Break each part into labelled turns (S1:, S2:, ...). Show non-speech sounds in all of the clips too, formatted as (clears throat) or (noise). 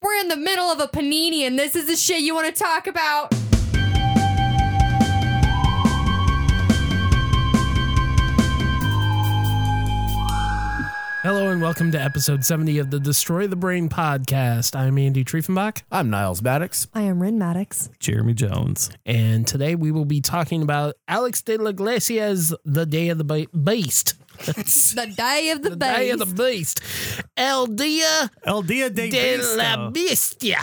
S1: We're in the middle of a panini, and this is the shit you want to talk about.
S2: Hello and welcome to episode 70 of the Destroy the Brain podcast. I'm Andy Triefenbach,
S3: I'm Niles Maddox.
S1: I am Rin Maddox.
S4: Jeremy Jones.
S2: and today we will be talking about Alex de la Iglesia's The Day of the Be- Beast.
S1: The day of the,
S2: The
S1: beast.
S2: Day of the Beast. El Dia
S4: El Dia de,
S2: de la Bestia.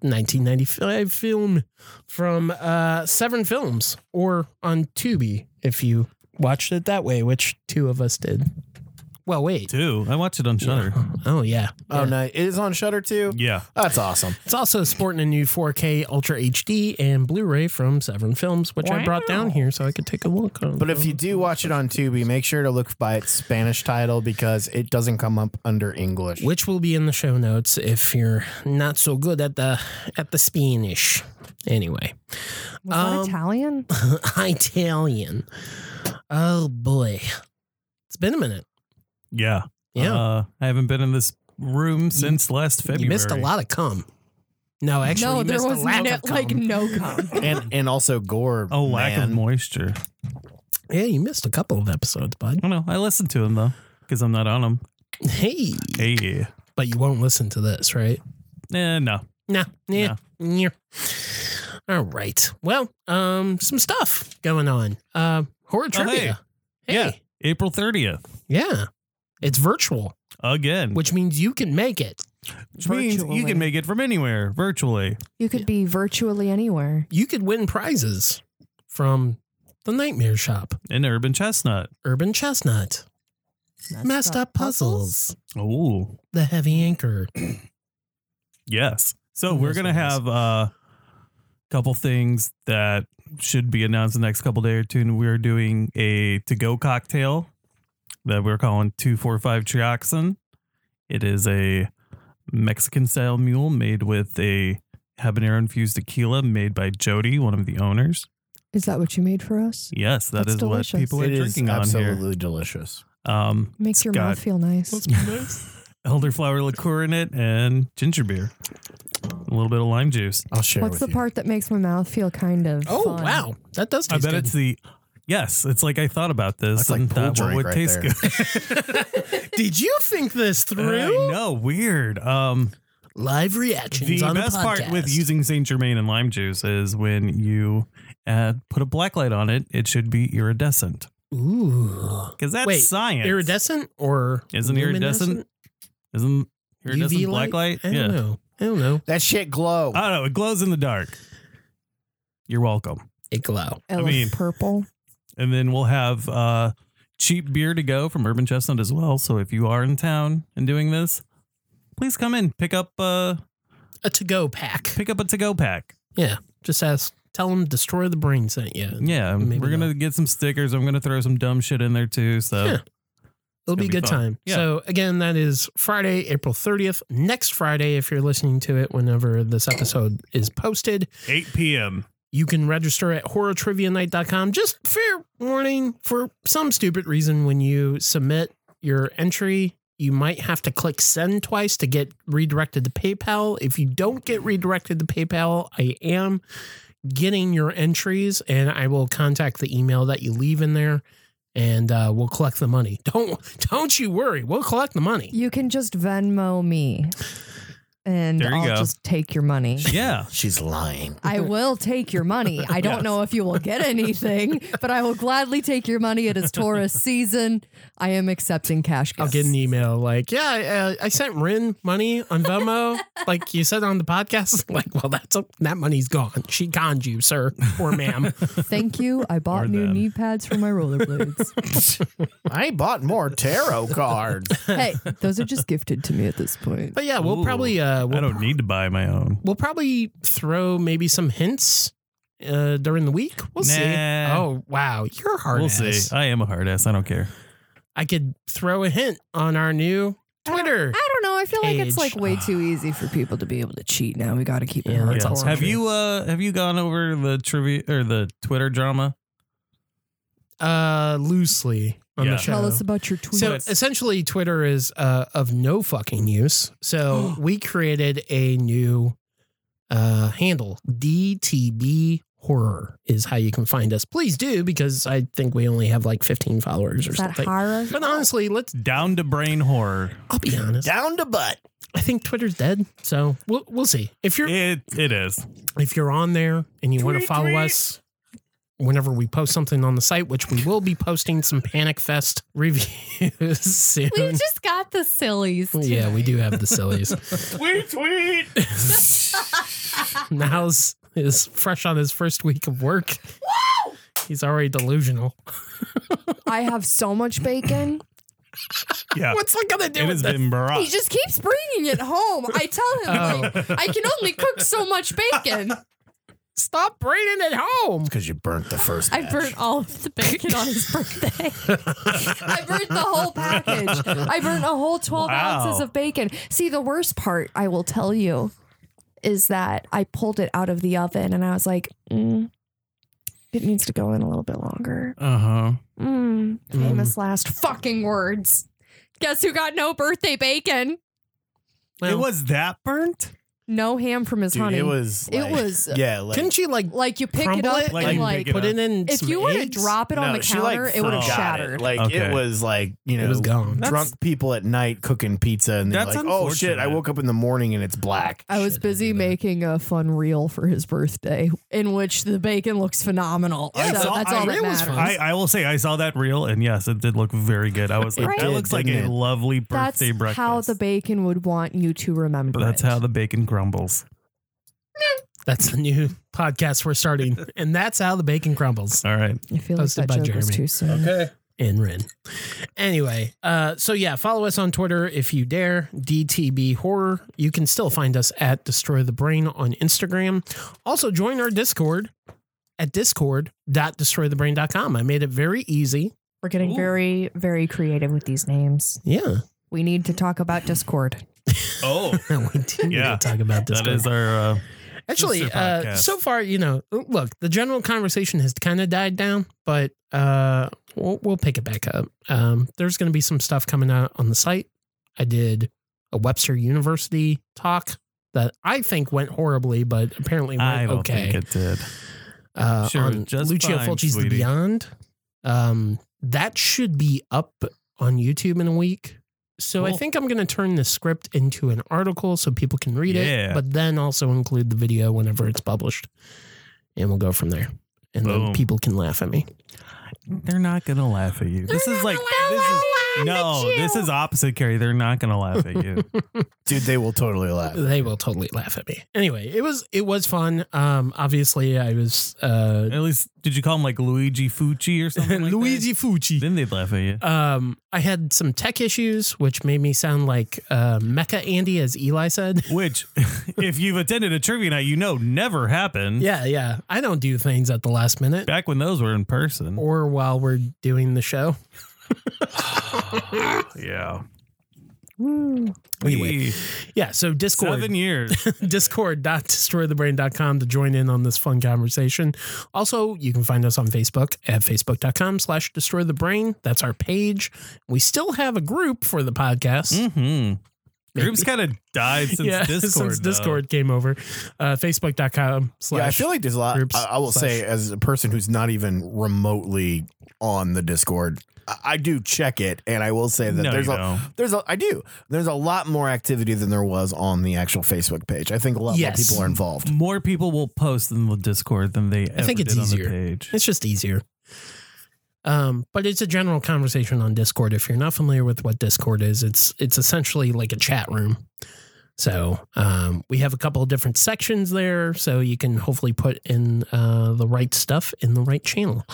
S2: 1995 film from uh, Seven Films or on Tubi if you watched it that way, which two of us did. Well, wait.
S4: Too. I watched it on Shutter.
S2: Oh, yeah.
S3: Oh, no, it is on Shutter too.
S4: Yeah.
S3: That's awesome.
S2: It's also sporting a new 4K Ultra HD and Blu-ray from Severn Films, which I brought down here so I could take a look.
S3: But if you
S5: (laughs)
S3: do watch it on Tubi, make sure to look by its Spanish title because it doesn't come up under English.
S2: which will be in the show notes if you're not so good at the at the Spanish. Anyway, (laughs)
S5: Was that
S2: Um,
S5: Italian?
S2: Italian. Oh boy, it's been a minute.
S4: Yeah.
S2: Yeah,
S4: Uh, I haven't been in this room since last February.
S2: you missed a lot of cum. No, actually,
S1: Uh, no,
S2: you
S1: there
S2: missed
S1: was
S2: a lack
S1: no,
S2: of cum.
S1: like no cum.
S3: And and also gore.
S4: Oh, lack
S3: man.
S4: of moisture.
S2: yeah, you missed a couple of episodes, bud.
S4: I don't know. I listened to him though because I'm not on him.
S2: Hey,
S4: Hey.
S2: but you won't listen to this, right?
S4: Eh, no.
S2: Nah, yeah, yeah. All right. Well, um, some stuff going on. Uh, horror
S4: Oh, hey.
S2: trivia.
S4: Yeah. April 30th.
S2: yeah, yeah. It's virtual,
S4: Again.
S2: which means you can make it.
S4: Which means you
S5: virtually.
S4: can make it from anywhere virtually.
S5: (laughs) You could be virtually anywhere.
S2: You could win prizes from the Nightmare Shop,
S4: In Urban Chestnut.
S2: Urban Chestnut, Messed Up Puzzles,
S4: Oh.
S2: The Heavy Anchor.
S4: Yes. So
S2: Oh,
S4: we're
S2: those
S4: gonna
S2: are nice.
S4: have a couple things that should be announced in the next couple day or two. And we're doing a to-go cocktail that we're calling two four five trioxin. It is a Mexican style mule made with a habanero infused tequila made by Jody, one of the owners.
S5: Is that what you made for us?
S4: Yes, that
S5: That's
S4: is
S5: delicious.
S4: what people
S3: It
S4: are
S3: is
S4: drinking on here.
S3: absolutely delicious.
S4: Um,
S5: Makes
S4: it's
S5: your
S4: got
S5: mouth feel nice.
S4: (laughs) elderflower liqueur in it and ginger beer, a little bit of lime juice.
S3: I'll share
S5: What's
S3: with
S5: the
S3: you.
S5: part that makes my mouth feel kind of?
S2: Oh
S5: fun?
S2: wow, that does.
S4: I
S2: Taste
S4: bet
S2: good.
S4: it's the yes. It's like I thought about this
S3: That's like
S4: and
S3: pool
S4: that one
S3: drink
S4: would
S3: right
S4: taste
S3: there.
S4: good.
S2: (laughs) Did you think this
S4: (laughs) I
S2: through?
S4: know, weird. Um,
S2: Live reactions
S4: the
S2: on
S4: best
S2: a
S4: part with
S2: podcast.
S4: using Saint Germain and lime juice is when you uh, put a black light on it. It should be iridescent
S2: Ooh.
S4: because that's
S2: Wait,
S4: science.
S2: Iridescent or
S4: Isn't iridescent isn't iridescent
S2: UV
S4: black light?
S2: I don't know. I don't know.
S3: That shit glow.
S4: I don't know. It glows in the dark. You're welcome.
S2: It glow.
S5: I
S4: mean-
S5: purple.
S4: And then we'll have uh, cheap beer to go from Urban Chestnut as well. So if you are in town and doing this, please come in pick up. Uh,
S2: A to go pack.
S4: pick up a to-go pack.
S2: Yeah. Just ask. Tell them destroy the brain sent you.
S4: Yeah,
S2: Maybe
S4: we're gonna get some stickers. I'm gonna throw some dumb shit in there too. So
S2: Yeah. It'll be a
S4: be
S2: good
S4: fun.
S2: time.
S4: Yeah.
S2: So again, that is Friday, April 30th. Next Friday, if you're listening to it, whenever this episode is posted,
S4: 8 p.m.
S2: you can register at horrortrivianight.com. Just fair warning for some stupid reason when you submit your entry, you might have to click send twice to get redirected to PayPal. If you don't get redirected to PayPal, I am getting your entries and I will contact the email that you leave in there and uh, we'll collect the money. Don't don't you worry. We'll collect the money.
S5: You can just Venmo me, and
S4: There you
S5: I'll
S4: go.
S5: just take your money.
S4: Yeah,
S3: She's lying.
S2: (laughs)
S5: I will take your money. I don't know if you will get anything, but I will gladly take your money. It is Taurus season. I am accepting cash
S2: I'll
S5: gifts.
S2: get an email like, yeah, I, uh, I sent Rin money on
S5: (laughs)
S2: Venmo, like you said on the podcast. (laughs) Like, well, that's a, that money's gone. She conned you, sir or ma'am.
S5: Thank you. I bought new
S4: them.
S5: knee pads for
S2: (laughs)
S5: my rollerblades.
S3: I bought more
S4: (laughs)
S3: tarot cards.
S5: hey, those are just gifted to me at this point.
S2: But yeah, we'll
S4: Ooh,
S2: probably uh,
S4: I
S2: we'll,
S4: don't need to buy my own.
S2: we'll probably throw maybe some hints uh, during the week. We'll see.
S4: Nah.
S2: Oh wow, you're hard.
S4: we'll
S2: ass.
S4: see. Uh, I am a hard ass. I don't care.
S2: I could throw a hint on our new Twitter.
S5: I don't know. I feel like
S2: Cage.
S5: it's like way too easy for people to be able to cheat now. We got to keep it
S2: Yeah,
S5: hardcore.
S2: that's also
S4: Have
S2: true.
S4: you uh have you gone over the trivia or the Twitter drama?
S2: Uh, loosely, on
S4: Yeah.
S2: the show.
S5: Tell us about your tweets.
S2: So
S4: Yes.
S2: essentially, Twitter is uh, of no fucking use. So we created a new uh, handle. DTB Horror is how you can find us. Please do because I think we only have like 15 followers or
S5: Is that
S2: something.
S5: horror?
S2: But honestly, let's.
S4: Down to brain horror.
S2: I'll be honest.
S3: Down to butt.
S2: I think Twitter's dead. So we'll we'll see. If you're
S4: It it is.
S2: if you're on there and you want to follow us. Whenever we post something on the site, which we will be posting some Panic Fest reviews (laughs) soon.
S1: We've just got the
S2: (laughs)
S1: sillies.
S2: Yeah, we do have the sillies.
S4: We tweet.
S2: Niles is fresh on his first week of work. He's already delusional.
S5: I have so much bacon.
S4: Yeah.
S2: What's that gonna do
S4: Uh, It
S2: with
S4: has
S2: this?
S4: been
S5: He
S4: brought.
S5: just keeps bringing it home. I tell him,
S2: Oh,
S1: I can only cook so much bacon.
S2: stop bringing it home.
S3: Because you burnt the first.
S1: I burnt all of the bacon on his
S5: (laughs)
S1: birthday.
S5: I burnt the whole package. I burnt a whole 12
S4: Wow.
S5: ounces of bacon. See, the worst part, I will tell you, is that I pulled it out of the oven and I was like, mm, it needs to go in a little bit longer.
S4: Uh huh.
S5: Mm, famous last
S1: Fucking words. Guess who got no birthday bacon?
S2: Well,
S4: it was that burnt.
S5: No ham from his
S3: Dude,
S5: honey.
S3: it was.
S5: It
S3: like-
S5: was-
S3: Yeah. Like,
S2: Couldn't you like
S5: like you pick it
S2: Crumble
S5: up
S2: it?
S5: and
S4: Like,
S5: like,
S4: you pick it
S2: put
S4: up.
S2: it in?
S5: if
S2: some
S5: you were to
S2: eggs?
S5: drop it on
S3: no,
S5: the
S3: she, like,
S5: counter, it would
S4: forgot
S5: have
S3: forgot it.
S5: shattered.
S3: Like
S4: Okay.
S3: it was like you know
S2: it was gone.
S4: That's-
S3: drunk people at night cooking pizza and they're
S4: That's
S3: like, oh shit, I
S4: unfortunate.
S3: woke up in the morning and it's black.
S5: I was
S2: Shit, I
S5: busy
S2: didn't do that.
S5: making a fun reel for his birthday in which the bacon looks phenomenal.
S4: Yeah,
S5: so
S4: so
S5: that's
S4: I-
S5: all that
S2: reel was
S5: matters.
S2: fun.
S4: I, I will say I saw that reel and yes, it did look very good. I was like,
S5: Right.
S4: that
S5: It
S4: looks like
S3: didn't
S4: a
S3: it?
S4: lovely
S5: That's
S4: birthday breakfast.
S5: how the bacon would want you to remember.
S4: That's
S5: it.
S4: how the bacon grumbles.
S2: That's the new (laughs) podcast we're starting, and that's how the bacon crumbles.
S4: All right.
S5: I feel like
S2: Posted
S5: that
S2: by
S5: joke was
S2: Jeremy.
S5: too soon.
S2: in Rin. Anyway, uh, so yeah, follow us on Twitter if you dare, DTB Horror. You can still find us at Destroy the Brain on Instagram. Also, join our Discord at discord.destroythebrain.com. I made it very easy.
S5: We're getting
S4: Ooh.
S5: very, very creative with these names.
S2: Yeah.
S5: We need to talk about Discord.
S4: (laughs) Oh,
S2: we do need
S4: Yeah.
S2: to talk about
S4: that
S2: Discord.
S4: is our. Uh,
S2: Actually,
S4: sister
S2: uh,
S4: podcast.
S2: so far, you know, uh, look, the general conversation has kind of died down, but uh, we'll, we'll pick it back up. Um, there's going to be some stuff coming out on the site. I did a Webster University talk that I think went horribly, but apparently went
S4: I don't
S2: okay.
S4: think it did.
S2: uh,
S4: Sure,
S2: on
S4: just
S2: Lucio
S4: fine,
S2: Fulci's The
S4: sweetie.
S2: Beyond. Um, that should be up on YouTube in a week. So I
S4: Cool.
S2: think I'm going to turn the script into an article so people can read
S4: Yeah.
S2: it, but then also include the video whenever it's published, and we'll go from there. And then
S4: Boom.
S2: people can laugh at me.
S4: They're not gonna laugh at you. this is like this is no. This is opposite, Carrie. They're not gonna laugh at
S2: (laughs)
S4: you.
S3: Dude, they will totally
S4: (laughs)
S3: laugh.
S2: They will totally laugh at me. Anyway, it was it was fun. Um, obviously, I was uh,
S4: at least, did you call him like Luigi Fucci or something? Like
S2: Luigi Fucci.
S4: That? Then they'd laugh at you.
S2: Um, I had some tech issues, which made me sound like uh, Mecha Andy, as Eli said.
S4: Which, (laughs) if you've attended a trivia night, you know never happened.
S2: Yeah, yeah. I don't do things at the last minute
S4: Back when those were in person.
S2: or while we're doing the show.
S4: Yeah.
S2: Anyway.
S4: Wee.
S2: Yeah, so
S4: Seven
S2: Discord,
S4: years.
S2: (laughs) discord.destroythebrain.com to join in on this fun conversation. Also, you can find us on Facebook at facebook.com slash destroy the brain. That's our page. We still have a group for the podcast.
S4: hmm Groups kind of died (laughs) since
S2: (laughs)
S4: Discord.
S2: since
S4: though.
S2: Discord came over. Uh, facebook.com slash.
S3: Yeah, I feel like there's a lot.
S2: groups
S3: I, I will say, as a person who's not even remotely on the Discord, I, I do check it, and I will say that
S4: No,
S3: there's
S4: you
S3: a
S4: don't.
S3: there's a I do there's a lot more activity than there was on the actual Facebook page. I think a lot
S2: Yes.
S3: more people are involved.
S4: More people will post in the Discord than they ever
S2: think it's
S4: did
S2: easier.
S4: on the page.
S2: It's just easier. Um, but it's a general conversation on Discord. If you're not familiar with what Discord is, it's it's essentially like a chat room. So um, we have a couple of different sections there, so you can hopefully put in uh, the right stuff in the right channel.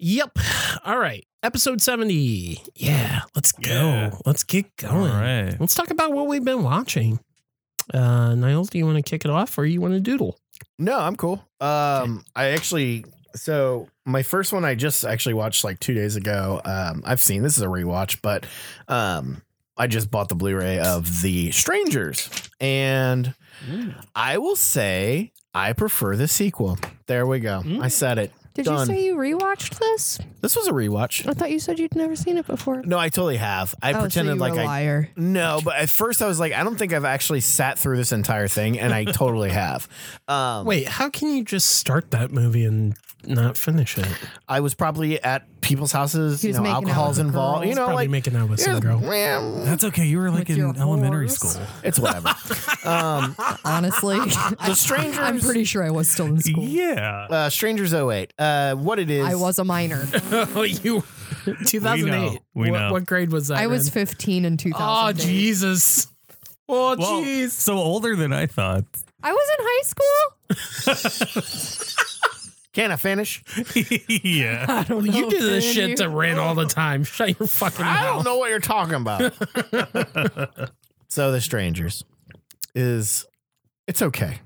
S2: Yep. All right. Episode seventy. Yeah. Let's go.
S4: Yeah.
S2: Let's get
S4: All
S2: going.
S4: right.
S2: Let's talk about what we've been watching. Uh, Niles, do you want to kick it off, or you want to doodle?
S3: No, I'm cool. Um, I actually so my first one I just actually watched like two days ago. Um, I've seen this is a rewatch, but um, I just bought the Blu-ray of The Strangers, and I will say I prefer the sequel. There we go. I said it.
S5: Did
S3: Done.
S5: you say you rewatched this?
S3: This was a rewatch.
S5: I thought you said you'd never seen it before.
S3: No, I totally have. I
S1: oh, so
S3: pretended
S1: you
S3: like
S1: were a
S3: I
S1: liar.
S3: no, but at first I was like, I don't think I've actually sat through this entire thing, and I totally have. Um,
S2: Wait, how can you just start that movie and not finish it?
S3: I was probably at people's houses.
S1: He
S3: You
S1: was
S3: know,
S1: making out with
S3: alcohol's
S1: the
S3: involved.
S1: girls.
S3: You know,
S2: Probably
S3: like
S2: making out with some girl. (laughs)
S3: yeah,
S4: That's okay. You were like
S1: With your
S4: in elementary
S1: horse?
S5: (laughs)
S4: school.
S3: it's whatever.
S2: (laughs)
S3: um,
S1: Honestly,
S3: (laughs) the strangers.
S1: I'm pretty sure I was still in school.
S4: Yeah.
S3: Uh, Strangers 08. Uh, what it is?
S1: I was a
S3: (laughs)
S1: minor.
S2: Oh, you. 2008.
S4: We
S2: what,
S4: know.
S2: what grade was that?
S1: I was
S2: in?
S1: 15 in
S2: Oh,
S3: Ah,
S1: 2000.
S2: Jesus. Oh,
S4: Well,
S2: jeez.
S4: so older than I thought. (laughs)
S1: I was in high
S3: Oh,
S1: school.
S3: Can I finish?
S4: yeah.
S1: I don't know.
S2: You do this
S1: man,
S2: shit
S1: you-
S2: to Ren all the time. (laughs) Shut your fucking
S3: I
S2: mouth.
S3: don't know what you're talking about.
S2: (laughs)
S3: so the strangers is it's okay.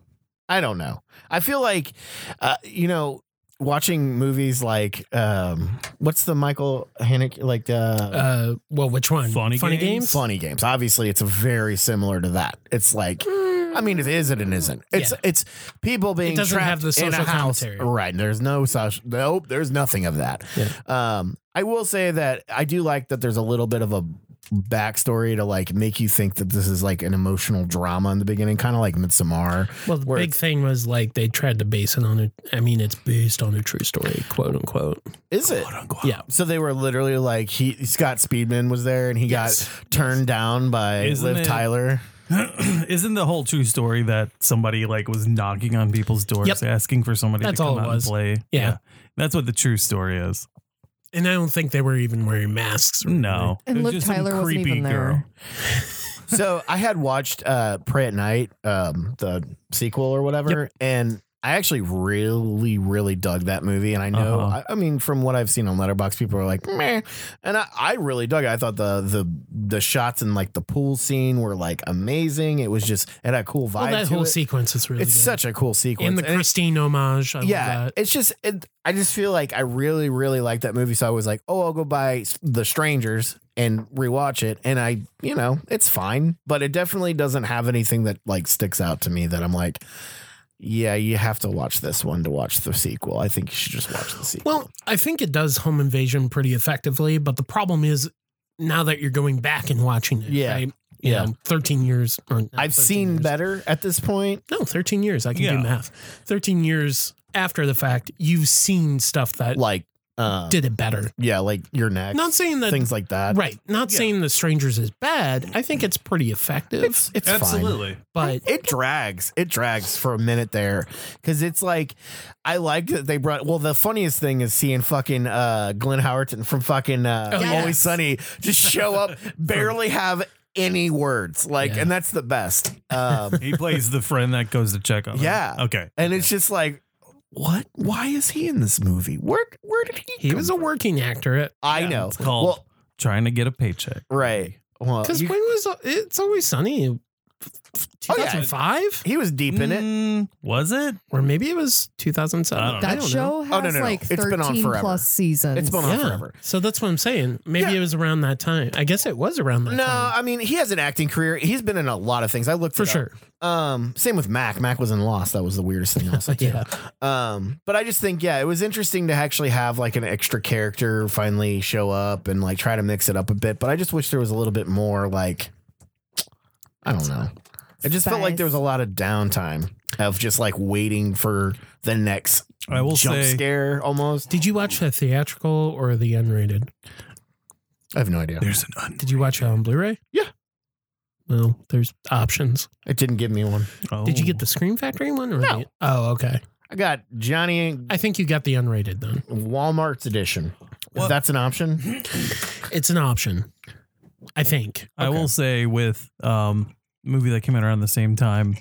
S3: I don't know. I feel like uh, you know watching movies like um, what's the Michael Haneke like uh,
S2: Uh, well, which one?
S4: Funny
S2: games.
S4: Games?
S3: funny games. Obviously, it's very similar to that. It's like. I mean, it is and it isn't. It's
S2: Yeah.
S3: it's people being
S2: doesn't
S3: trapped
S2: have the
S3: in a
S2: social
S3: house,
S2: commentary.
S3: right? There's no social. Nope, there's nothing of that.
S2: Yeah.
S3: Um, I will say that I do like that. There's a little bit of a backstory to like make you think that this is like an emotional drama in the beginning, kind of like Midsommar.
S2: Well, the
S3: Where
S2: big thing was like they tried to base it on a. I mean, it's based on a true story, quote unquote.
S3: Is it?
S2: Yeah.
S3: So they were literally like he Scott Speedman was there and he
S2: Yes.
S3: got turned down by
S4: Isn't
S3: Liv
S4: it-
S3: Tyler.
S4: (clears throat) Isn't the whole true story that somebody like was knocking on people's doors
S2: Yep.
S4: asking for somebody
S2: That's
S4: to
S2: all
S4: come
S2: it
S4: out
S2: was.
S4: and play?
S2: Yeah.
S4: That's what the true story is.
S2: And I don't think they were even wearing masks. or
S4: No.
S5: And
S4: It was
S5: Liv
S4: just some
S5: Tyler wasn't
S4: creepy
S5: even there.
S4: girl.
S3: so I had watched uh, Pray at Night, um, the sequel or whatever, and I actually really, really dug that movie. And I know,
S4: Uh-huh.
S3: I, I mean, from what I've seen on Letterbox, people are like, meh, and I, I really dug it. I thought the the the shots in like the pool scene were like amazing. It was just it had a cool vibe.
S2: Well, that
S3: to
S2: whole
S3: it.
S2: sequence is really
S3: It's
S2: good.
S3: such a cool sequence.
S2: and the
S3: And it-
S2: Christine homage. I
S3: yeah,
S2: love that.
S3: it's just it, I just feel like I really really like that movie, so I was like, oh, I'll go buy S- The Strangers and rewatch it, and I, you know, it's fine, but it definitely doesn't have anything that like sticks out to me that I'm like, yeah, you have to watch this one to watch the sequel. I think you should just watch the sequel.
S2: Well, I think it does home invasion pretty effectively, but the problem is now that you're going back and watching it.
S3: Yeah.
S2: Right? You
S3: Yeah.
S2: know, 13 years. Or not
S3: I've
S2: 13
S3: seen
S2: years.
S3: better at this point.
S2: No, 13 years. I can
S4: Yeah.
S2: do math. 13 years after the fact, you've seen stuff that
S3: Like, uh,
S2: did it better.
S3: yeah, like your next
S2: Not saying that.
S3: things like that.
S2: Right. Not
S4: Yeah.
S2: saying the strangers is bad. I think it's pretty effective,
S3: It's it's fine.
S2: but
S3: it drags it drags for a minute there because it's like i like that they brought well the funniest thing is seeing fucking uh glenn howerton from fucking uh
S2: Oh, yes.
S3: always sunny just show up barely have any words like
S2: Yeah.
S3: and that's the best um
S4: He plays the friend that goes to
S2: (laughs)
S4: check on. him.
S3: Yeah.
S4: Okay.
S3: and it's just like what why is he in this movie where where did he
S2: he
S3: come
S2: was a
S3: from?
S2: working actor. It
S3: i
S4: Yeah,
S3: know
S4: It's called
S3: well
S4: trying to get a paycheck.
S3: right well
S2: because
S3: Uh, you-
S2: when was uh, it's always sunny?
S3: Oh, yeah.
S2: 2005
S3: he was deep in it
S4: Mm, was it?
S2: or maybe it was 2007.
S4: I don't know.
S2: I
S1: That
S2: don't know.
S1: show has
S3: Oh, no, no.
S1: like
S3: It's been
S1: 13
S3: on forever.
S1: plus seasons.
S3: It's been on- forever.
S2: So that's what I'm saying. Maybe
S3: Yeah.
S2: it was around that time. I guess it was around that
S3: no
S2: time.
S3: i mean he has an acting career he's been in a lot of things i looked
S2: For
S3: it up.
S2: sure.
S3: Um, same with Mac. Mac was in Lost. That was the weirdest thing (laughs) also. Too.
S2: Yeah.
S3: Um, but I just think yeah, it was interesting to actually have like an extra character finally show up and like try to mix it up a bit. But I just wish there was a little bit more like I don't know. It just felt like there was a lot of downtime of just like waiting for the next
S4: I will
S3: jump
S4: say
S3: scare almost.
S2: Did you watch the theatrical or the unrated?
S3: I have no idea.
S4: there's an un-
S2: Did you watch it on Blu-ray?
S3: Yeah.
S2: Well, there's options.
S3: It didn't give me one.
S4: oh.
S2: Did you get the Scream Factory one? Or
S3: No.
S2: The, oh, okay.
S3: I got Johnny
S2: I think you got the unrated then.
S3: Walmart's edition. If
S4: What?
S3: that's an option.
S2: It's an option, I think.
S4: I will say with um movie that came out around the same time,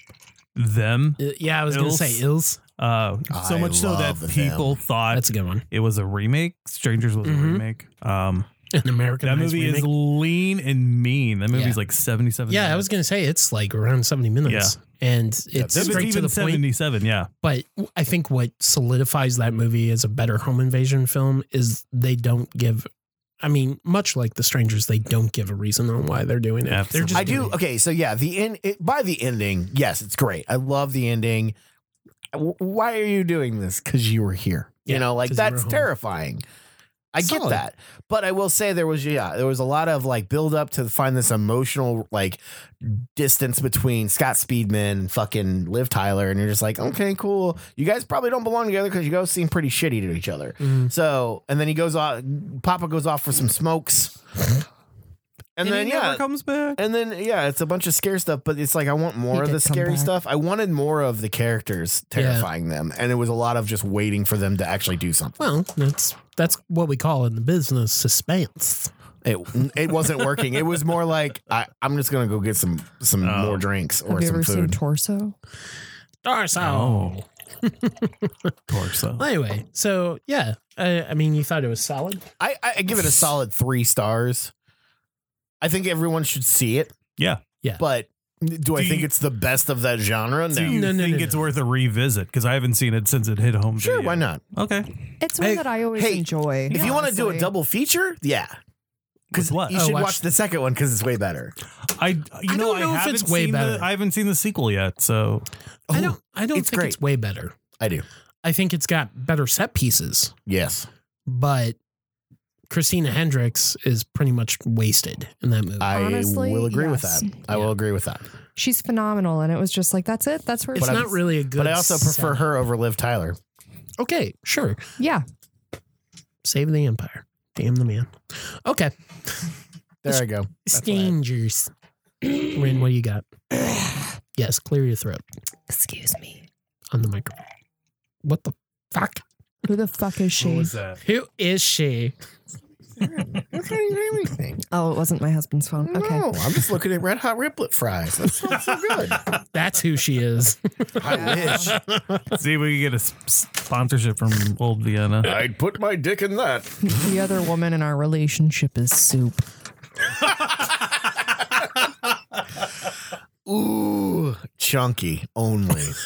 S4: them.
S2: Uh, yeah, I was going to
S4: Ills.
S2: say Ills.
S4: Uh, so
S3: I
S4: much so that
S3: love Them.
S4: people thought
S2: That's a good one.
S4: it was a remake. Strangers was
S2: Mhm.
S4: a remake. Um,
S2: An American
S4: (laughs) that movie is lean and mean. That movie's like seventy-seven.
S2: Yeah, I was going to say it's like around 70 minutes. And it's
S3: That was
S2: straight to
S4: even
S2: the point.
S4: seventy-seven. Yeah,
S2: But I think what solidifies that movie as a better home invasion film is they don't give. I mean, much like The Strangers, they don't give a reason on why they're doing it. They're just
S3: I do. Okay, so yeah, the end it, by the ending, yes, it's great. I love the ending. W- why are you doing this? Because you were here. You
S2: Yeah,
S3: know, like
S2: to zero
S3: that's
S2: home.
S3: terrifying. I get
S2: Solid.
S3: that. But I will say there was yeah, there was a lot of like build up to find this emotional like distance between Scott Speedman and fucking Liv Tyler and you're just like, "Okay, cool. You guys probably don't belong together cuz you guys seem pretty shitty to each other."
S2: Mhm.
S3: So, and then he goes off Papa goes off for some smokes. And,
S4: And
S3: then
S4: he
S3: yeah,
S4: never comes back.
S3: and then yeah, it's a bunch of scary stuff, but it's like I want more
S1: He
S3: of
S1: did
S3: the
S1: come
S3: scary
S1: back.
S3: stuff. I wanted more of the characters terrifying them, and it was a lot of just waiting for them to actually do something.
S2: Well, that's that's what we call in the business suspense.
S3: It it wasn't working. It was more like I, I'm just gonna go get some some
S4: Oh.
S3: more drinks or
S1: Have you
S3: some
S1: ever seen
S3: food.
S1: Torso?
S2: Darso.
S4: Oh. Torso.
S3: Oh.
S2: Well, Anyway, so yeah, I, I mean, you thought it was solid.
S3: I, I I give it a solid three stars. I think everyone should see it.
S4: Yeah.
S2: Yeah.
S3: but. Do, I
S4: Do
S3: think
S4: you-
S3: it's the best of that genre?
S4: Do
S3: No.
S4: you
S2: No, no,
S4: think
S2: no,
S4: it's
S2: no.
S4: worth a revisit? Because I haven't seen it since it hit home.
S3: Sure,
S4: video.
S3: why not?
S4: Okay.
S1: It's one
S3: Hey,
S1: that I always
S3: hey,
S1: enjoy.
S3: if you want to do a
S1: honestly.
S3: double feature, yeah.
S4: With what?
S3: You
S2: Oh,
S3: should
S2: watch-
S3: watch, the second one because it's way better.
S4: I you
S2: I
S4: know,
S2: don't
S4: I
S2: know if
S4: haven't
S2: it's way
S4: seen
S2: better.
S4: The, I haven't seen the sequel yet, so
S2: I
S3: Oh,
S2: don't. I don't
S3: it's
S2: think it's way better.
S3: I do.
S2: I think it's got better set pieces,
S3: Yes.
S2: but Christina Hendricks is pretty much wasted in that movie.
S3: I
S1: Honestly,
S3: will agree with
S1: yes.
S3: that. I will agree with that.
S1: She's phenomenal, and it was just like that's it. That's where
S2: it's
S3: but I-
S2: not really a good.
S3: But I also prefer
S2: setup.
S3: her over Liv Tyler.
S2: Okay, sure.
S1: Yeah,
S2: Save the empire. Damn the man. Okay,
S3: There I go. That's what I-
S2: Stangers. Rin, what do you got? yes, clear your throat
S1: excuse me.
S2: on the microphone. What the fuck?
S1: Who the fuck is she?
S4: that?
S2: Who is she?
S3: I can't hear (laughs) anything.
S1: Oh, it wasn't my husband's phone. Okay.
S3: No, I'm just looking at Red Hot Riplet fries. That sounds so good.
S2: That's who she is.
S3: I wish.
S4: (laughs) See, if we can get a s- sponsorship from Old Vienna.
S3: I'd put my dick in (laughs) that.
S1: the other woman in our relationship is soup.
S3: Ooh, chunky only. (laughs)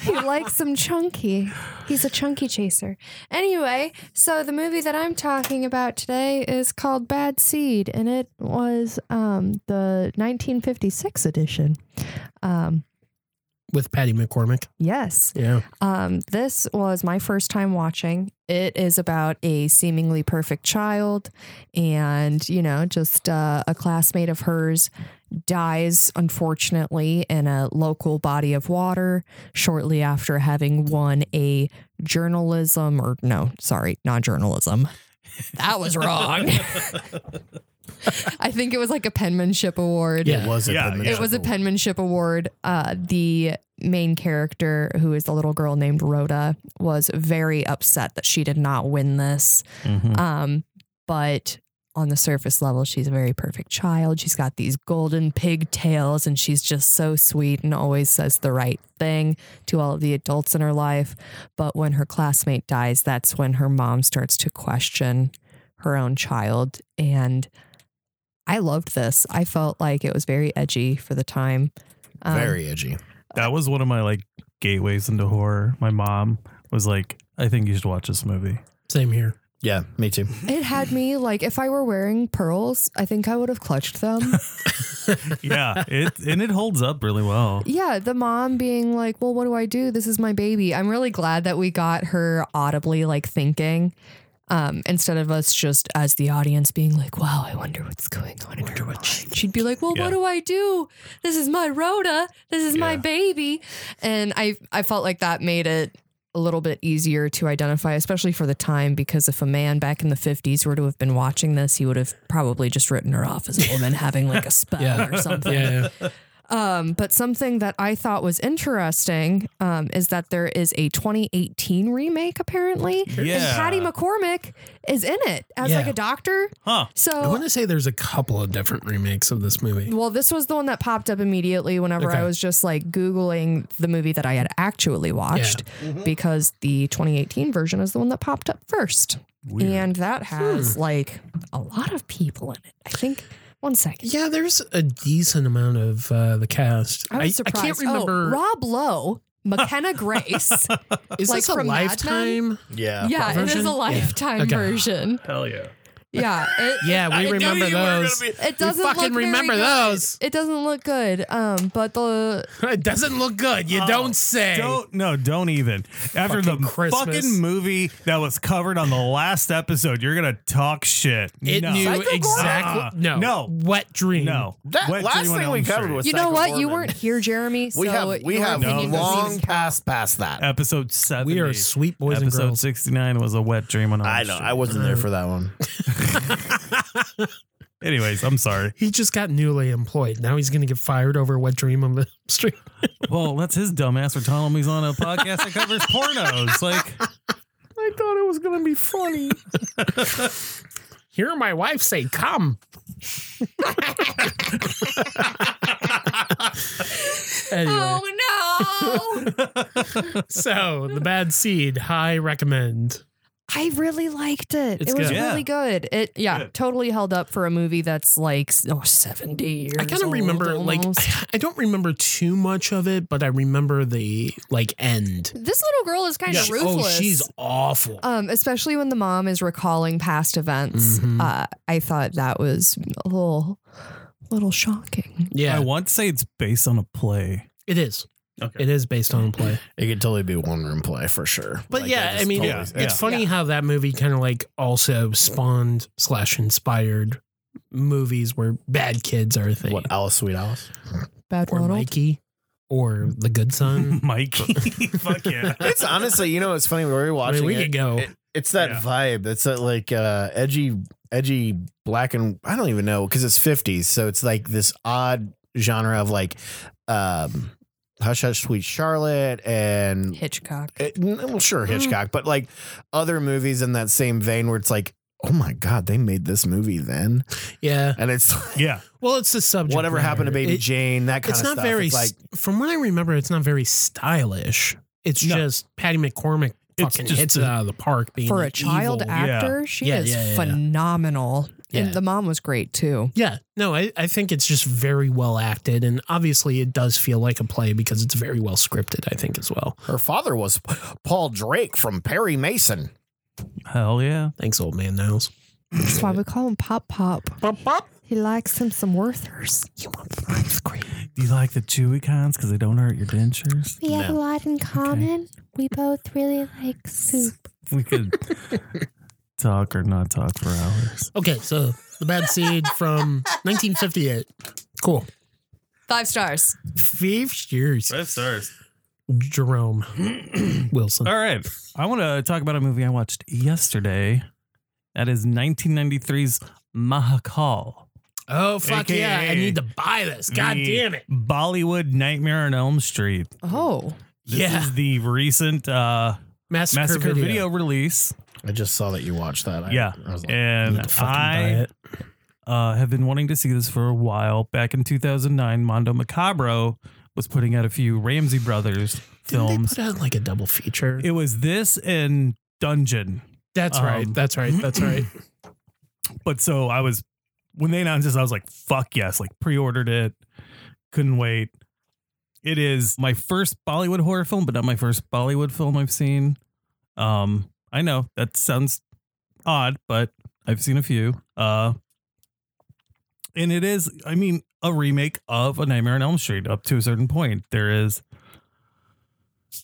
S1: He likes some chunky. He's a chunky chaser. Anyway, so the movie that I'm talking about today is called Bad Seed, and it was um, the 1956 edition. Um,
S2: (laughs) With Patty McCormick.
S1: yes.
S2: Yeah.
S1: Um, this was my first time watching. It is about a seemingly perfect child, and you know, just uh, a classmate of hers dies unfortunately in a local body of water shortly after having won a journalism or no, sorry, not journalism. That was wrong. I think it was like a penmanship award.
S2: Yeah.
S3: It was a
S4: Yeah,
S3: penmanship
S4: yeah.
S1: It was a
S3: award.
S1: penmanship award. Uh, the main character, who is the little girl named Rhoda, was very upset that she did not win this.
S4: Mhm.
S1: Um, but on the surface level, she's a very perfect child. She's got these golden pigtails and she's just so sweet and always says the right thing to all of the adults in her life. But when her classmate dies, that's when her mom starts to question her own child. And I loved this. I felt like it was very edgy for the time. Um,
S3: Very edgy.
S4: That was one of my like gateways into horror. My mom was like, "I think you should watch this movie."
S2: Same here.
S3: Yeah, me too.
S1: It had me like, if I were wearing pearls, I think I would have clutched them.
S4: Yeah, it and it holds up really well.
S1: Yeah, the mom being like, "Well, what do I do? This is my baby." I'm really glad that we got her audibly like thinking um instead of us just as the audience being like, "Wow, I wonder what's going on." in her mind." She'd be like, "Well,
S4: Yeah.
S1: what do I do? This is my Rhoda. This is my
S4: Yeah.
S1: baby." And I I felt like that made it a little bit easier to identify, especially for the time, because if a man back in the 50s were to have been watching this, he would have probably just written her off as a woman having like a spell
S2: Yeah.
S1: or something.
S2: Yeah.
S1: Um, but something that I thought was interesting um, is that there is a 2018 remake apparently, and
S4: Yeah.
S1: Patty McCormick is in it as like
S2: Yeah.
S1: a doctor.
S4: Huh?
S2: I want
S1: So,
S2: to say there's a couple of different remakes of this movie.
S1: well, this was the one that popped up immediately whenever
S2: Okay.
S1: I was just like googling the movie that I had actually watched because the 2018 version is the one that popped up first,
S4: Weird.
S1: and that
S2: Hmm.
S1: has like a lot of people in it. I think. One second.
S2: Yeah, there's a decent amount of uh, the cast.
S1: I was surprised.
S2: can't
S1: Oh,
S2: remember.
S1: Rob Lowe, McKenna
S2: (laughs)
S1: Grace.
S2: is
S1: like
S2: this a
S1: from Mad Men?
S2: lifetime?
S3: Yeah.
S1: yeah, it is
S2: Uh, version?
S1: a
S2: Yeah.
S1: lifetime
S2: Okay.
S1: version.
S4: Hell yeah!
S5: Yeah. It,
S2: (laughs) Yeah, we remember those.
S5: It doesn't
S2: fucking
S5: look very
S2: remember
S5: good.
S2: those.
S5: It doesn't look good. Um, but the
S2: (laughs) it doesn't look good. You
S4: Oh,
S2: don't say.
S4: Don't no, don't even. After
S2: Fucking
S4: the
S2: Christmas.
S4: fucking movie that was covered on the last episode, you're gonna talk shit.
S2: It
S4: no.
S2: knew
S5: Psycho
S2: exactly.
S4: Gorman?
S2: Ah, no.
S4: No.
S2: Wet dream.
S4: no.
S3: That
S4: Wet
S3: last
S4: Dream on
S3: thing we
S4: Elm
S3: covered
S4: Street.
S3: was
S5: you know
S3: Psycho
S5: what? You
S3: Gorman.
S5: weren't here, Jeremy.
S3: (laughs) We
S5: so
S3: have we
S5: your
S3: have
S5: opinion doesn't
S3: long
S5: even count.
S3: passed past that.
S4: episode seven.
S2: We are sweet boys and
S4: episode
S2: girls.
S4: sixty nine was a wet dream on Elm
S3: I know.
S4: Street.
S3: I wasn't there for that one.
S4: Anyways, I'm sorry.
S2: He just got newly employed. Now he's going to get fired over a wet dream on the (laughs) street.
S4: (laughs) Well, that's his dumbass for telling him he's on a podcast that covers pornos. Like,
S2: I thought it was going to be funny. (laughs) Hear my wife say, (laughs) come. anyway,
S1: Oh
S2: (laughs)
S1: no!
S2: so the bad seed, high recommend.
S5: I really liked it.
S2: It's
S5: it was
S2: good.
S4: Yeah.
S5: really good. It yeah,
S4: Good.
S5: totally held up for a movie that's like oh, 70 years.
S2: I kind of
S5: old
S2: remember, like, (laughs)
S5: almost.
S2: I don't remember too much of it, but I remember the, like, end.
S5: this little girl is kind of
S2: She-
S5: ruthless.
S2: Oh, she's awful.
S5: um, especially when the mom is recalling past events.
S2: Mhm.
S5: Uh, I thought that was a little, little shocking.
S4: I
S2: yeah,
S4: want to say it's based on a play.
S2: it is.
S4: Okay.
S2: It is based on a play.
S3: It could totally be one room play for sure.
S2: But
S3: Like,
S2: yeah,
S3: it
S2: I
S3: just
S2: mean,
S3: totally-
S4: yeah,
S2: it's
S4: yeah.
S2: funny how that movie kind of like also spawned slash inspired movies where bad kids are a thing,
S3: What Alice Sweet Alice?
S5: Bad
S2: or
S5: Ronald.
S2: Mikey, or The Good
S3: (laughs)
S4: (laughs)
S2: Son.
S4: Mikey. Mm. Fuck yeah.
S3: It's honestly, you know, it's funny. We were
S2: I
S3: watching
S2: mean, we
S3: it.
S2: could go.
S3: it- it's that
S4: Yeah.
S3: vibe. It's that like uh, edgy, edgy black and I don't even know because it's fifties, so it's like this odd genre of like um, Hush Hush Sweet Charlotte and
S5: Hitchcock.
S3: it, n- well, sure
S2: Mm.
S3: Hitchcock, but like other movies in that same vein where it's like, oh my god, they made this movie then,
S2: yeah. (laughs)
S3: and it's like,
S4: Yeah.
S2: Well, it's the subject.
S3: whatever happened to
S2: matter.
S3: Baby
S2: It-
S3: Jane, that kind
S2: It's
S3: of
S2: not
S3: stuff.
S2: very.
S3: It's like
S2: s- from what I remember, it's not very stylish. It's
S4: No.
S2: just Patty McCormick
S4: It's
S2: fucking
S4: just
S2: hits
S4: a-
S2: it out of the park. Being
S5: For a
S2: the
S5: child
S2: evil-
S5: actor, she
S2: Yeah,
S5: is
S2: yeah, yeah, yeah.
S5: phenomenal.
S2: Yeah.
S5: And the mom was great too.
S2: Yeah, no, I, I think it's just very well acted, and obviously it does feel like a play because it's very well scripted. I think as well.
S3: her father was Paul Drake from Perry Mason.
S4: Hell yeah.
S2: Thanks, old man Niles.
S5: That's why we call him Pop Pop.
S2: Pop, pop.
S5: He likes him some Werthers.
S2: You want ice cream?
S4: Do you like the chewy cons because they don't hurt your dentures?
S6: We have
S3: No.
S6: a lot in common. We both really like soup.
S4: We (laughs) could talk or not talk for hours.
S2: Okay, so the bad seed from 1958. Cool.
S5: Five stars.
S2: Five years.
S4: stars.
S2: Jerome Wilson.
S4: All right. I want to talk about a movie I watched yesterday. That is 1993's Mahakal.
S2: Oh fuck
S4: AKA
S2: yeah! I need to buy this. God
S4: the
S2: damn it.
S4: Bollywood Nightmare on Elm Street.
S5: Oh,
S4: This
S2: yeah,
S4: is the recent uh,
S2: massacre,
S4: massacre
S2: video.
S4: video. release.
S3: I just saw that you watched that. I-
S4: Yeah.
S3: I was like,
S4: And
S2: Need to fucking buy
S4: I
S2: it.
S4: uh, have been wanting to see this for a while. Back in 2009, Mondo Macabro was putting out a few Ramsey Brothers
S2: Didn't they
S4: films.
S2: put out like a double feature?
S4: it was this and Dungeon.
S2: that's right.
S4: um,
S2: That's right. (clears throat) That's right.
S4: But so I was, when they announced this, I was like, fuck yes, like pre ordered it. Couldn't wait. It is my first Bollywood horror film, but not my first Bollywood film I've seen. Um, I know that sounds odd, but I've seen a few. Uh, and it is, I mean, a remake of A Nightmare on Elm Street up to a certain point. There is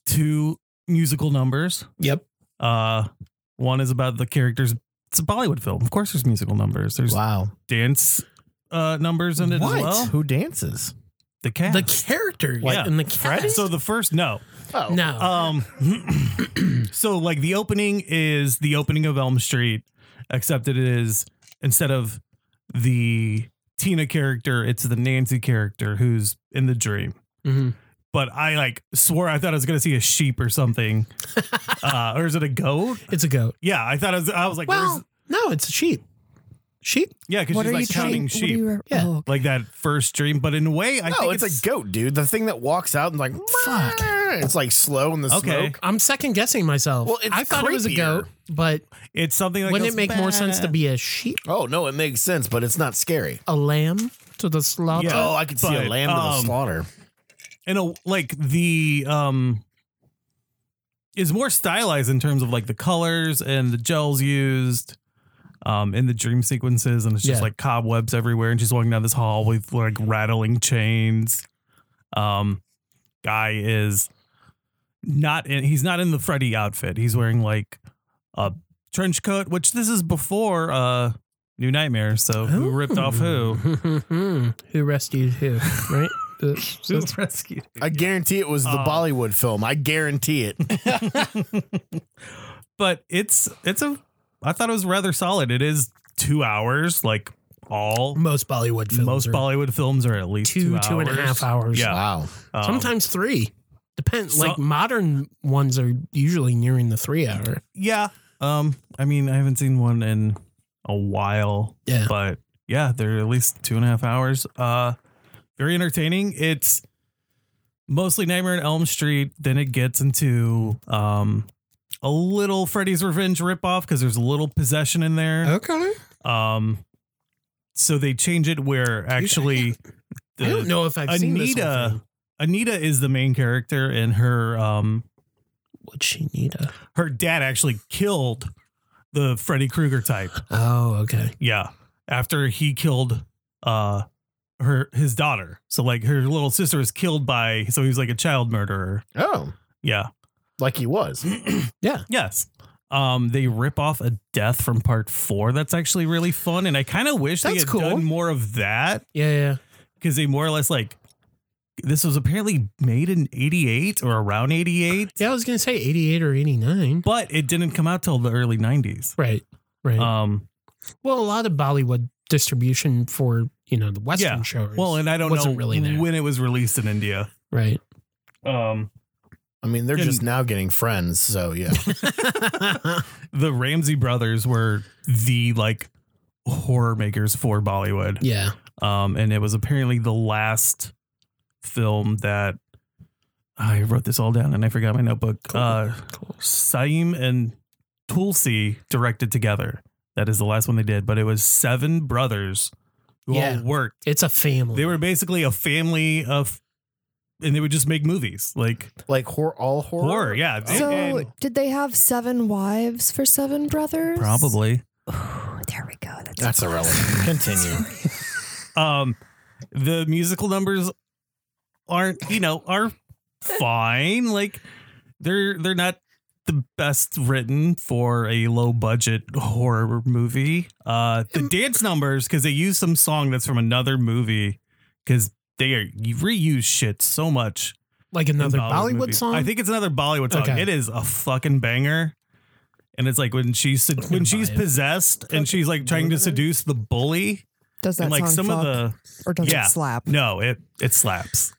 S4: two musical numbers.
S2: Yep.
S4: Uh, one is about the characters. It's a Bollywood film. Of course, there's musical numbers. There's
S3: wow.
S4: dance uh, numbers in it
S3: What?
S4: as well.
S3: Who dances?
S4: The cast.
S2: The character
S4: Yeah.
S2: in the cast.
S4: So the first no.
S3: Oh,
S2: no.
S4: Um (clears throat) so like the opening is the opening of Elm Street, except it is instead of the Tina character, it's the Nancy character who's in the dream.
S2: Mhm.
S4: But I like swore I thought I was gonna see a sheep or
S5: (laughs)
S4: something. uh or is it a goat?
S2: It's a goat.
S4: Yeah, I thought I was I was like, where's
S2: Well, no, it's a sheep. Sheep.
S4: yeah, because
S5: what
S4: she's
S5: are,
S4: like
S5: you
S4: counting
S5: trying, what are
S4: sheep.
S5: you re-
S2: Yeah.
S5: oh,
S4: Like that first dream. But in a way I
S3: no,
S4: think
S3: it's, a goat, dude. The thing that walks out and like, fuck. It's like slow in the
S4: Okay.
S3: smoke.
S2: I'm second guessing myself.
S3: Well, it's
S2: I thought it was a
S3: creepier.
S2: goat, but
S4: it's something like
S2: wouldn't it make more sense to be a sheep,
S3: Oh no, it makes sense, but it's not scary.
S2: a lamb to the slaughter?
S4: Yeah.
S3: oh, I could see
S4: but,
S3: a lamb to the
S4: um,
S3: slaughter.
S4: in a uh, like the um is more stylized in terms of like the colors and the gels used um, in the dream sequences, and it's just
S2: Yeah.
S4: like cobwebs everywhere, and she's walking down this hall with like rattling chains. Um, guy is not in. He's not in the Freddy outfit. He's wearing like a trench coat, which this is before uh, New Nightmare. So who ripped off who?
S2: who? Oh. (laughs) who rescued who?
S4: (laughs)
S2: Right? The- that's-
S4: rescued?
S3: I guarantee it was the
S4: Uh,
S3: Bollywood film. I guarantee it.
S4: but it's it's a I thought it was rather solid. It is two hours, like all
S2: most Bollywood films.
S4: most
S2: are
S4: Bollywood films are at least
S2: two,
S4: two
S2: two and a half hours.
S4: (laughs) Yeah.
S3: Wow.
S4: Um,
S2: Sometimes three. Depends.
S4: so-
S2: like modern ones are usually nearing the three hour.
S4: yeah. Um, I mean, I haven't seen one in a while.
S2: Yeah.
S4: but yeah, they're at least two and a half hours. Uh, very entertaining. It's mostly Nightmare on Elm Street. Then it gets into um a little Freddy's Revenge ripoff because there's a little possession in there.
S2: Okay.
S4: Um, so they change it where actually
S2: I don't
S4: the,
S2: know if I've seen this whole
S4: Anita-
S2: thing.
S4: Anita is the main character, and her um
S2: What'd she need? A-
S4: her dad actually killed the Freddy Krueger type.
S2: oh, okay.
S4: Yeah, after he killed uh her his daughter, so like her little sister was killed by so he was like a child murderer.
S3: Oh,
S4: Yeah.
S3: like he was.
S4: Yes. Um, they rip off a death from part four. That's actually really fun, and I kind of wish they
S2: That's
S4: had
S2: cool.
S4: done more of that.
S2: Yeah, yeah.
S4: because they more or less like this was apparently made in 88 or around 88
S2: Yeah, I was going to say 88 or 89.
S4: but it didn't come out till the early 90s
S2: Right, right.
S4: um
S2: well, a lot of Bollywood distribution for, you know, the Western
S4: Yeah.
S2: shows.
S4: well and i don't
S2: wasn't
S4: know
S2: really there.
S4: when it was released in india (laughs)
S2: right. (laughs)
S4: um
S3: I mean, they're
S4: And-
S3: just now getting friends. So,
S4: (laughs)
S3: yeah.
S4: the ramsey brothers were the like horror makers for bollywood
S2: Yeah.
S4: um, and it was apparently the last film that I wrote this all down and I forgot my notebook. Uh, Saim and Tulsi directed together. That is the last one they did, but it was seven brothers who
S2: Yeah.
S4: all worked.
S2: It's a family.
S4: They were basically a family of, and they would just make movies like
S3: like hor- all horror.
S4: horror. Yeah, And-
S5: So,
S4: and-
S5: did they have seven wives for seven brothers?
S4: probably.
S5: Ooh, there we go. That's,
S3: That's irrelevant.
S5: (laughs)
S3: Continue.
S4: Um, the musical numbers aren't you know are fine. Like they're they're not the best written for a low budget horror movie. Uh,
S2: Um,
S4: the dance numbers because they use some song that's from another movie because they are you reuse shit so much.
S2: like
S4: in
S2: another Bollywood,
S4: movies.
S2: song.
S4: I think it's another Bollywood song.
S2: Okay.
S4: It is a fucking banger. And it's like when she's
S2: gonna
S4: when she's
S2: buy it.
S4: possessed and she's like trying to seduce the bully
S5: Does that
S4: and like
S5: sound
S4: some of the
S5: or does
S4: yeah.
S5: it slap?
S4: no, it it slaps.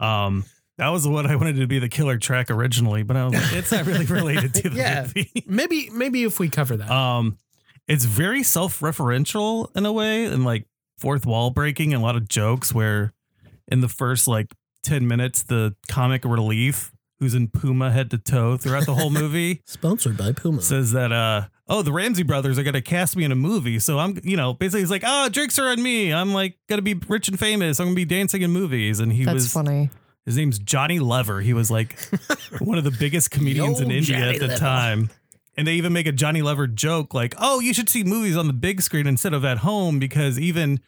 S4: Um, that was what I wanted to be the killer track originally, but I was like, it's not really related to the
S2: Yeah.
S4: movie.
S2: maybe maybe if we cover that.
S4: Um, it's very self-referential in a way, and like fourth wall breaking, and a lot of jokes where in the first like ten minutes, the comic relief who's in Puma head to toe throughout the whole movie
S2: Sponsored by Puma.
S4: says that uh oh the Ramsey brothers are gonna cast me in a movie so I'm you know basically he's like oh drinks are on me I'm like gonna be rich and famous I'm gonna be dancing in movies and he
S5: That's
S4: was
S5: funny.
S4: his name's Johnny Lever he
S3: (laughs)
S4: was like one of the biggest comedians in
S2: Yo,
S4: India
S2: Johnny
S4: at the
S2: Lever.
S4: time and they even make a Johnny Lever joke like oh you should see movies on the big screen instead of at home because even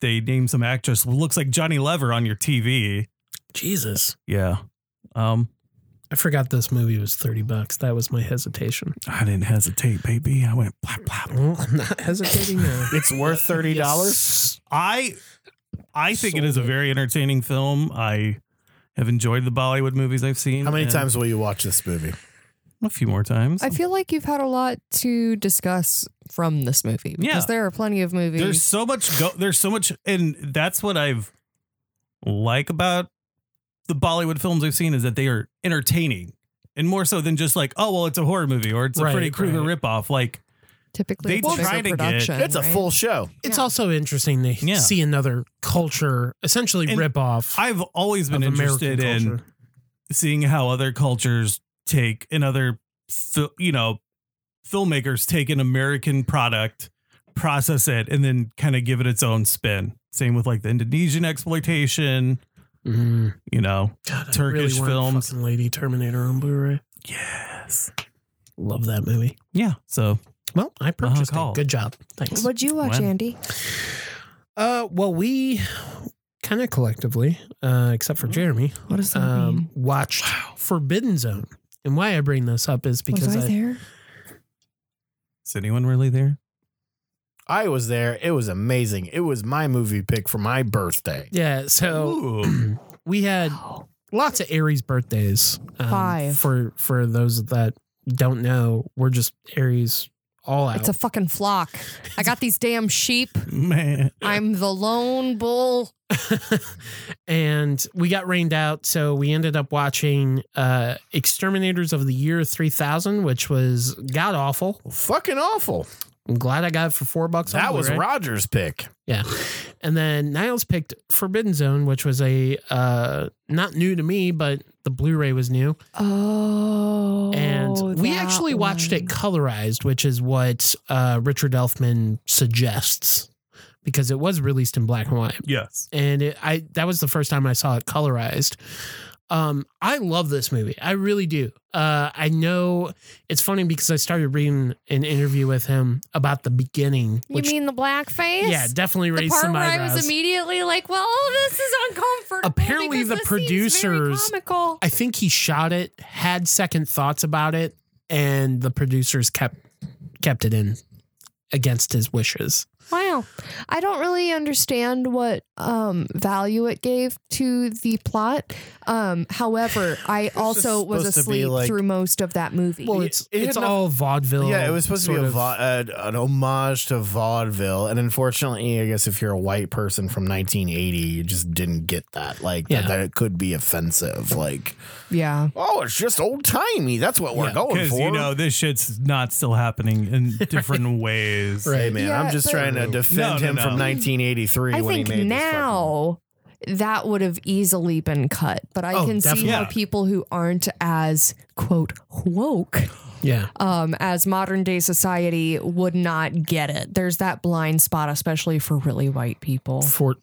S4: they name some actress who looks like Johnny Lever on your TV
S2: Jesus.
S4: yeah um
S2: I forgot this movie was 30 bucks. That was my hesitation.
S4: I didn't hesitate baby I went blah blah
S2: (laughs) Well, I'm not hesitating
S4: (laughs)
S2: now.
S3: It's worth $30.
S4: I I think it is a very entertaining film. I have enjoyed the Bollywood movies I've seen.
S3: How many
S4: and-
S3: times will you watch this movie?
S4: A few more times.
S5: I feel like you've had a lot to discuss from this movie because
S4: Yeah.
S5: there are plenty of movies.
S4: there's so much go there's so much and that's what I've like about the Bollywood films I've seen is that they are entertaining. And more so than just like, oh well, it's a horror movie or it's a
S2: Right,
S4: Freddy Krueger
S2: right.
S4: ripoff. Like
S5: typically
S4: they
S5: it's a bigger
S4: try to get-
S5: production.
S3: It's a
S5: right?
S3: full show.
S2: It's
S5: Yeah.
S2: also interesting to
S4: Yeah.
S2: see another culture essentially
S4: And
S2: rip off
S4: I've always been
S2: of
S4: interested
S2: American
S4: in
S2: culture.
S4: seeing how other cultures take and other fil- you know filmmakers take an american product process it and then kind of give it its own spin same with like the indonesian exploitation
S2: Mm.
S4: you know
S2: God, I
S4: Turkish
S2: really want
S4: films.
S2: fucking Lady Terminator on Blu-ray.
S4: yes
S2: Love that movie.
S4: yeah so
S2: Well, I purchased
S4: call.
S2: it. Good job. Thanks.
S1: What'd you watch,
S4: When?
S1: Andy?
S2: Uh, well, we kind of collectively, uh, except for Jeremy,
S1: What does that
S2: um,
S1: mean?
S2: watched Forbidden Zone. And why I bring this up is because
S1: was I,
S2: I,
S1: there?
S4: Is anyone really there?
S3: I was there. It was amazing. It was my movie pick for my birthday.
S2: yeah, so
S4: Ooh. (coughs)
S2: (clears throat) we had
S5: Oh,
S2: lots of Aries birthdays. Um,
S1: Five.
S2: for for those that don't know, we're just Aries all out.
S1: It's a fucking flock. I got these damn sheep.
S4: man.
S1: I'm the lone bull.
S2: (laughs) and we got rained out, so we ended up watching uh, Exterminators of the Year 3000, which was god awful.
S3: Fucking awful.
S2: I'm glad I got it for four bucks. on
S3: That was
S2: Blu-ray.
S3: Roger's pick.
S2: Yeah. And then Niles picked Forbidden Zone, which was a uh, not new to me, but the Blu-ray was new.
S1: Oh.
S2: and we
S1: that
S2: actually watched it
S1: one.
S2: colorized, which is what uh, Richard Elfman suggests because it was released in black and white.
S4: Yes.
S2: And it, I that was the first time I saw it colorized. Um, I love this movie. I really do. Uh, I know it's funny because I started reading an interview with him about the beginning.
S1: You mean the blackface?
S2: yeah, definitely
S1: The
S2: raised
S1: part
S2: some
S1: where I
S2: eyebrows.
S1: was immediately like, "Well, oh, this is uncomfortable."
S2: Apparently
S1: because
S2: the
S1: this seems very
S2: producers-
S1: comical.
S2: I think he shot it, had second thoughts about it, and the producers kept kept it in against his wishes.
S1: Wow. I don't really understand what um, value it gave to the plot. Um,
S2: (laughs)
S1: however, I also was
S3: supposed to be
S1: asleep
S3: like-
S1: through most of that movie.
S2: Well,
S3: It-
S2: it's
S3: it had
S2: it's
S3: noth-
S2: all vaudeville.
S3: yeah, it was supposed to be
S2: sort
S3: a
S2: of-
S3: va- uh, an homage to vaudeville, and unfortunately, I guess if you're a white person from 1980, you just didn't get that. Like
S2: Yeah.
S3: that, that it could be offensive. Like,
S1: yeah.
S3: oh, it's just old timey. That's what we're
S2: Yeah,
S3: going
S4: Because
S3: for.
S4: you know this shit's not still happening
S2: (laughs)
S4: in different ways.
S2: Right.
S3: hey man,
S1: Yeah,
S3: I'm just
S1: but-
S3: trying to defend
S4: No, no,
S3: him from
S4: no.
S3: 1983
S1: I
S3: when
S1: think
S3: he made this fucking-
S1: now that would have easily been cut, but I
S2: Oh,
S1: can see
S2: definitely.
S1: how
S4: Yeah.
S1: people who aren't as quote woke
S2: Yeah,
S1: um, as modern day society would not get it. There's that blind spot, especially for really white people.
S2: for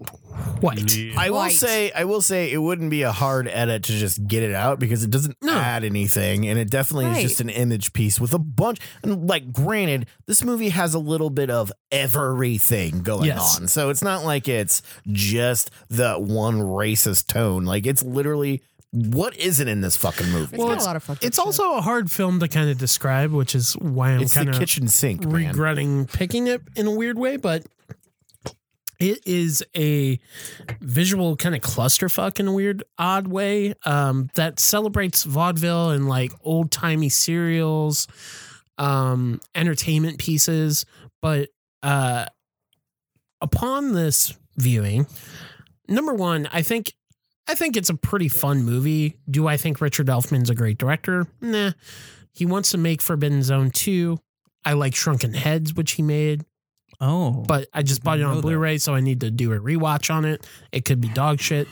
S2: what?
S3: I will
S1: White.
S3: say, I will say, it wouldn't be a hard edit to just get it out because it doesn't
S2: No.
S3: add anything, and it definitely
S1: Right.
S3: is just an image piece with a bunch. And like, granted, this movie has a little bit of everything going
S2: Yes.
S3: on, so it's not like it's just the one racist tone. Like, it's literally what isn't in this fucking movie.
S1: It's got a lot of fucking
S2: It's
S1: shit.
S2: also a hard film to kind of describe, which is why I'm
S3: it's the
S2: kind of
S3: kitchen sink, man.
S2: regretting picking it in a weird way, but it is a visual kind of clusterfuck in a weird, odd way um, that celebrates vaudeville and like old timey serials, um, entertainment pieces. But uh, upon this viewing, number one, I think. I think it's a pretty fun movie. Do I think Richard Elfman's a great director? Nah. He wants to make Forbidden Zone 2. I like Shrunken Heads, which he made,
S4: Oh,
S2: but I just bought it
S4: Know
S2: on
S4: that.
S2: Blu ray, so I need to do a rewatch on it. It could be dog shit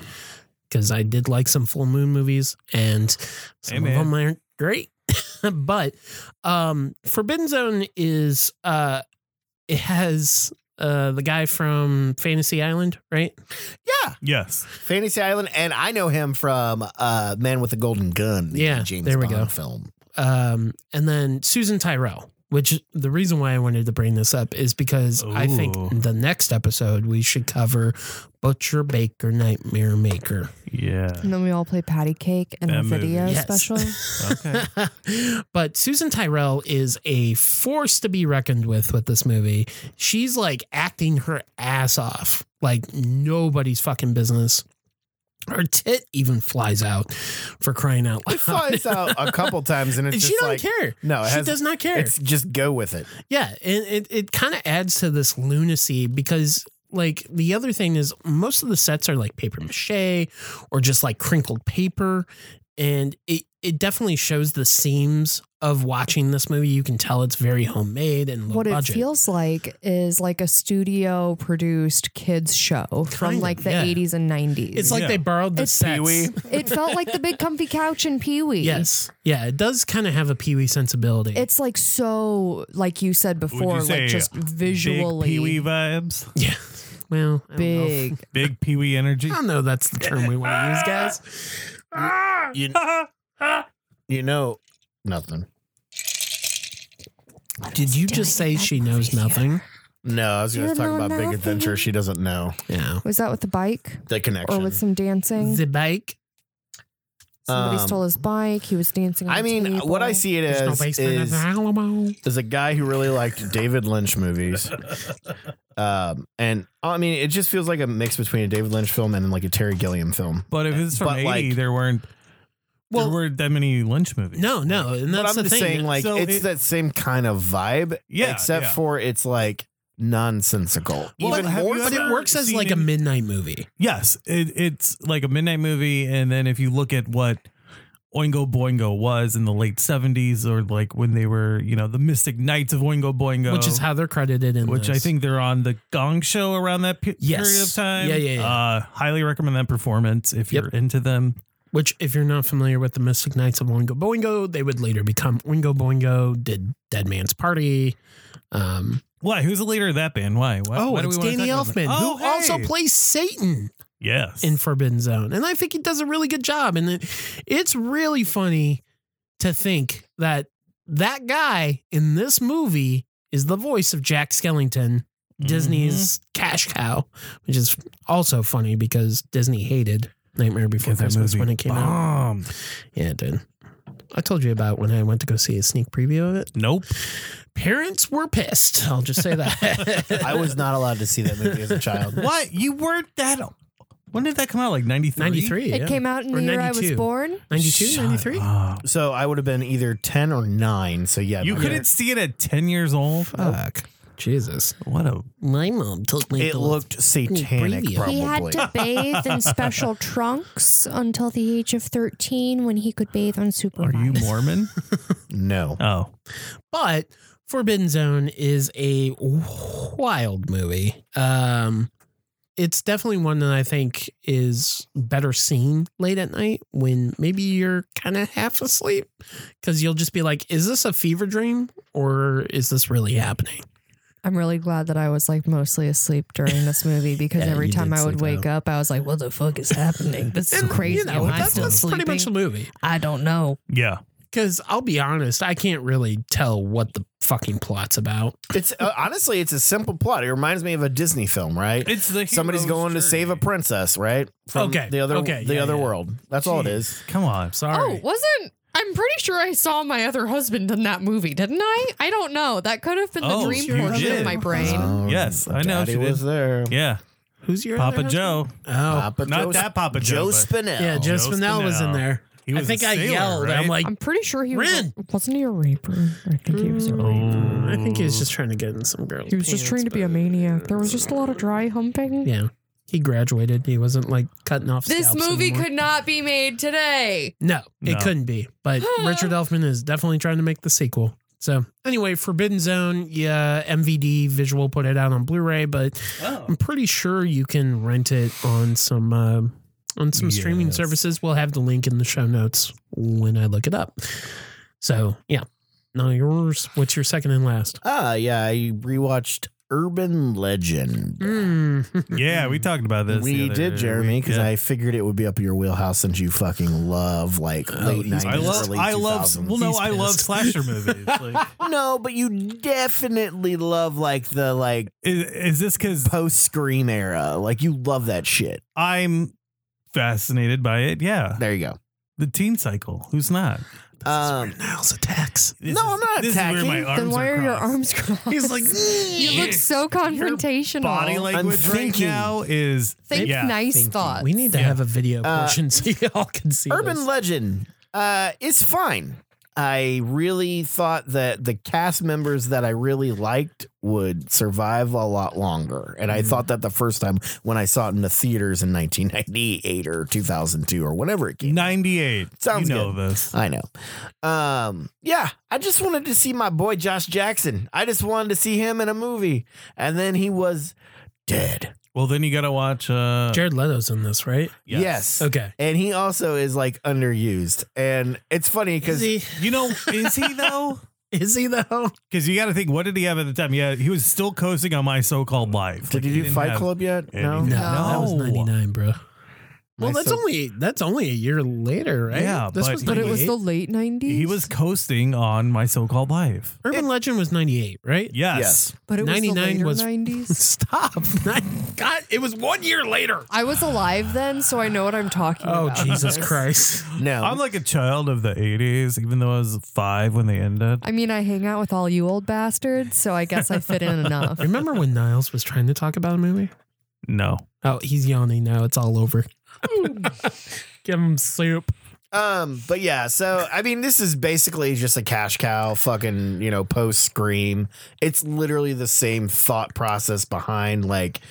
S2: because I did like some full moon movies and
S4: Hey,
S2: some
S4: man.
S2: of them aren't great. (laughs) but um, Forbidden Zone is, uh, it has uh, the guy from Fantasy Island, right?
S3: yeah,
S4: yes.
S3: Fantasy Island, and I know him from uh, Man with the Golden Gun, the
S2: Yeah,
S3: James
S2: there we
S3: Bond
S2: go.
S3: film.
S2: Um, and then Susan Tyrell, which the reason why I wanted to bring this up is because I think
S4: Ooh.
S2: the next episode we should cover Butcher Baker Nightmare Maker.
S4: Yeah.
S1: And then we all play patty cake and a
S4: That movie.
S1: video
S2: Yes. (laughs)
S1: special.
S4: Okay.
S2: but Susan Tyrell is a force to be reckoned with with this movie. She's like acting her ass off, like nobody's fucking business. Her tit even flies out for crying out loud.
S3: It flies out a couple times, and
S2: (laughs)
S3: it's
S2: and she
S3: just
S2: doesn't
S3: like
S2: care.
S3: no, it
S2: she
S3: has-
S2: does not care.
S3: It's just go with it.
S2: Yeah, and it, it kind of adds to this lunacy because like the other thing is most of the sets are like paper mache or just like crinkled paper and it it definitely shows the seams of watching this movie you can tell it's very homemade and low
S1: what
S2: budget
S1: it feels like is like a studio produced kids show from
S2: Kinda,
S1: like the
S2: yeah.
S1: 80s and 90s.
S2: it's like
S4: Yeah.
S2: they borrowed the
S1: It's
S2: sets
S3: Pee-wee.
S1: it felt like the big comfy couch in Pee Wee.
S2: yes yeah it does kind of have a pee-wee sensibility
S1: It's like so, like you said before,
S4: say
S1: like just visually
S4: Big Pee Wee vibes.
S2: yeah well I don't know if-
S1: big.
S4: Big Pee Wee energy.
S2: I don't know if that's the term we want to use guys
S3: You know nothing.
S2: Did you just say she knows nothing?
S3: No, I was going
S6: You
S3: to talk
S6: know
S3: about Big
S6: nothing.
S3: Adventure. She doesn't know
S2: Yeah.
S5: Was that with the bike
S3: the
S5: or
S3: connection.
S5: with some dancing?
S2: The bike.
S5: Somebody
S3: Um,
S5: stole his bike. He was dancing. On
S3: I
S5: the
S3: mean,
S5: table.
S3: what I see it
S2: There's no
S3: as
S2: basement in
S3: is
S2: the Alamo.
S3: is a guy who really liked David Lynch movies. Um, and I mean, it just feels like a mix between a David Lynch film and like a Terry Gilliam film.
S4: But if it's from
S3: But,
S4: eighty,
S3: like-
S4: there weren't
S2: Well-
S4: there weren't that many Lynch movies.
S2: No, no. And
S3: But
S2: that's
S3: I'm
S2: the
S3: just
S2: thing.
S3: saying, like,
S4: So
S3: it's
S4: it-
S3: that same kind of vibe,
S4: Yeah,
S3: except
S4: yeah.
S3: for it's like nonsensical.
S4: Well,
S3: Even
S4: but have
S3: more
S4: you
S3: so.
S2: but it
S4: ever
S2: works as
S4: seen
S2: like a
S4: any-
S2: midnight movie.
S4: Yes, it, it's like a midnight movie, and then if you look at what Oingo Boingo was in the late seventies, or like when they were, you know, the Mystic Knights of Oingo Boingo,
S2: Which is how they're credited in
S4: which I
S2: this.
S4: think they're on the Gong Show around that pe-
S2: Yes.
S4: period of time.
S2: Yeah, yeah, yeah.
S4: Uh, highly recommend that performance if
S2: Yep.
S4: you're into them.
S2: Which, if you're not familiar with the Mystic Knights of Oingo Boingo, they would later become Oingo Boingo, did Dead Man's Party. Um,
S4: Why? Who's the leader of that band? Why? Why,
S2: oh,
S4: why do we
S2: it's
S4: wanna
S2: Danny
S4: talk about
S2: Elfman,
S4: that?
S2: who
S4: Oh, hey!
S2: also plays Satan
S4: yes
S2: in Forbidden Zone. And I think he does a really good job. And it- it's really funny to think that that guy in this movie is the voice of Jack Skellington, Disney's
S4: Mm-hmm.
S2: cash cow, which is also funny because Disney hated Nightmare Before
S4: Because Mm-hmm. that
S2: Christmas
S4: movie
S2: when it came out. (laughs)
S4: bombed.
S2: Yeah, it did. I told you about when I went to go see a sneak preview of it.
S4: Nope.
S2: Parents were pissed. I'll just say
S4: (laughs)
S2: that. (laughs)
S3: I was not allowed to see that movie as a child.
S4: what? You weren't that. When did that come out? Like 93?
S2: 93.
S5: It
S2: yeah.
S5: came out in
S2: Or
S5: the year I was
S2: 92.
S5: born.
S2: 92,
S4: Shut
S2: 93.
S4: up.
S3: So I would have been either 10 or 9. So yeah.
S4: You
S3: my-
S4: couldn't see it at 10 years old? Oh,
S2: Fuck. Jesus.
S4: What a.
S2: My mom took me
S3: It
S2: to
S3: looked satanic,
S2: preview.
S3: probably.
S6: He had
S2: (laughs)
S6: to bathe in special trunks until the age of 13 when he could bathe
S4: Are
S6: unsupervised.
S4: you
S2: (laughs)
S4: Mormon?
S3: (laughs) no.
S4: oh.
S2: But Forbidden Zone is a wild movie. Um, it's definitely one that I think is better seen late at night when maybe you're kind of half asleep because you'll just be like, is this a fever dream or is this really happening?
S5: I'm really glad that I was like mostly asleep during
S2: (laughs)
S5: this movie because
S2: Yeah,
S5: every
S2: you
S5: time
S2: did
S5: I would
S2: sleep
S5: wake up, I was like, "What the fuck is happening? This is crazy.
S2: You know,
S5: Am I
S2: that's,
S5: still
S2: that's pretty much the
S5: sleeping?
S2: movie.
S5: I don't know."
S4: Yeah.
S2: Because I'll be honest, I can't really tell what the fucking plot's about.
S3: It's uh, honestly, it's a simple plot. It reminds me of a Disney film, right?
S4: It's the.
S3: Somebody's going to save a princess, right?
S2: Okay,
S3: The other,
S2: okay,
S3: the
S2: yeah,
S3: other
S2: yeah.
S3: world. That's all it is.
S4: Come on.
S2: Sorry.
S5: wasn't I'm pretty sure I saw my other husband in that movie, didn't I? I don't know. That could have been
S4: the Oh, dream you portion of did. my
S5: brain.
S3: Oh,
S4: Yes, I know
S3: Daddy
S4: she did.
S3: was there.
S4: Yeah.
S2: Who's your
S4: Papa
S2: other
S4: Joe.
S2: husband? Oh,
S3: Papa
S4: Not
S3: Joe,
S4: that Papa Joe.
S3: Joe
S4: but
S3: Spinell.
S2: yeah, Joe
S4: Joe
S2: Spinell was in
S4: Spinell.
S2: there.
S4: He
S2: I
S4: was
S2: think
S4: a
S2: I
S4: sailor,
S2: yelled.
S4: right?
S2: I'm like,
S5: I'm pretty sure he
S2: Ren!
S5: was wasn't he a raper? I think he was a
S4: Oh.
S5: raper.
S2: I think he was just trying to get in some girls.
S5: He was just
S2: pants,
S5: trying to be a
S2: but-
S5: maniac. There was just a lot of dry humping.
S2: Yeah, he graduated. He wasn't like cutting off.
S1: This
S2: scalps
S1: movie
S2: anymore.
S1: could not be made today.
S2: No,
S4: No.
S2: it couldn't be.
S5: (gasps)
S2: But Richard Elfman is definitely trying to make the sequel. So anyway, Forbidden Zone. Yeah, MVD visual put it out on Blu-ray, but
S5: Oh.
S2: I'm pretty sure you can rent it on some uh, on some streaming
S4: Yes.
S2: services. We'll have the link in the show notes when I look it up. So yeah, now yours. What's your second and last?
S3: Ah, yeah. I rewatched Urban Legend.
S4: (laughs)
S5: Hmm.
S2: (laughs)
S4: Yeah, we talked about this. the
S3: we
S4: other
S3: did, Jeremy,
S4: week.
S3: because
S4: Yeah.
S3: I figured it would be up your wheelhouse since you fucking love like late
S2: he's-
S3: nineties,
S4: Oh, I love,
S3: early
S4: I
S3: 2000s.
S4: love, well, no,
S2: He's
S4: I love
S2: pissed.
S3: (laughs)
S4: slasher movies. Like,
S3: no, but you definitely love like the like
S4: is, is this because
S3: post Scream era. Like you love that shit.
S4: I'm fascinated by it? Yeah.
S3: There you go.
S4: The teen cycle. Who's not?
S3: Um,
S2: Niles attacks.
S4: This
S3: No, I'm not
S4: This is
S3: attacking.
S4: where my arms
S5: Then why are your
S4: crossed. (laughs)
S5: arms (laughs) crossed?
S2: He's like,
S5: You look so confrontational.
S4: Body language right
S3: thinking.
S4: now is
S5: Think
S4: yeah.
S5: nice
S3: thinking.
S5: thoughts.
S2: We need to
S4: Yeah.
S2: have a video
S3: Uh,
S2: portion so (laughs) y'all can see.
S3: Urban
S2: this.
S3: Legend uh, is fine. I really thought that the cast members that I really liked would survive a lot longer. And I
S4: Mm.
S3: thought that the first time when I saw it in the theaters in 1998 or 2002 or whenever it came.
S4: 98.
S3: Sounds
S4: you know this.
S3: I know. Um, yeah, I just wanted to see my boy Josh Jackson. I just wanted to see him in a movie. And then he was dead.
S4: Well, then you got to watch. Uh,
S2: Oh. Jared Leto's in this, right?
S3: Yes.
S2: Okay.
S3: And he also is like underused. And it's funny
S2: Is
S3: because
S2: he?
S4: You know, is
S3: (laughs)
S4: he though?
S2: Is he though?
S4: Because you got to think, what did he have at the time? Yeah, he was still coasting on my so-called life.
S3: Did
S4: Like,
S3: you do
S4: didn't
S3: Fight
S4: have-
S3: Club yet?
S4: Yeah,
S3: No.
S4: he didn't.
S2: that was
S4: No.
S2: ninety nine, bro. Well,
S3: I
S2: that's
S3: still-
S2: only that's only a year later, right?
S4: Yeah,
S2: this
S4: but-
S2: was
S5: But it was the
S2: 98.
S5: late 90s.
S4: He was coasting on my so-called life.
S2: Urban Legend was ninety eight, right?
S4: Yes.
S5: But it
S2: 99
S5: was
S2: was-
S5: the later
S2: (laughs)
S5: 90s.
S2: Stop! God, it was one year later.
S5: I was alive then, so I know what I'm talking
S2: Oh
S5: about.
S2: Jesus
S5: Yes.
S2: Christ!
S3: No,
S4: I'm like a child of the 80s, even though I was five when they ended.
S5: I mean, I hang out with all you old bastards, so I guess I fit in enough.
S2: (laughs) Remember when Niles was trying to talk about a movie?
S4: No.
S2: Oh, he's yawning now. It's all over. (laughs) Give him soup.
S3: Um, but yeah, so I mean, this is basically just a cash cow, fucking you know, post Scream. It's literally the same thought process behind like,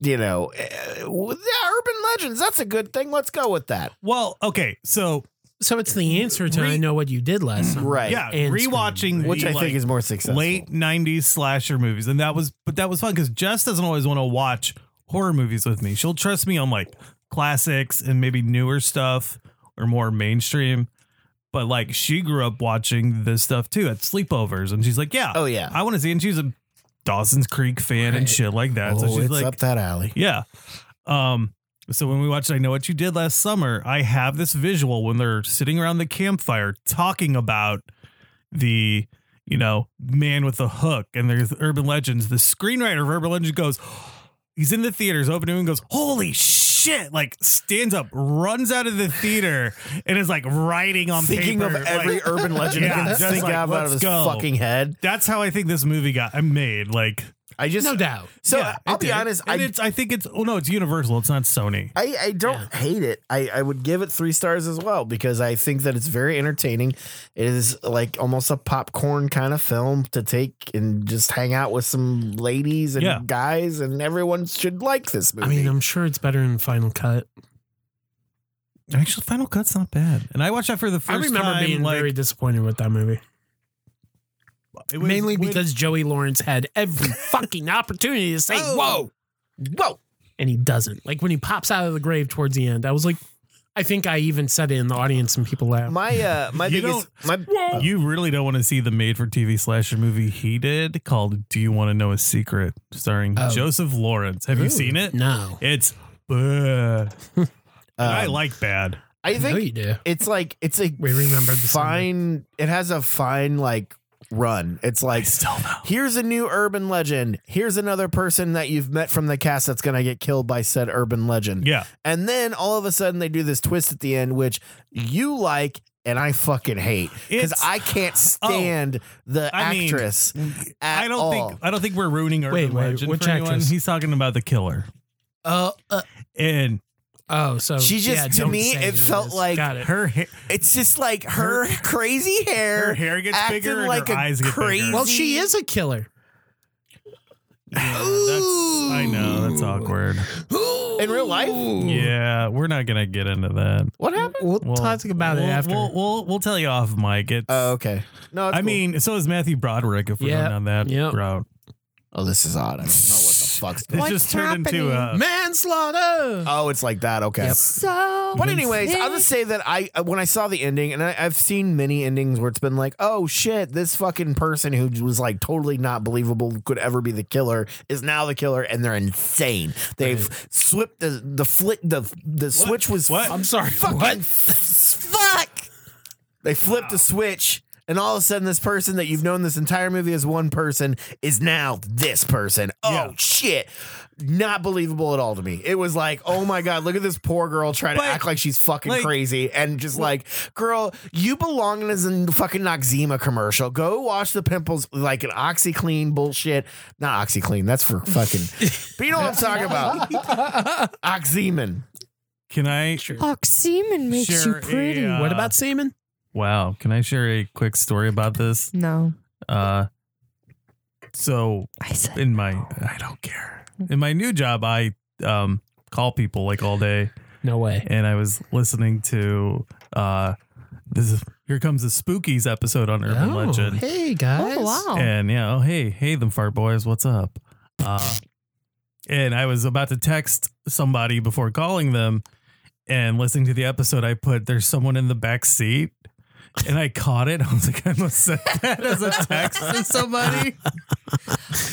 S3: you know, eh, well, yeah, urban legends. That's a good thing. Let's go with that.
S4: Well, okay. So,
S2: So it's the answer to
S4: Re-
S2: I know what you did last summer.
S3: Right.
S4: yeah,
S2: And Scream,
S4: rewatching
S2: right?
S3: Which
S4: the,
S3: I
S4: like,
S3: think is more successful.
S4: late 90s slasher movies. And that was, but that was fun because Jess doesn't always want to watch horror movies with me. She'll trust me on like classics and maybe newer stuff or more mainstream. But like she grew up watching this stuff too at sleepovers. And she's like, yeah,
S3: Oh yeah.
S4: I want to see. And she's a Dawson's Creek fan and shit like that. so
S3: oh,
S4: she's
S3: it's
S4: like,
S3: up that alley.
S4: Yeah. Um, so when we watched I Know What You Did Last Summer, I have this visual when they're sitting around the campfire talking about the, you know, man with the hook and there's urban legends. The screenwriter of Urban Legends goes, (gasps) he's in the theaters, opening and goes, Holy shit! Like stands up, runs out of the theater, and is like writing on
S3: Thinking
S4: paper.
S3: of every
S4: like,
S3: urban legend
S4: (laughs) Yeah,
S3: he
S4: just
S3: can think
S4: like,
S3: of out
S4: let's
S3: of his
S4: go.
S3: fucking head.
S4: that's how I think this movie got made. Like
S3: I just
S2: No doubt.
S3: So
S4: yeah,
S3: I'll
S4: it
S3: be
S4: did.
S3: honest.
S4: And
S3: I
S4: it's I think it's oh no, it's universal, it's not Sony.
S3: I, I don't hate it. I, I would give it three stars as well because I think that it's very entertaining. It is like almost a popcorn kind of film to take and just hang out with some ladies and
S4: Yeah.
S3: guys, and everyone should like this movie.
S2: I mean, I'm sure it's better than Final Cut.
S4: Actually, Final Cut's not bad, and I watched that for the first
S2: I remember
S4: time.
S2: being
S4: like,
S2: very disappointed with that movie.
S4: it was
S2: Mainly
S4: when-
S2: because Joey Lawrence had every (laughs) fucking opportunity to say
S3: Oh.
S2: "whoa,"
S3: whoa,
S2: and he doesn't. Like when he pops out of the grave towards the end, I was like, I think I even said it in the audience, and people laughed.
S3: my uh, my
S4: (laughs) You
S3: biggest my
S4: you really don't want to see the made-for-TV slasher movie he did called "Do You Want to Know a Secret," starring
S2: Oh.
S4: Joseph Lawrence. Have you seen it?
S2: No,
S4: It's bad. And I
S3: um,
S4: like bad.
S3: I
S2: no,
S3: think
S2: you do.
S3: it's like it's a
S2: We remember the same
S3: fine. It has a fine like run. It's
S4: I
S3: like
S4: still know.
S3: Here's a new urban legend. Here's another person that you've met from the cast that's going to get killed by said urban legend.
S4: Yeah,
S3: And then all of a sudden they do this twist at the end, which you like and I fucking hate because
S4: It's- Oh,
S3: I can't stand the
S4: I mean,
S3: actress at
S4: I don't
S3: all.
S4: think I don't think we're ruining Urban
S2: Wait, wait,
S4: Legend
S2: which
S4: for anyone.
S2: actress?
S4: He's talking about the killer,
S2: Oh, uh,
S4: and
S2: oh, so
S3: She just-
S2: yeah,
S3: to
S2: don't
S3: me,
S2: say
S3: it felt
S2: is.
S3: like
S2: Got it.
S4: her ha-
S3: it's just like her, crazy hair.
S4: her hair gets
S3: acting
S4: bigger, and
S3: like
S4: her
S3: a
S4: eyes get
S3: crazy-
S4: bigger.
S2: Well, she is a killer.
S4: Yeah, that's, I know that's awkward.
S3: (gasps) In real life?
S4: Yeah, we're not gonna get into that.
S3: What happened?
S2: We'll,
S4: We'll-
S2: talk about
S4: we'll,
S2: it after.
S4: We'll, we'll we'll tell you off, Mike. It's
S3: Oh, okay. No, it's
S4: I
S3: cool.
S4: mean, so is Matthew Broderick if we're
S2: Yep,
S4: going down that
S2: yep.
S4: route.
S3: oh, this is odd. I don't know what the fuck's
S4: It
S3: going on.
S4: just turned into a
S2: Manslaughter.
S3: (laughs) Oh, it's like that. Okay.
S6: So
S3: But anyways, I'll just say that I uh, when I saw the ending, and I, I've seen many endings where it's been like, oh shit, this fucking person who was like totally not believable could ever be the killer is now the killer, and they're insane. They've slipped the the flick the the switch was
S4: What?
S2: I'm sorry.
S3: fucking
S2: What?
S3: fuck. They flipped the switch. And all of a sudden, this person that you've known this entire movie as one person is now this person. Oh
S4: Yeah.
S3: shit! Not believable at all to me. It was like, oh my god, look at this poor girl trying
S4: But-
S3: to act like she's fucking
S4: like-
S3: crazy, and just like, girl, you belong in a fucking Noxzema commercial. Go watch the pimples like an OxyClean bullshit. Not OxyClean. That's for fucking. but you know what I'm talking
S4: (laughs)
S3: about? Oxyman.
S4: Can I?
S6: oxymen makes you
S4: Share
S6: pretty.
S4: a, uh,
S2: what about semen?
S4: Wow. Can I share a quick story about this?
S5: No.
S4: Uh, so
S6: I said
S4: in my, I don't care. In my new job, I um call people like all day,
S2: No way.
S4: and I was listening to uh this. Is, Here comes the Spookies episode on Urban
S2: Oh,
S4: Legend.
S2: Hey guys.
S5: Oh, wow.
S4: (laughs) And yeah, oh hey, hey them fart boys, what's up? Uh, and I was about to text somebody before calling them, and listening to the episode, I put there's someone in the back seat, and I caught it. (laughs) I was like, I must send that as a text to somebody.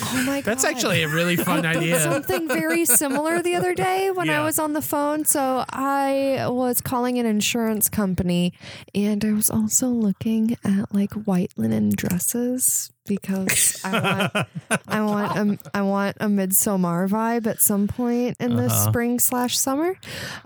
S5: Oh my
S2: That's actually a
S3: (laughs)
S2: really fun idea.
S5: something very similar the other day when
S4: Yeah.
S5: I was on the phone. So I was calling an insurance company and I was also looking at like white linen dresses because I want
S4: (laughs)
S5: I want a, I want a midsummer vibe at some point in the
S4: Uh-huh.
S5: spring slash summer.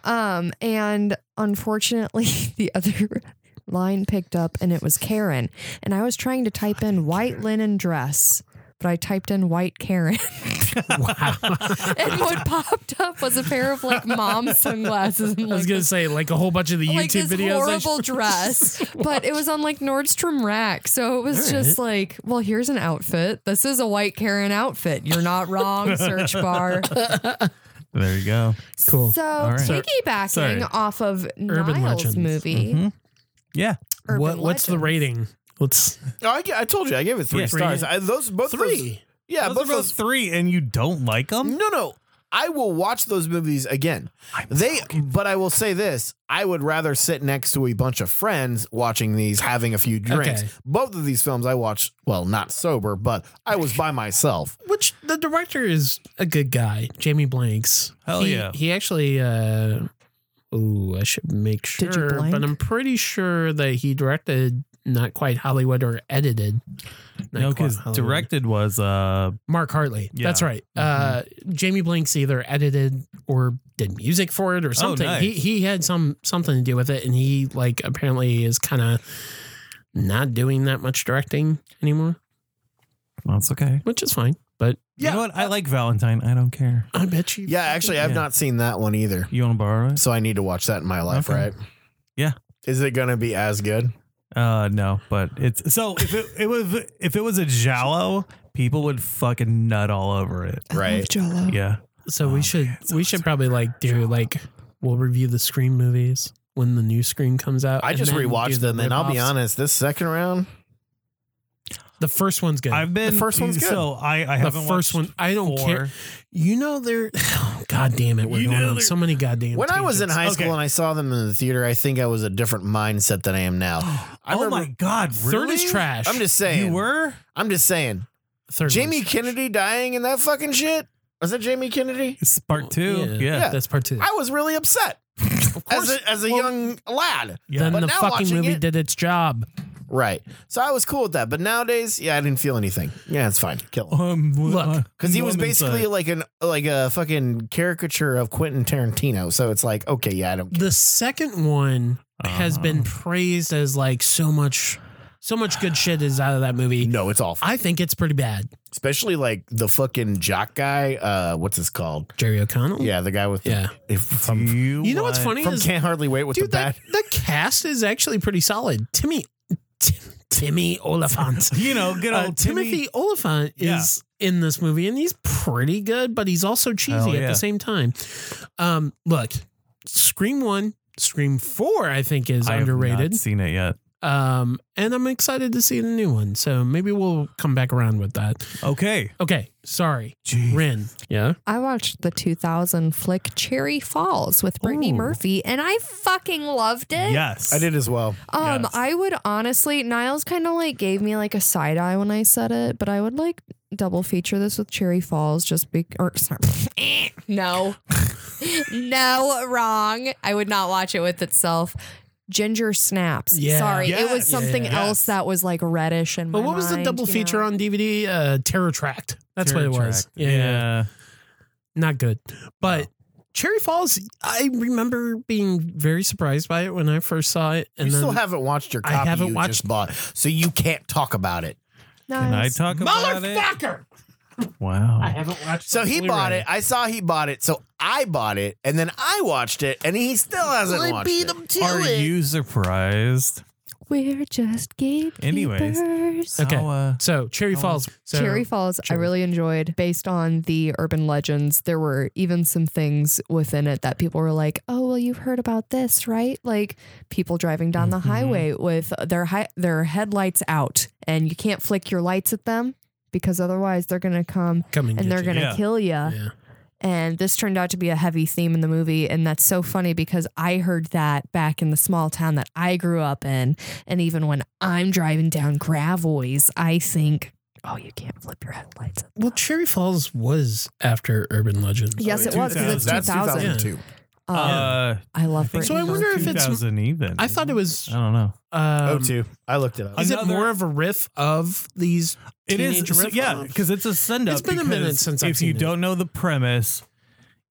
S5: Um, and unfortunately (laughs) the other line picked up and it was Karen. And I was trying to type in white linen dress. But I typed in white Karen. (laughs) and what popped up was a pair of like mom sunglasses and
S2: I was
S5: like,
S2: gonna
S5: this,
S2: say like a whole bunch of the
S5: like
S2: YouTube
S5: this
S2: videos. I (laughs)
S5: horrible
S2: should-
S5: dress. But it was on like Nordstrom Rack. So it was just like, well, here's an outfit. This is a white Karen outfit. You're not wrong, search bar.
S4: (laughs) There you go.
S2: Cool.
S5: So
S4: right. Sorry.
S5: piggybacking
S4: Sorry.
S5: off of
S2: Urban
S5: Niles
S2: legends. Mm-hmm.
S5: movie.
S4: Mhm. Yeah.
S5: Urban
S2: what, what's the
S5: legends.
S2: rating? Let's
S3: No, Oh, I, g- I told you I gave it three
S4: Yeah, three.
S3: stars. I, those both those-
S2: three.
S3: yeah,
S4: Those
S3: both Mm-hmm.
S4: are both
S3: those.
S4: three, and you don't like them?
S3: Um, No, no. I will watch those movies again. They, but I will say this: I would rather sit next to a bunch of friends watching these, having a few drinks.
S2: Okay.
S3: Both of these films I watched, well, not sober, but I was by myself.
S2: Which the director is a good guy, Jamie Blanks.
S4: Hell
S2: he,
S4: yeah.
S2: He actually. uh Ooh, I should make
S5: Did you
S2: sure,
S5: blank?
S2: but I'm pretty sure that he directed not quite Hollywood or edited. Not
S4: No,
S2: Quite
S4: because
S2: Hollywood.
S4: directed was uh
S2: Mark Hartley.
S4: Yeah. Mm-hmm.
S2: That's right. Uh, Jamie Blanks either edited or did music for it or something.
S4: Oh, nice.
S2: He he had some something to do with it, and he like apparently is kind of not doing that much directing anymore,
S4: that's okay.
S2: which is fine. But
S4: You know what? I like Valentine. I don't care.
S2: I bet you.
S3: Yeah, actually, I've
S4: Yeah.
S3: not seen that one either,
S4: You want to borrow it?
S3: so I need to watch that in my life,
S4: Okay.
S3: right?
S4: Yeah.
S3: Is it gonna be as good?
S4: Uh, no, but it's so if it, it was if it was a Jallo, people would fucking nut all over it.
S5: I love
S3: Right.
S5: Jell-O.
S4: Yeah,
S2: So
S4: Oh,
S2: we should
S4: man, it's
S2: we
S4: awesome.
S2: should probably like do like we'll review the Scream movies when the new Scream comes out.
S3: I
S2: and
S3: just
S2: then do
S3: rewatched
S2: the
S3: them, and I'll be
S2: rip-offs.
S3: honest, this second round,
S2: The first one's good.
S4: I've been
S3: The first one's good.
S4: So I I
S2: the
S4: haven't
S2: first
S4: watched
S2: one, I don't
S4: four.
S2: care. You know, (laughs) they're god damn it, we're
S4: You
S2: going
S4: know
S2: on
S4: they're-
S2: so many goddamn.
S3: when I was in
S2: tangents.
S3: high school
S4: Okay.
S3: and I saw them in the theater, I think I was a different mindset than I am now. I
S4: oh
S3: remember-
S4: my god,
S2: Third
S4: really?
S2: is trash.
S3: I'm just saying.
S4: You were?
S3: I'm just saying.
S2: Third
S3: Jamie
S2: one's-
S3: Kennedy dying in that fucking shit? Was that Jamie Kennedy?
S4: It's
S2: Oh,
S4: part two. Yeah.
S3: Yeah.
S2: that's part two.
S3: I was really upset as a, as a young lad.
S4: Yeah.
S2: then
S3: but
S2: the
S3: now
S2: fucking
S3: watching
S2: movie
S3: it-
S2: did its job.
S3: Right. So I was cool with that. But nowadays, yeah, I didn't feel anything. Yeah, it's fine. Kill him.
S4: Um,
S2: Look,
S3: Because he was
S4: woman's,
S3: basically
S4: uh,
S3: like an like a fucking caricature of Quentin Tarantino. So it's like, okay, yeah, I don't
S2: The second one has been
S4: uh-huh.
S2: praised as like so much, so much good shit is out of that movie.
S3: No, it's awful.
S2: I think it's pretty bad.
S3: Especially like the fucking jock guy. Uh what's his called?
S2: Jerry O'Connell.
S3: Yeah, the guy with the
S2: yeah.
S3: if- from,
S4: you,
S2: You know what's
S4: want-
S2: funny
S3: from
S2: is
S3: Can't Hardly Wait with the
S2: dude,
S3: bat.
S2: that, the cast is actually pretty solid. Timmy, Tim, Timmy Oliphant.
S4: You know, (laughs) good
S2: Uh,
S4: old
S2: Timothy
S4: Timothy.
S2: Oliphant is in this movie, and he's pretty good, but he's also cheesy
S4: Hell
S2: at
S4: yeah.
S2: the same time. Um, look, Scream One, Scream Four, I think is
S4: I have
S2: underrated.
S4: not seen it yet.
S2: Um, and I'm excited to see the new one. So maybe we'll come back around with that.
S4: Okay.
S2: Okay, sorry,
S4: Jeez.
S2: Rin. Yeah,
S5: I watched the 2000 flick Cherry Falls with Brittany
S4: Ooh.
S5: Murphy and I fucking loved it.
S4: Yes.
S3: I did as well.
S5: Um,
S4: Yes.
S5: I would honestly, Niles kind of like gave me like a side eye when I said it, but I would like double feature this with Cherry Falls just be or (laughs) sorry. Eh, no, (laughs) no, wrong. I would not watch it with itself. Ginger snaps.
S2: Yeah.
S5: Sorry, it was
S2: Yes.
S5: something
S2: Yeah.
S5: else that was like reddish and.
S2: but what was the double feature on DVD? Uh, Terror Tract. That's what it was.
S4: Terror Tract.
S2: Yeah,
S4: yeah.
S2: not good, but. Cherry Falls, I remember being very surprised by it when I first saw it. And
S3: you
S2: then
S3: still haven't watched your
S2: I
S3: copy
S2: haven't
S3: you
S2: watched-
S3: just bought, so you can't talk about it.
S4: Can I
S5: Niles.
S4: talk about it?
S2: I
S4: Wow.
S2: haven't watched.
S3: So he bought it. I saw he bought it. So I bought it, and then I watched it, and he still hasn't watched it.
S4: Are you surprised?
S5: We're just gatekeepers.
S4: Anyways. (laughs)
S2: Okay.
S4: How, uh,
S2: So Cherry
S4: Oh.
S2: Falls. So,
S5: Cherry Falls, I really enjoyed. Based on the urban legends, there were even some things within it that people were like, "Oh, well, you've heard about this, right?" Like people driving down the highway with their hi- their headlights out, and you can't flick your lights at them because otherwise they're gonna come
S2: coming
S5: and they're
S2: to
S5: gonna
S4: Yeah.
S5: kill you.
S2: Yeah.
S5: And this turned out to be a heavy theme in the movie. And that's so funny because I heard that back in the small town that I grew up in. And even when I'm driving down Gravois, I think, oh, you can't flip your headlights. at
S2: Well,
S5: that."
S2: Cherry Falls was urban legend.
S5: Yes, it
S3: Oh,
S5: was because it's
S4: 2000.
S5: 2000.
S2: Yeah.
S5: Uh,
S4: uh,
S5: I love
S4: think
S5: Britney.
S2: So I
S4: it was
S2: wonder if it's-
S4: 2000 even.
S2: I thought it was.
S4: I don't know.
S2: Um,
S3: oh, two. I looked it up.
S2: Is
S4: Another-
S2: it more of a riff of these?
S4: It is,
S2: Teenage
S4: so-
S2: riff
S4: yeah,
S2: off.
S4: because it's a send up.
S2: It's been a minute since I've
S4: If you
S2: seen it.
S4: don't know the premise,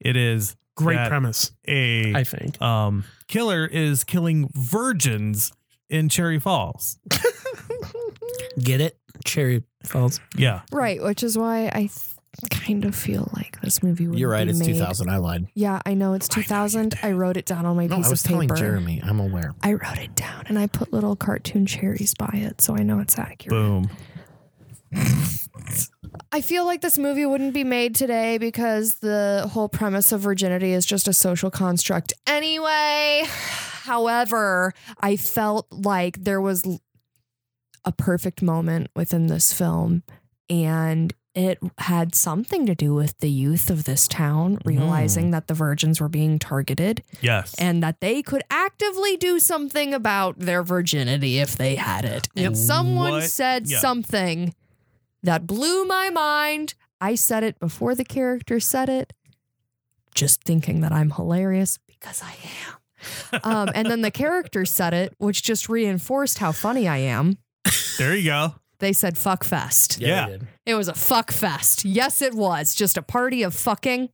S4: it is
S2: Great
S4: That-
S2: premise,
S4: a
S2: I think.
S4: um, killer is killing virgins in Cherry Falls.
S2: Get it? Cherry Falls.
S4: Yeah,
S5: Right, which is why I th- kind of feel like this movie would
S3: You're right.
S5: be
S3: It's
S5: made.
S3: 2000. I lied.
S5: Yeah, I know it's 2000. I, wrote it down on my
S3: No,
S5: piece
S3: I was
S5: of paper.
S3: telling Jeremy. I'm aware.
S5: I wrote it down and I put little cartoon cherries by it, so I know it's accurate.
S4: boom.
S5: I feel like this movie wouldn't be made today because the whole premise of virginity is just a social construct. Anyway, however, I felt like there was l- a perfect moment within this film and it had something to do with the youth of this town realizing that the virgins were being targeted
S4: Yes,
S5: and that they could actively do something about their virginity if they had it. And someone
S4: What?
S5: said
S4: Yeah.
S5: something that blew my mind. I said it before the character said it, just thinking that I'm hilarious because I am. um, and then the character said it, which just reinforced how funny I am.
S4: there you go.
S5: They said fuck fest.
S4: Yeah.
S3: I did.
S5: It was a fuck fest. Yes, it was. Just a party of fucking.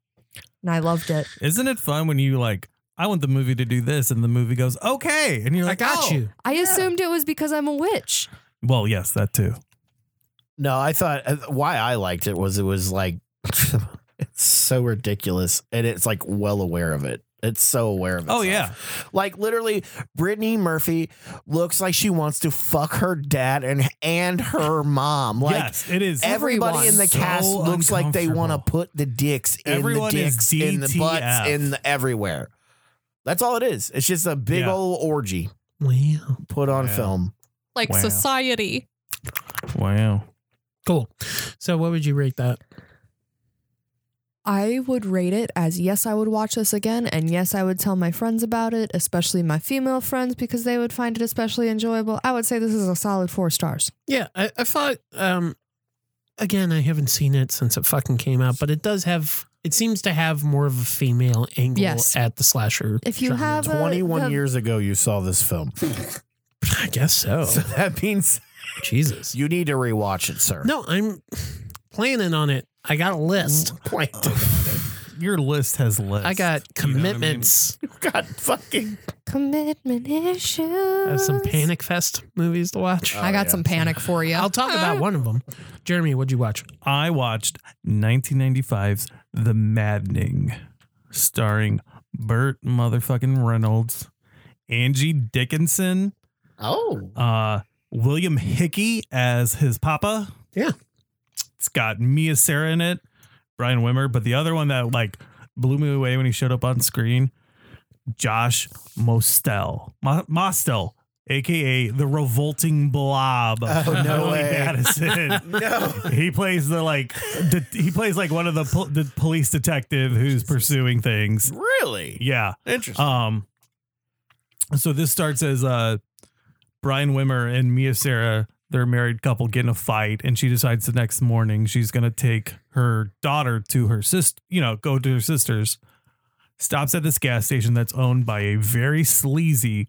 S5: And I loved it.
S4: Isn't it fun when you like? I want the movie to do this, and the movie goes okay, and you're
S2: I
S4: like,
S2: got
S4: "Oh."
S2: you.
S5: I assumed it was because I'm a witch.
S4: Well, yes, that too.
S3: No, I thought uh, why I liked it was it was like (laughs) it's so ridiculous, and it's like well aware of it. It's so aware of it.
S4: Oh yeah,
S3: Like literally, Brittany Murphy looks like she wants to fuck her dad and and her mom. Like
S4: yes, it
S2: eh,
S4: is.
S3: everybody in the
S4: So
S3: cast looks like they want to put the dicks in
S4: Everyone
S3: the
S4: is
S3: dicks in the
S4: DTF.
S3: butts in the everywhere. That's all it is. It's just a big
S4: Yeah.
S3: old orgy
S2: Wow.
S3: put on
S4: Yeah.
S3: film.
S1: Like
S4: Wow.
S1: society.
S4: wow.
S2: Cool. So, what would you rate that?
S5: I would rate it as yes, I would watch this again, and yes, I would tell my friends about it, especially my female friends, because they would find it especially enjoyable. I would say this is a solid four stars.
S2: Yeah, I, I thought. Um, again, I haven't seen it since it fucking came out, but it does have. It seems to have more of a female angle
S5: Yes.
S2: at the slasher.
S5: If you
S2: genre.
S5: have a-
S3: Twenty one
S5: the-
S3: years ago, you saw this film,
S2: (laughs) I guess so.
S3: so that means
S2: Jesus.
S3: you need to rewatch it, sir.
S2: No, I'm planning on it. I got a (laughs) list.
S3: point.
S4: (laughs) Your list has lists.
S2: I got
S4: You know what I mean?
S2: commitments.
S3: God fucking.
S5: Commitment issues.
S2: I have some Panic Fest movies to
S4: Oh,
S2: watch.
S5: I got some panic for you.
S2: I'll talk about one of them. Jeremy, what'd you watch?
S4: I watched 1995's The Maddening, starring Burt motherfucking Reynolds, Angie Dickinson,
S3: Oh,
S4: uh, William Hickey as his papa.
S2: Yeah.
S4: It's got Mia Sarah in it, Brian Wimmer, but the other one that like blew me away when he showed up on screen, Josh Mostel. Mo- Mostel, aka the revolting blob.
S3: Oh,
S4: (laughs)
S3: no
S4: Emily
S3: way. (laughs)
S4: Madison.
S3: no.
S4: He plays the like de- he plays like one of the pol- the police detective who's pursuing things.
S3: Really?
S4: Yeah.
S3: Interesting.
S4: Um. So this starts as uh, Brian Wimmer and Mia Sarah, their married couple, get in a fight, and she decides the next morning she's gonna take her daughter to her sister. You know, go to her sister's. Stops at this gas station that's owned by a very sleazy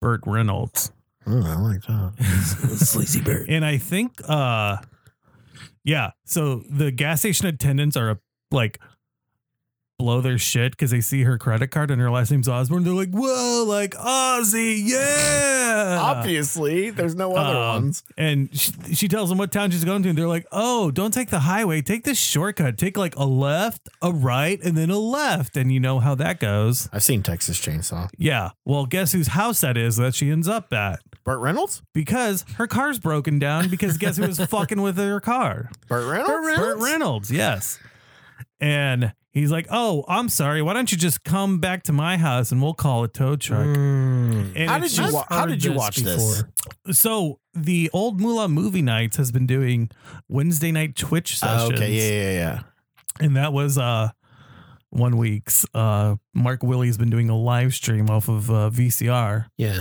S4: Burt Reynolds. (laughs)
S3: Oh, I like that.
S2: Sleazy Bird.
S4: And I think uh yeah, so the gas station attendants are like blow their shit because they see her credit card and her last name's Osborne. They're like, whoa, like Ozzy, yeah.
S3: (laughs) Obviously, there's no other
S4: Um,
S3: ones.
S4: And she, she tells them what town she's going to. And they're like, oh, don't take the highway. Take this shortcut. Take like a left, a right, and then a left. And you know how that goes.
S3: I've seen Texas Chainsaw.
S4: Yeah. Well, guess whose house that is that she ends up at?
S3: Burt Reynolds?
S4: Because her car's broken down because guess who was fucking with her car?
S3: Burt Reynolds?
S4: Burt Reynolds, yes. And he's like, "Oh, I'm sorry. Why don't you just come back to my house and we'll call a tow truck?"
S2: Mm.
S4: And
S3: How
S4: it's
S3: did you
S4: just- uh,
S3: wa- how did you watch this?
S4: So the old Moolah Movie Nights has been doing Wednesday night Twitch
S3: Oh,
S4: sessions,
S3: okay, yeah, yeah, yeah.
S4: and that was uh, one week's. Uh, Mark Willie's been doing a live stream off of uh, VCR.
S2: Yeah.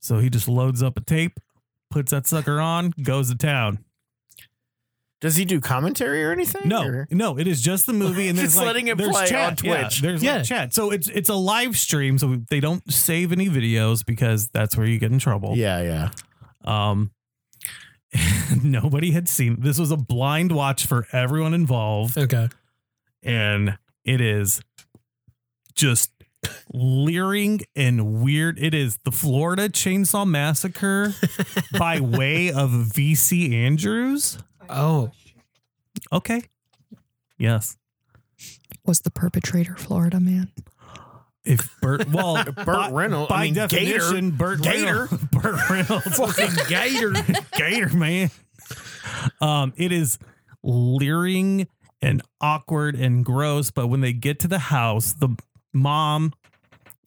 S4: So he just loads up a tape, puts that sucker on, goes to town.
S3: Does he do commentary or anything?
S4: No,
S3: or-
S4: no, it is just the
S3: (laughs)
S4: movie, and there's
S3: Just
S4: like,
S3: letting it
S4: there's
S3: play
S4: chat.
S3: on
S4: Yeah,
S3: Twitch.
S4: there's
S2: Yeah.
S4: like chat, so it's it's a live stream, so they don't save any videos because that's where you get in trouble.
S3: Yeah, yeah.
S4: Um, (laughs) nobody had seen this was a blind watch for everyone involved,
S2: Okay.
S4: and it is just leering and weird. It is the Florida Chainsaw Massacre by way of VC Andrews.
S2: Oh,
S4: Okay, yes.
S5: (laughs) Was the perpetrator Florida man?
S4: If Burt, well,
S3: Burt Reynolds.
S4: (laughs) by
S3: I mean, Gator.
S4: definition, Burt
S3: Gator.
S4: Reynolds, (laughs) Burt Reynolds, (laughs)
S2: fucking gator.
S4: Gator man. Um, it is leering and awkward and gross, but when they get to the house, the mom,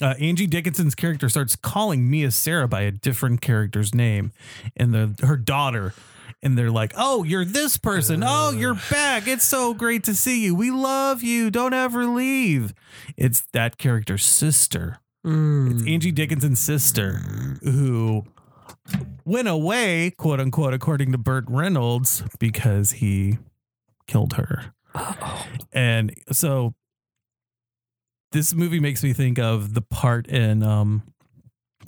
S4: uh, Angie Dickinson's character, starts calling Mia Sarah by a different character's name, and the her daughter. And they're like, "Oh, you're this person.
S3: Uh.
S4: Oh, you're back. It's so great to see you. We love you. Don't ever leave." It's that character's sister.
S2: Hmm.
S5: Hmm.
S4: It's Angie Dickinson's sister who went away, quote unquote, according to Burt Reynolds, because he killed her. And so this movie makes me think of the part in um,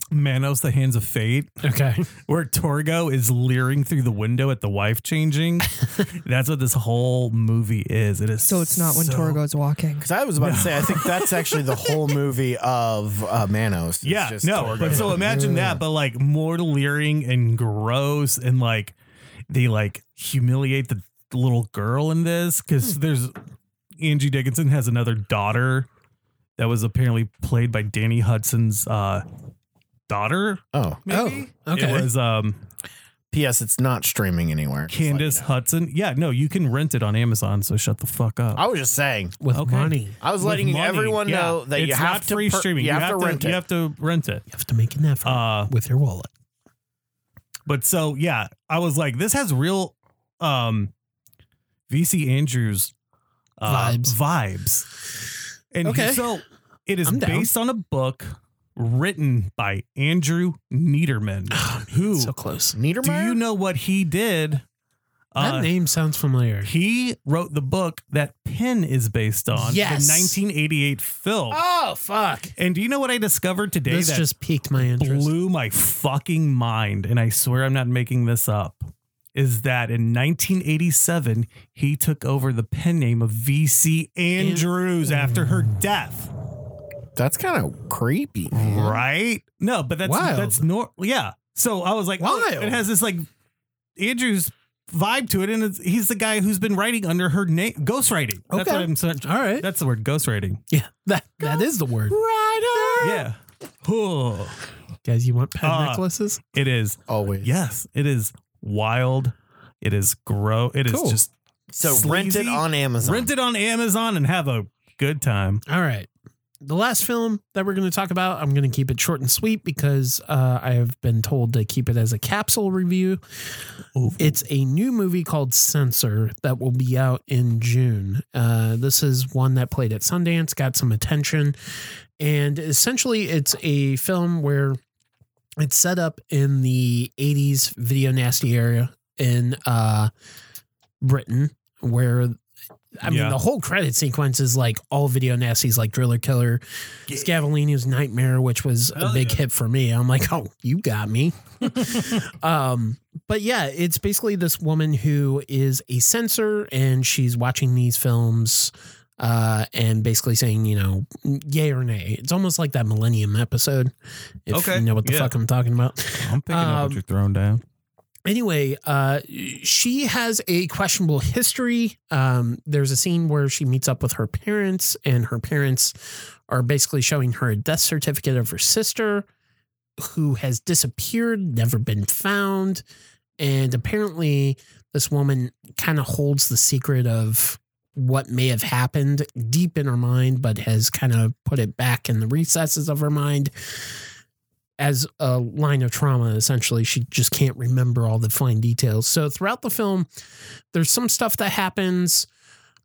S4: Manos, The Hands of Fate,
S2: Okay.
S4: (laughs) where Torgo is leering through the window at the wife changing.
S5: (laughs)
S4: That's what this whole movie is. It is
S5: So it's not when
S4: so-
S5: Torgo's walking.
S3: Because I was about to say, I think
S4: (laughs)
S3: that's actually the whole movie of uh, Manos. It's
S4: Yeah,
S3: just
S4: no.
S3: Torgo.
S4: But so imagine that, but like more leering and gross, and like they like humiliate the little girl in this
S3: Hmm.
S4: because there's Angie Dickinson has another daughter that was apparently played by Danny Hudson's uh, daughter.
S3: Oh,
S4: Maybe
S2: Oh, okay.
S4: It was um,
S3: P.S. It's not streaming anywhere. Just letting
S4: Candace
S3: you know.
S4: Hudson. Yeah, no, you can rent it on Amazon. So shut the fuck up.
S3: I was just saying.
S2: With
S4: Okay.
S2: money, you
S3: I was
S4: With
S3: letting
S4: money,
S3: everyone
S4: yeah.
S3: know that you
S4: It's
S3: have
S4: not
S3: to
S4: free
S3: per-
S4: streaming.
S3: You, have, to rent
S4: You
S3: it.
S4: have to rent it.
S2: have to make an effort
S4: Uh,
S2: with your wallet.
S4: But so yeah, I was like, this has real um VC Andrews uh,
S2: Vibes.
S4: Vibes. And he-
S2: Okay.
S4: so it is
S2: I'm down.
S4: based on a book written by Andrew
S2: (gasps)
S4: Niederman. Who
S2: so close.
S4: do
S3: Niedermeyer?
S4: you know what he did? Uh,
S2: that name sounds familiar.
S4: he wrote the book that Penn is based on,
S2: Yes.
S4: the 1988 film.
S2: Oh fuck!
S4: And do you know what I discovered today?
S2: This
S4: that
S2: just piqued my interest.
S4: blew my fucking mind, and I swear I'm not making this up, is that in 1987 he took over the pen name of VC Andrews after her death.
S3: That's kind of creepy.
S4: Right? No, but that's
S2: Wild.
S4: that's nor yeah. So I was like, oh,
S2: Wild.
S4: it has this like Andrews vibe to it, and it's, he's the guy who's been writing under her name, ghostwriting. That's
S2: Okay.
S4: what I'm saying.
S2: All right.
S4: That's the word, ghostwriting.
S2: yeah. That that is the word.
S4: Yeah. Oh,
S2: Guys, you want pen
S4: Uh,
S2: necklaces?
S4: it is
S3: Always.
S4: Yes, it is wild. It is grow. It is
S2: Cool.
S4: just
S3: So rent it
S4: sleazy.
S3: on Amazon.
S4: rent it on Amazon and have a good time.
S2: All right. The last film that we're going to talk about, I'm going to keep it short and sweet because uh, I have been told to keep it as a capsule review. It's a new movie called Censor that will be out in June. Uh, this is one that played at Sundance, got some attention. And essentially, it's a film where it's set up in the 80s video nasty area in uh, Britain, where I mean,
S4: Yeah.
S2: the whole credit sequence is like all video nasties, like Driller Killer, Scavellini's Nightmare, which was a
S4: Hell
S2: big
S4: yeah.
S2: hit for me. I'm like, oh, you got me. (laughs) um, but yeah, it's basically this woman who is a censor and she's watching these films uh, and basically saying, you know, yay or nay. It's almost like that Millennium episode, if
S4: Okay,
S2: you know what the
S4: yeah.
S2: fuck I'm talking about
S4: I'm picking up
S2: Um,
S4: what you're throwing down.
S2: anyway, uh, she has a questionable history. Um, there's a scene where she meets up with her parents, and her parents are basically showing her a death certificate of her sister who has disappeared, never been found. And apparently, this woman kind of holds the secret of what may have happened deep in her mind, but has kind of put it back in the recesses of her mind as a line of trauma essentially she just can't remember all the fine details so throughout the film there's some stuff that happens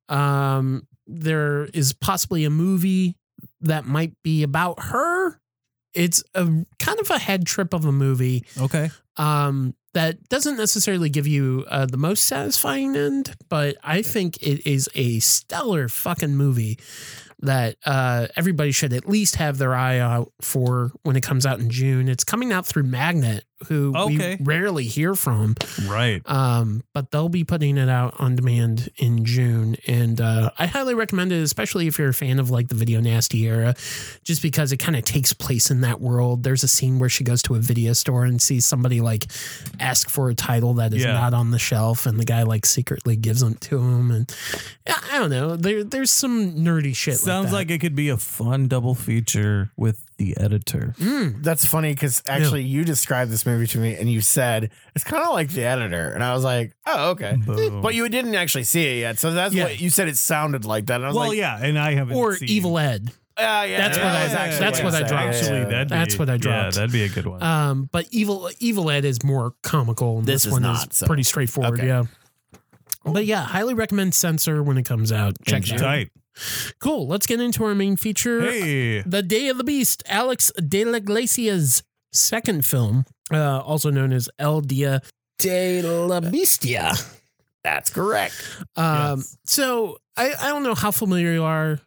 S2: um there is possibly a movie that might be about her. It's a kind of a head trip of a movie
S4: Okay.
S2: um, that doesn't necessarily give you uh, the most satisfying end, but I think it is a stellar fucking movie that uh, everybody should at least have their eye out for when it comes out in June. It's coming out through Magnet, who
S4: Okay.
S2: we rarely hear from,
S4: Right.
S2: um, but they'll be putting it out on demand in June, and uh, I highly recommend it, especially if you're a fan of like the video nasty era, just because it kind of takes place in that world. There's a scene where she goes to a video store and sees somebody like ask for a title that is
S4: Yeah.
S2: not on the shelf, and the guy like secretly gives them to him, and I I don't know. There, there's some nerdy shit.
S4: Sounds
S2: like,
S4: like, it could be a fun double feature with the editor.
S2: that. Mm.
S3: That's funny because actually you described this movie to me and you said it's kind of like the editor, and I was like, oh okay,
S4: Boom.
S3: but you didn't actually see it yet, so that's
S2: Yeah.
S3: what you said. It sounded like that. And I was
S4: well,
S3: like,
S4: yeah, and I haven't.
S2: or
S4: seen-
S2: Evil Ed.
S3: "Ah, yeah,
S2: That's
S3: that
S2: what I-
S3: was actually
S2: that's
S3: what
S2: what I
S3: said.
S2: dropped.
S4: Actually, that'd
S2: That's
S4: be-
S2: what I
S4: Yeah,
S2: dropped.
S4: that'd be a good one.
S2: Um, but evil evil Ed is more comical. And
S3: This
S2: this
S3: is
S2: one
S3: not,
S2: is
S3: so-
S2: pretty straightforward.
S3: okay.
S2: Yeah. But yeah, highly recommend Censor when it comes out. Check it out.
S4: Tight.
S2: Cool. Let's get into our main feature.
S4: Hey.
S2: The Day of the Beast, Alex de la Glacia's second film, uh, also known as El Dia de la Bestia.
S3: That's correct.
S2: (laughs) Um,
S4: Yes.
S2: So I, I don't know how familiar you are,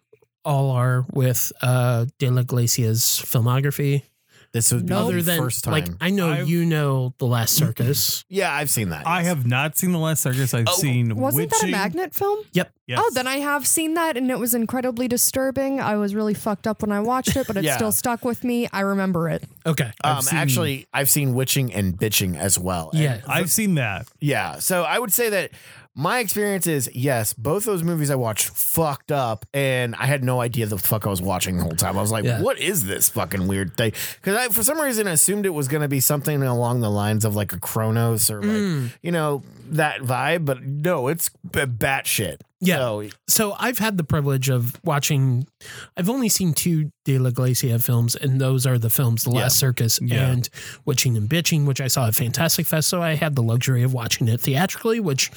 S2: all are, with uh, de la Glacia's filmography.
S3: This would be
S2: Other
S3: the
S2: than,
S3: first time.
S2: like, I know
S4: I've-
S2: you know The Last Circus.
S3: yeah, I've seen that.
S4: I
S3: yes.
S4: have not seen the Last Circus. I've
S3: Oh,
S4: seen
S5: Wasn't that a
S4: Witching.
S5: magnet film?
S4: Yes.
S5: Oh, then I have seen that and it was incredibly disturbing. I was really fucked up when I watched it, but it
S4: (laughs)
S3: Yeah.
S5: still stuck with me. I remember it.
S2: okay.
S4: I've
S3: Um,
S4: seen-
S3: actually, I've seen witching and bitching as well. And
S2: Yeah.
S4: I've seen that.
S3: Yeah. So I would say that my experience is yes, both those movies I watched fucked up and I had no idea the fuck I was watching the whole time. I was like,
S2: Yeah.
S3: what is this fucking weird thing? Because I, for some reason, assumed it was going to be something along the lines of like a Chronos or like,
S2: Mm.
S3: you know, that vibe. But no, it's b- batshit.
S2: Yeah.
S3: So,
S2: So I've had the privilege of watching. I've only seen two De La Glacia films, and those are the films The
S3: Yeah.
S2: Last Circus
S4: Yeah.
S2: and Witching and Bitching, which I saw at Fantastic Fest. So I had the luxury of watching it theatrically, which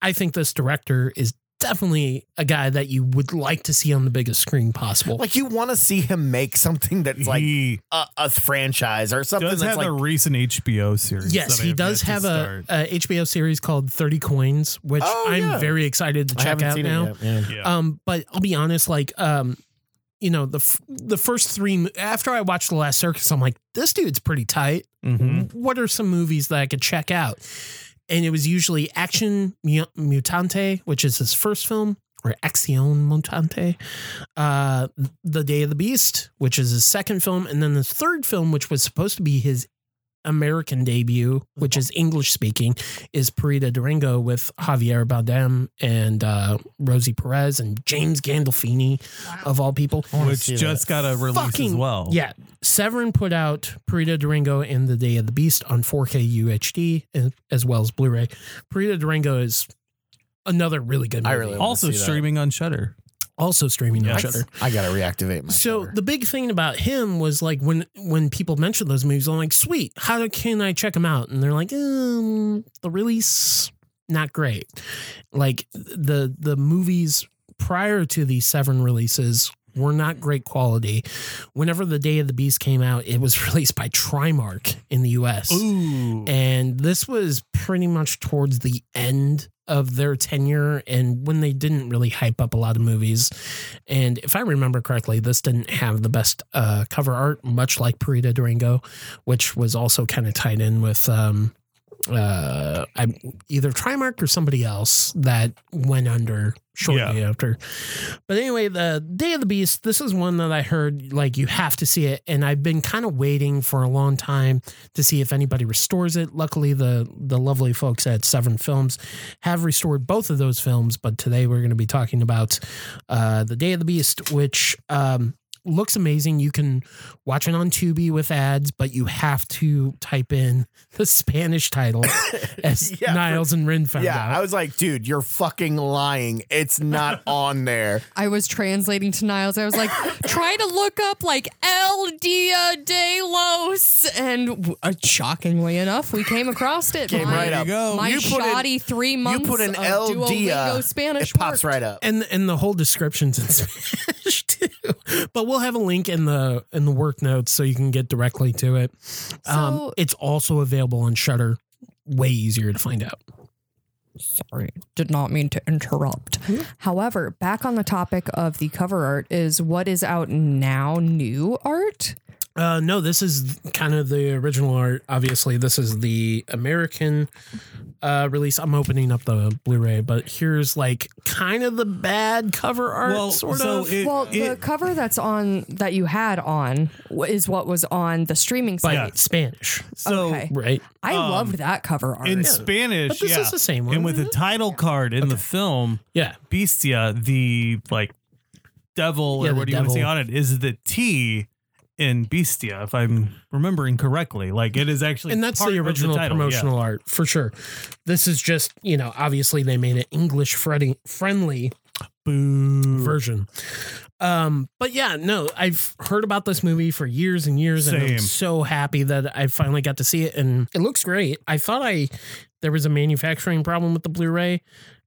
S2: I think this director is definitely a guy that you would like to see on the biggest screen possible.
S3: like, you want to see him make something that's like
S4: he
S3: a, a franchise or something
S4: does
S3: that's
S4: have
S3: like.
S4: a recent HBO series.
S2: Yes,
S4: that I
S2: he does
S4: yet
S2: have
S4: to
S2: a,
S4: start.
S2: a HBO series called 30 Coins, which
S3: Oh,
S2: I'm
S3: yeah.
S2: very excited to
S3: I
S2: check
S3: haven't
S2: out
S3: seen
S2: now.
S3: it yet. Yeah.
S4: Yeah.
S2: Um, but I'll be honest, like, um, you know, the f- the first three mo- after I watched the last circus, I'm like, this dude's pretty tight.
S4: Mhm.
S2: What are some movies that I could check out? And it was usually Action Mu- Mutante, which is his first film, or Action Mutante, uh, The Day of the Beast, which is his second film, and then the third film, which was supposed to be his American debut, which is English speaking, is Perita Durango with Javier Bardem and uh, Rosie Perez and James Gandolfini, of all people.
S3: I wanna
S4: which
S3: see
S4: just
S3: that.
S4: got a release as
S2: Fucking-
S4: well.
S2: Yeah. Severin put out Perita Durango and The Day of the Beast on 4K UHD and- as well as Blu ray. Perita Durango is another really good
S3: I
S2: movie.
S3: really wanna
S4: Also
S3: see that.
S4: streaming on Shutter.
S2: also streaming on
S4: Yes.
S2: Shudder.
S3: I got to reactivate my.
S2: So
S3: Twitter.
S2: the big thing about him was like when when people mention those movies, I'm like, sweet, how do- can I check them out? And they're like, um, the release not great. Like the the movies prior to these Severn releases were not great quality. Whenever the Day of the Beast came out, it was (laughs) released by Trimark in the U.S.
S4: Ooh.
S2: And this was pretty much towards the end of their tenure and when they didn't really hype up a lot of movies. And if I remember correctly, this didn't have the best uh, cover art, much like Perita Durango, which was also kind of tied in with um, uh, I, either Trimark or somebody else that went under shortly after. But anyway, the Day of the Beast, this is one that I heard like you have to see it. And I've been kind of waiting for a long time to see if anybody restores it. Luckily, the the lovely folks at Severn Films have restored both of those films. But today we're going to be talking about uh, the Day of the Beast, which um, looks amazing. You can watch it on Tubi with ads, but you have to type in (laughs) the Spanish
S3: (laughs)
S2: title as
S3: Yeah, for-
S2: Niles and Rin found
S3: yeah, I
S2: out.
S3: was like, dude, you're fucking lying.
S2: (laughs)
S3: It's not on there.
S5: I was translating to Niles. I was
S3: (laughs)
S5: like, try to look up like El Dia de los. And w- uh, shockingly enough, we came across it.
S3: Came
S5: my
S3: right up. Oh,
S4: go.
S5: my
S3: You put in-
S5: shoddy three
S3: You
S5: months
S3: put an
S5: of
S3: L D
S5: Duolingo
S3: uh,
S5: Spanish
S3: It pops
S5: worked.
S3: right up.
S2: and and the whole descriptions in (laughs) Spanish too. But we'll have a link in the in the work notes so you can get directly to it. um,
S5: So-
S2: it's also available on Shutter. Way easier to find out.
S5: Sorry, did not mean to interrupt.
S3: Hmm?
S5: However, back on the topic of the cover art is what is out now, new art.
S2: Uh, no, this is kind of the original art. Obviously, this is the American uh, release. I'm opening up the Blu-ray, but here's like kind of the bad cover art,
S4: Well,
S2: sort
S4: so
S2: of.
S4: it-
S5: Well, the cover that's on that you had on w- is what was on the streaming
S2: but
S5: site.
S2: Spanish,
S4: So
S5: okay.
S2: right?
S5: I
S3: um,
S5: loved that cover art.
S4: in Spanish,
S2: But this
S4: yeah.
S2: is the same one.
S4: and with the title card in the film,
S2: yeah,
S4: Bestia, the like devil
S2: Yeah,
S4: or
S2: the
S4: what do you want to say
S2: devil.
S4: on it, is the T in Bestia, if I'm remembering correctly. Like it is actually
S2: and that's
S4: part
S2: the
S4: of
S2: original
S4: title, yeah.
S2: promotional art for sure. This is just you know obviously they made an English friendly friendly version. Um, but yeah, no, I've heard about this movie for years and years, and I'm
S4: Same.
S2: so happy that I finally got to see it, and it looks great. I thought I there was a manufacturing problem with the Blu-ray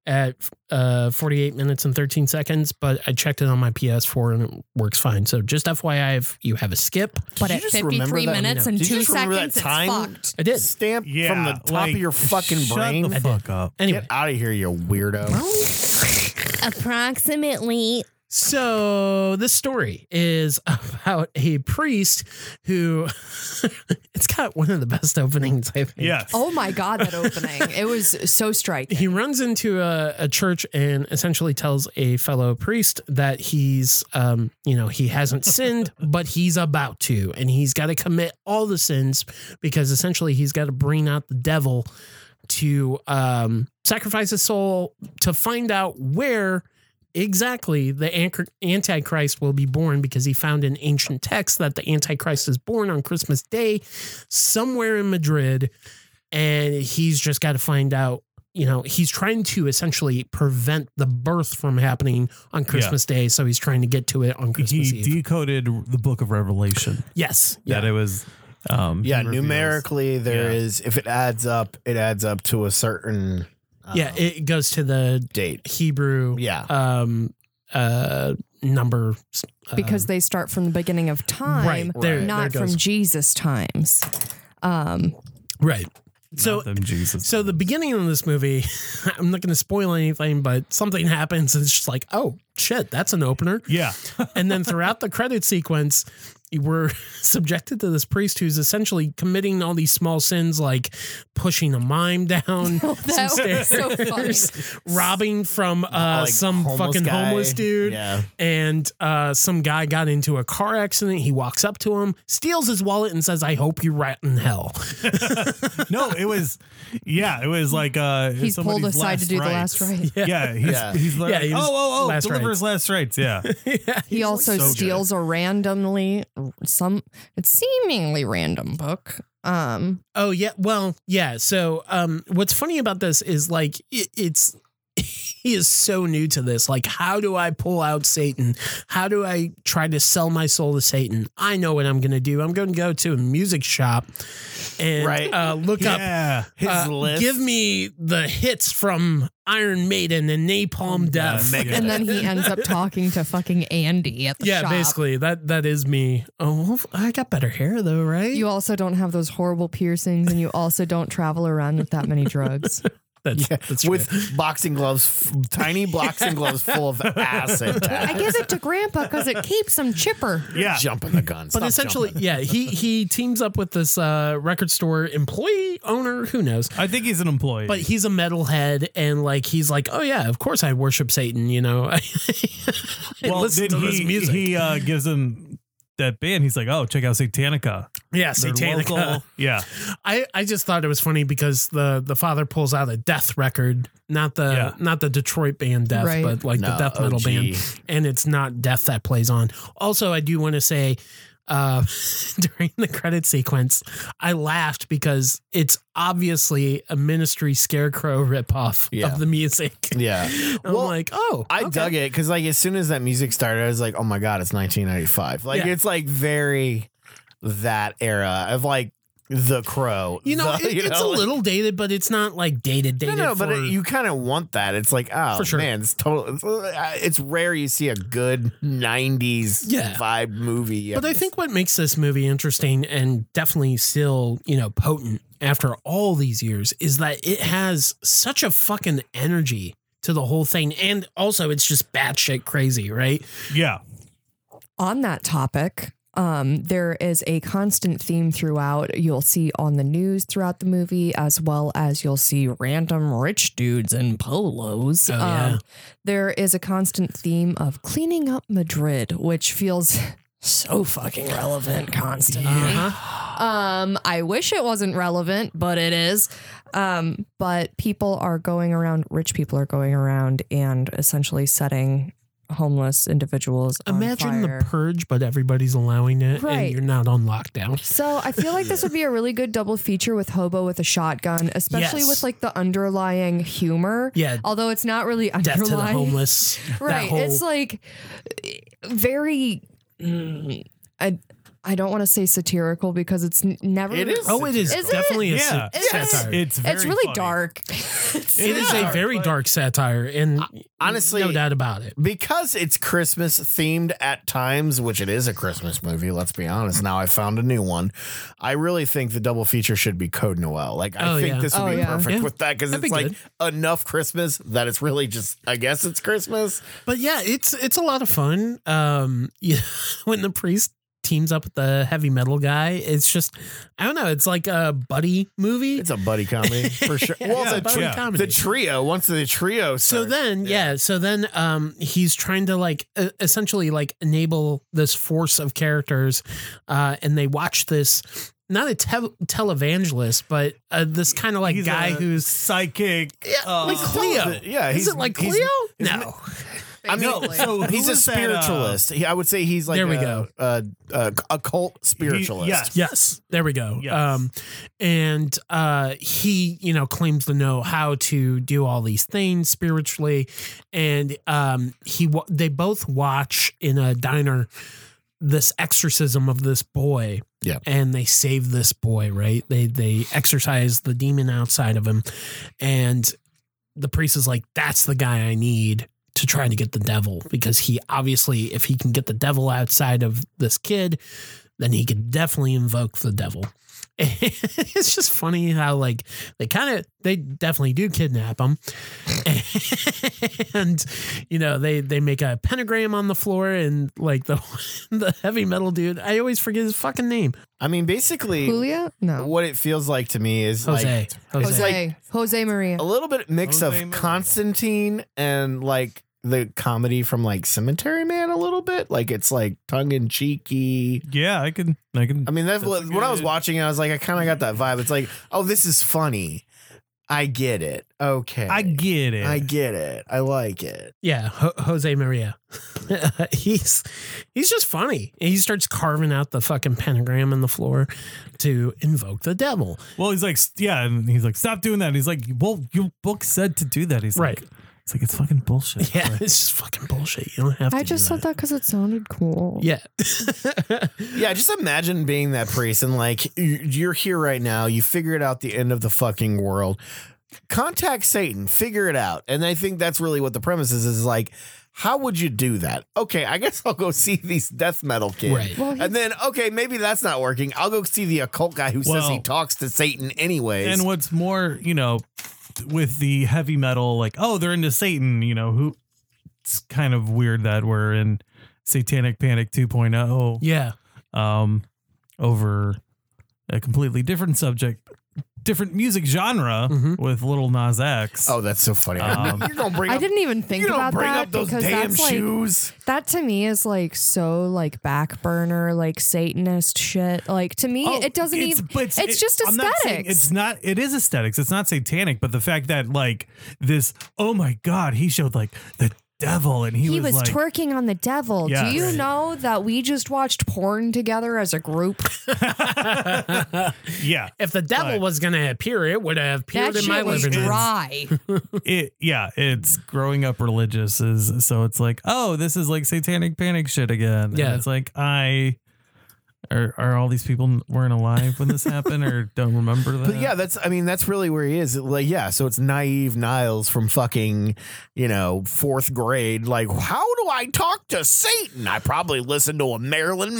S2: at uh 48 minutes and 13 seconds but i checked it on my ps4 and it works fine so just fyi if you have a skip
S5: but
S3: Did
S5: at
S3: you just remember
S5: 53
S3: that?
S5: minutes
S2: No.
S5: and
S3: Did you
S5: two
S3: just remember that
S5: seconds, it's
S3: time?
S5: fucked.
S2: i did
S3: Stamp
S4: Yeah,
S3: from the top
S4: like,
S3: of your fucking
S4: shut
S3: brain.
S4: The fuck up.
S2: anyway
S3: Get out of here, you weirdo.
S6: Approximately.
S2: So this story is (laughs) about a priest who (laughs) it's got one of the best openings I've had.
S4: Yes.
S5: Oh my god, that opening! (laughs) it was so striking.
S2: He runs into a, a church and essentially tells a fellow priest that he's, um, you know, he hasn't sinned, but he's about to, and he's got to commit all the sins because essentially he's got to bring out the devil to um, sacrifice his soul to find out where exactly the anch- antichrist will be born because he found in ancient texts that the antichrist is born on christmas day somewhere in madrid and he's just got to find out you know he's trying to essentially prevent the birth from happening on christmas day so he's trying to get to it on christmas
S4: he
S2: eve
S4: decoded the book of Revelation.
S2: yes
S4: That it was um
S3: Yeah,
S4: he reveals-
S3: numerically there
S4: Yeah.
S3: is. If it adds up, it adds up to a certain uh,
S2: yeah it goes to the
S3: date.
S2: hebrew
S3: Yeah,
S2: um uh number uh,
S5: because they start from the beginning of time,
S2: right there,
S5: not
S2: there it
S5: from
S2: goes.
S5: Jesus times. Um,
S2: right
S4: Not
S2: so
S4: them Jesus.
S2: so the beginning of this movie (laughs) i'm not going to spoil anything but something happens and it's just like oh shit that's an opener
S5: (laughs)
S4: Yeah.
S2: and then throughout the credit sequence we're (laughs) subjected to this priest who's essentially committing all these small sins like pushing a mime
S5: (laughs)
S2: down
S5: Oh, that was (laughs) so funny.
S2: (laughs) robbing from uh,
S3: Like
S2: some
S3: homeless
S2: fucking
S3: guy.
S2: homeless dude
S3: Yeah,
S2: and uh, some guy got into a car accident he walks up to him steals his wallet and says i hope you rat in hell (laughs)
S4: No, it was yeah, it was like uh
S5: He's pulled
S4: somebody's
S5: aside to
S4: last
S5: do the
S4: rites.
S5: last right.
S4: Yeah, he's,
S3: Yeah.
S4: he's like,
S2: Yeah, he was
S4: oh, oh, oh,
S2: last
S4: delivers last
S2: (laughs)
S4: rites. Yeah,
S5: He also
S4: so good.
S5: steals a randomly some it's seemingly random book. Um,
S2: Oh yeah, well yeah. So um, what's funny about this is like it, it's (laughs) he is so new to this. Like, how do I pull out Satan? How do I try to sell my soul to Satan? I know what I'm going to do. I'm going to go to a music shop and
S3: Right.
S2: uh, look up.
S4: yeah.
S3: his
S2: uh,
S3: list.
S2: give (laughs) me the hits from Iron Maiden and Napalm Death.
S4: Mega-
S5: and then he ends up talking to fucking Andy at the
S2: yeah,
S5: shop.
S2: basically that that is me. Oh, well, I got better hair though, right?
S5: You also don't have those horrible piercings, and you also don't travel around with that many drugs.
S2: that's,
S3: Yeah,
S2: that's
S3: with boxing gloves,
S2: (laughs)
S3: f- tiny boxing gloves full of acid.
S5: I give it to Grandpa because it keeps him chipper.
S4: Yeah.
S3: jumping the gun.
S2: but
S3: Stop
S2: essentially,
S3: jumping.
S2: yeah, he he teams up with this uh, record store employee owner, who knows.
S4: I think he's an employee.
S2: But he's a metalhead, and like he's like, oh yeah, of course I worship Satan. You know, (laughs) I
S4: well,
S2: listen
S4: then
S2: to
S4: he,
S2: this music.
S4: he uh, gives him that band, he's like, oh, check out Satanica.
S2: Yeah,
S4: They're
S2: satanic.
S4: local. Yeah.
S2: I, I just thought it was funny because the the father pulls out a death record, not the
S4: Yeah.
S2: not the Detroit band death,
S5: Right.
S2: but like the
S3: No,
S2: death metal
S3: OG.
S2: band, and it's not death that plays on. Also, I do want to say. Uh, (laughs) during the credit sequence, I laughed because it's obviously a Ministry Scarecrow ripoff
S3: Yeah.
S2: of the music. (laughs)
S3: Yeah.
S2: I'm
S3: Well,
S2: like, oh,
S3: I
S2: okay.
S3: dug it because like as soon as that music started, I was like, oh my god, it's 1995. Like
S2: Yeah.
S3: it's like very that era of like the Crow.
S2: You
S3: (laughs)
S2: know,
S3: the-
S2: it-
S3: you
S2: it's a
S3: know, like-
S2: little dated, but it's not like dated
S3: No,
S2: dated.
S3: no, but
S2: for-
S3: it, you kind of want that. It's like, oh
S2: For sure.
S3: man, it's total. It's, uh, it's rare you see a good '90s
S2: Yeah.
S3: vibe movie.
S2: But I think what makes this movie interesting and definitely still, you know, potent after all these years is that it has such a fucking energy to the whole thing. And also, it's just batshit crazy, right? (laughs)
S4: Yeah.
S5: on that topic, um, there is a constant theme throughout. You'll see on the news throughout the movie, as well as you'll see random rich dudes in polos. Um,
S2: Oh, yeah.
S5: there is a constant theme of cleaning up Madrid, which feels (laughs) so fucking relevant constantly.
S2: Uh-huh.
S5: Um, I wish it wasn't relevant, but it is. Um, but people are going around, rich people are going around and essentially setting homeless individuals. on
S2: Imagine
S5: fire.
S2: the purge, but everybody's allowing it and
S5: Right.
S2: you're not on lockdown.
S5: So I feel like this would be a really good double feature with Hobo with a shotgun, especially
S2: Yes.
S5: with like the underlying humor.
S2: Yeah.
S5: Although it's not really
S2: Death
S5: underlying.
S2: to the homeless. that
S5: Right.
S2: whole-
S5: It's like very mm, I I don't want to say satirical because it's n- never
S3: It is.
S2: oh, it is,
S5: Is it?
S2: definitely a
S4: Yeah.
S2: sa-
S5: Is it?
S2: satire. It,
S4: It's very
S5: it's really
S4: funny.
S5: (laughs) dark.
S2: is a
S4: dark,
S2: very
S4: but-
S2: dark satire. And
S3: honestly-
S2: no doubt about it.
S3: because it's Christmas themed at times, which it is a Christmas movie, let's be honest. Now I found a new one. I really think the double feature should be Code Noel. Like I
S2: Oh,
S3: think
S2: yeah.
S3: this would
S5: Oh,
S3: be
S5: yeah.
S3: perfect
S2: Yeah.
S3: with that because
S2: That'd
S3: it's
S2: be
S3: like enough Christmas that it's really just I guess it's Christmas.
S2: But yeah, it's it's a lot of fun. Um, (laughs) yeah, when the priest teams up with the heavy metal guy, it's just I don't know. It's like a buddy movie.
S3: It's a buddy comedy for sure.
S2: (laughs)
S3: Well,
S2: Yeah,
S3: the,
S2: buddy
S3: yeah.
S2: comedy.
S3: the trio once the trio.
S2: so
S3: starts-
S2: then, yeah. So then, um, he's trying to like e- essentially like enable this force of characters, uh, and they watch this not a te- televangelist, but uh, this kind of like
S4: He's
S2: guy
S4: a
S2: who's
S4: psychic.
S2: yeah, like
S4: uh,
S2: Cleo.
S3: Oh, yeah,
S2: is it like
S3: he's-
S2: Cleo?
S3: he's-
S2: No,
S3: I mean,
S5: Basically.
S4: So
S3: he's a
S4: who was that, uh,
S3: spiritualist. He- I would say he's like
S2: There we
S3: a,
S2: go.
S3: A, a, occult spiritualist.
S4: yes.
S2: Yes, there we go.
S4: Yes.
S2: Um, and uh, he, you know, claims to know how to do all these things spiritually, and um, he wa- they both watch in a diner this exorcism of this boy.
S3: Yeah.
S2: and they save this boy. Right? They they exorcise the demon outside of him, and the priest is like, "That's the guy I need." To try to get the devil because he obviously, if he can get the devil outside of this kid, then he could definitely invoke the devil. (laughs) it's just funny how like they kind of they definitely do kidnap him, (laughs) and you know they they make a pentagram on the floor and like the (laughs) the heavy metal dude. I always forget his fucking name.
S3: I mean, basically,
S5: Julia?
S4: Oh.
S5: No.
S3: what it feels like to me is
S2: Jose.
S3: like
S2: Jose.
S5: Jose. Jose Maria.
S3: a little bit mix
S4: Jose
S3: of
S4: Maria.
S3: Constantine and like the comedy from like Cemetery Man a little bit. Like it's like tongue in cheeky.
S4: Yeah, I can. I can.
S3: I mean, that's,
S4: That's a
S3: when I was
S4: good-
S3: watching. I was like, I kind of got that vibe. It's like, oh, this is funny. I get it. Okay,
S4: I get it.
S3: I get it. I like it.
S2: Yeah, Ho- Jose Maria. (laughs) he's he's just funny. And he starts carving out the fucking pentagram in the floor to invoke the devil.
S4: Well, he's like, yeah, and he's like, stop doing that. And he's like, well, your book said to do that. He's
S2: Right.
S4: like, it's like it's fucking bullshit.
S2: Yeah,
S4: Like,
S2: it's just fucking bullshit. You don't have. to
S5: I just
S2: do
S5: said that because it sounded cool.
S2: Yeah. (laughs)
S3: Yeah, just imagine being that priest and like y- you're here right now. You figured out the end of the fucking world. Contact Satan, figure it out. And I think that's really what the premise is. Is like, how would you do that? Okay, I guess I'll go (laughs) see these death metal kids.
S2: Right.
S5: Well,
S3: And then, okay, maybe that's not working. I'll go see the occult guy who says he
S4: Well-
S3: talks to Satan anyways.
S4: And what's more, you know, with the heavy metal, like, oh, they're into Satan. You know, who? It's kind of weird that we're in Satanic Panic oh, 2.0.
S2: Yeah.
S4: um, over a completely different subject. different music genre
S2: Mhm.
S4: with Little Nas X.
S3: Oh, that's so funny. (laughs)
S4: Um,
S3: You're gonna bring
S5: I
S3: up,
S5: didn't even think
S3: you don't
S5: about
S3: bring
S5: that
S3: up those
S5: because
S3: damn
S5: that's like
S3: shoes.
S5: that to me is like so like back burner like Satanist shit. Like to me,
S4: Oh,
S5: it doesn't
S4: it's-
S5: even.
S4: but
S5: it's just
S4: I'm not saying-
S5: aesthetics.
S4: it's not. It is aesthetics. It's not satanic, but the fact that like this. Oh my God, he showed like the devil, and he,
S5: He was,
S4: like,
S5: twerking on the devil.
S4: Yeah,
S5: Do you
S4: right.
S5: know that we just watched porn together as a group? (laughs)
S4: yeah,
S2: If the devil
S4: Right.
S2: was going to appear, it would have appeared
S1: That
S2: in my
S1: shit was
S2: living room.
S1: dry.
S4: it yeah. It's growing up religious is so it's like oh this is like satanic panic shit again. And
S2: Yeah.
S4: it's like I. Are, are all these people weren't alive when this happened or (laughs) don't remember that?
S3: But yeah, that's I mean that's really where he is. Like yeah, so it's naive Niles from fucking you know fourth grade. Like how do I talk to Satan? I probably listen to a Marilyn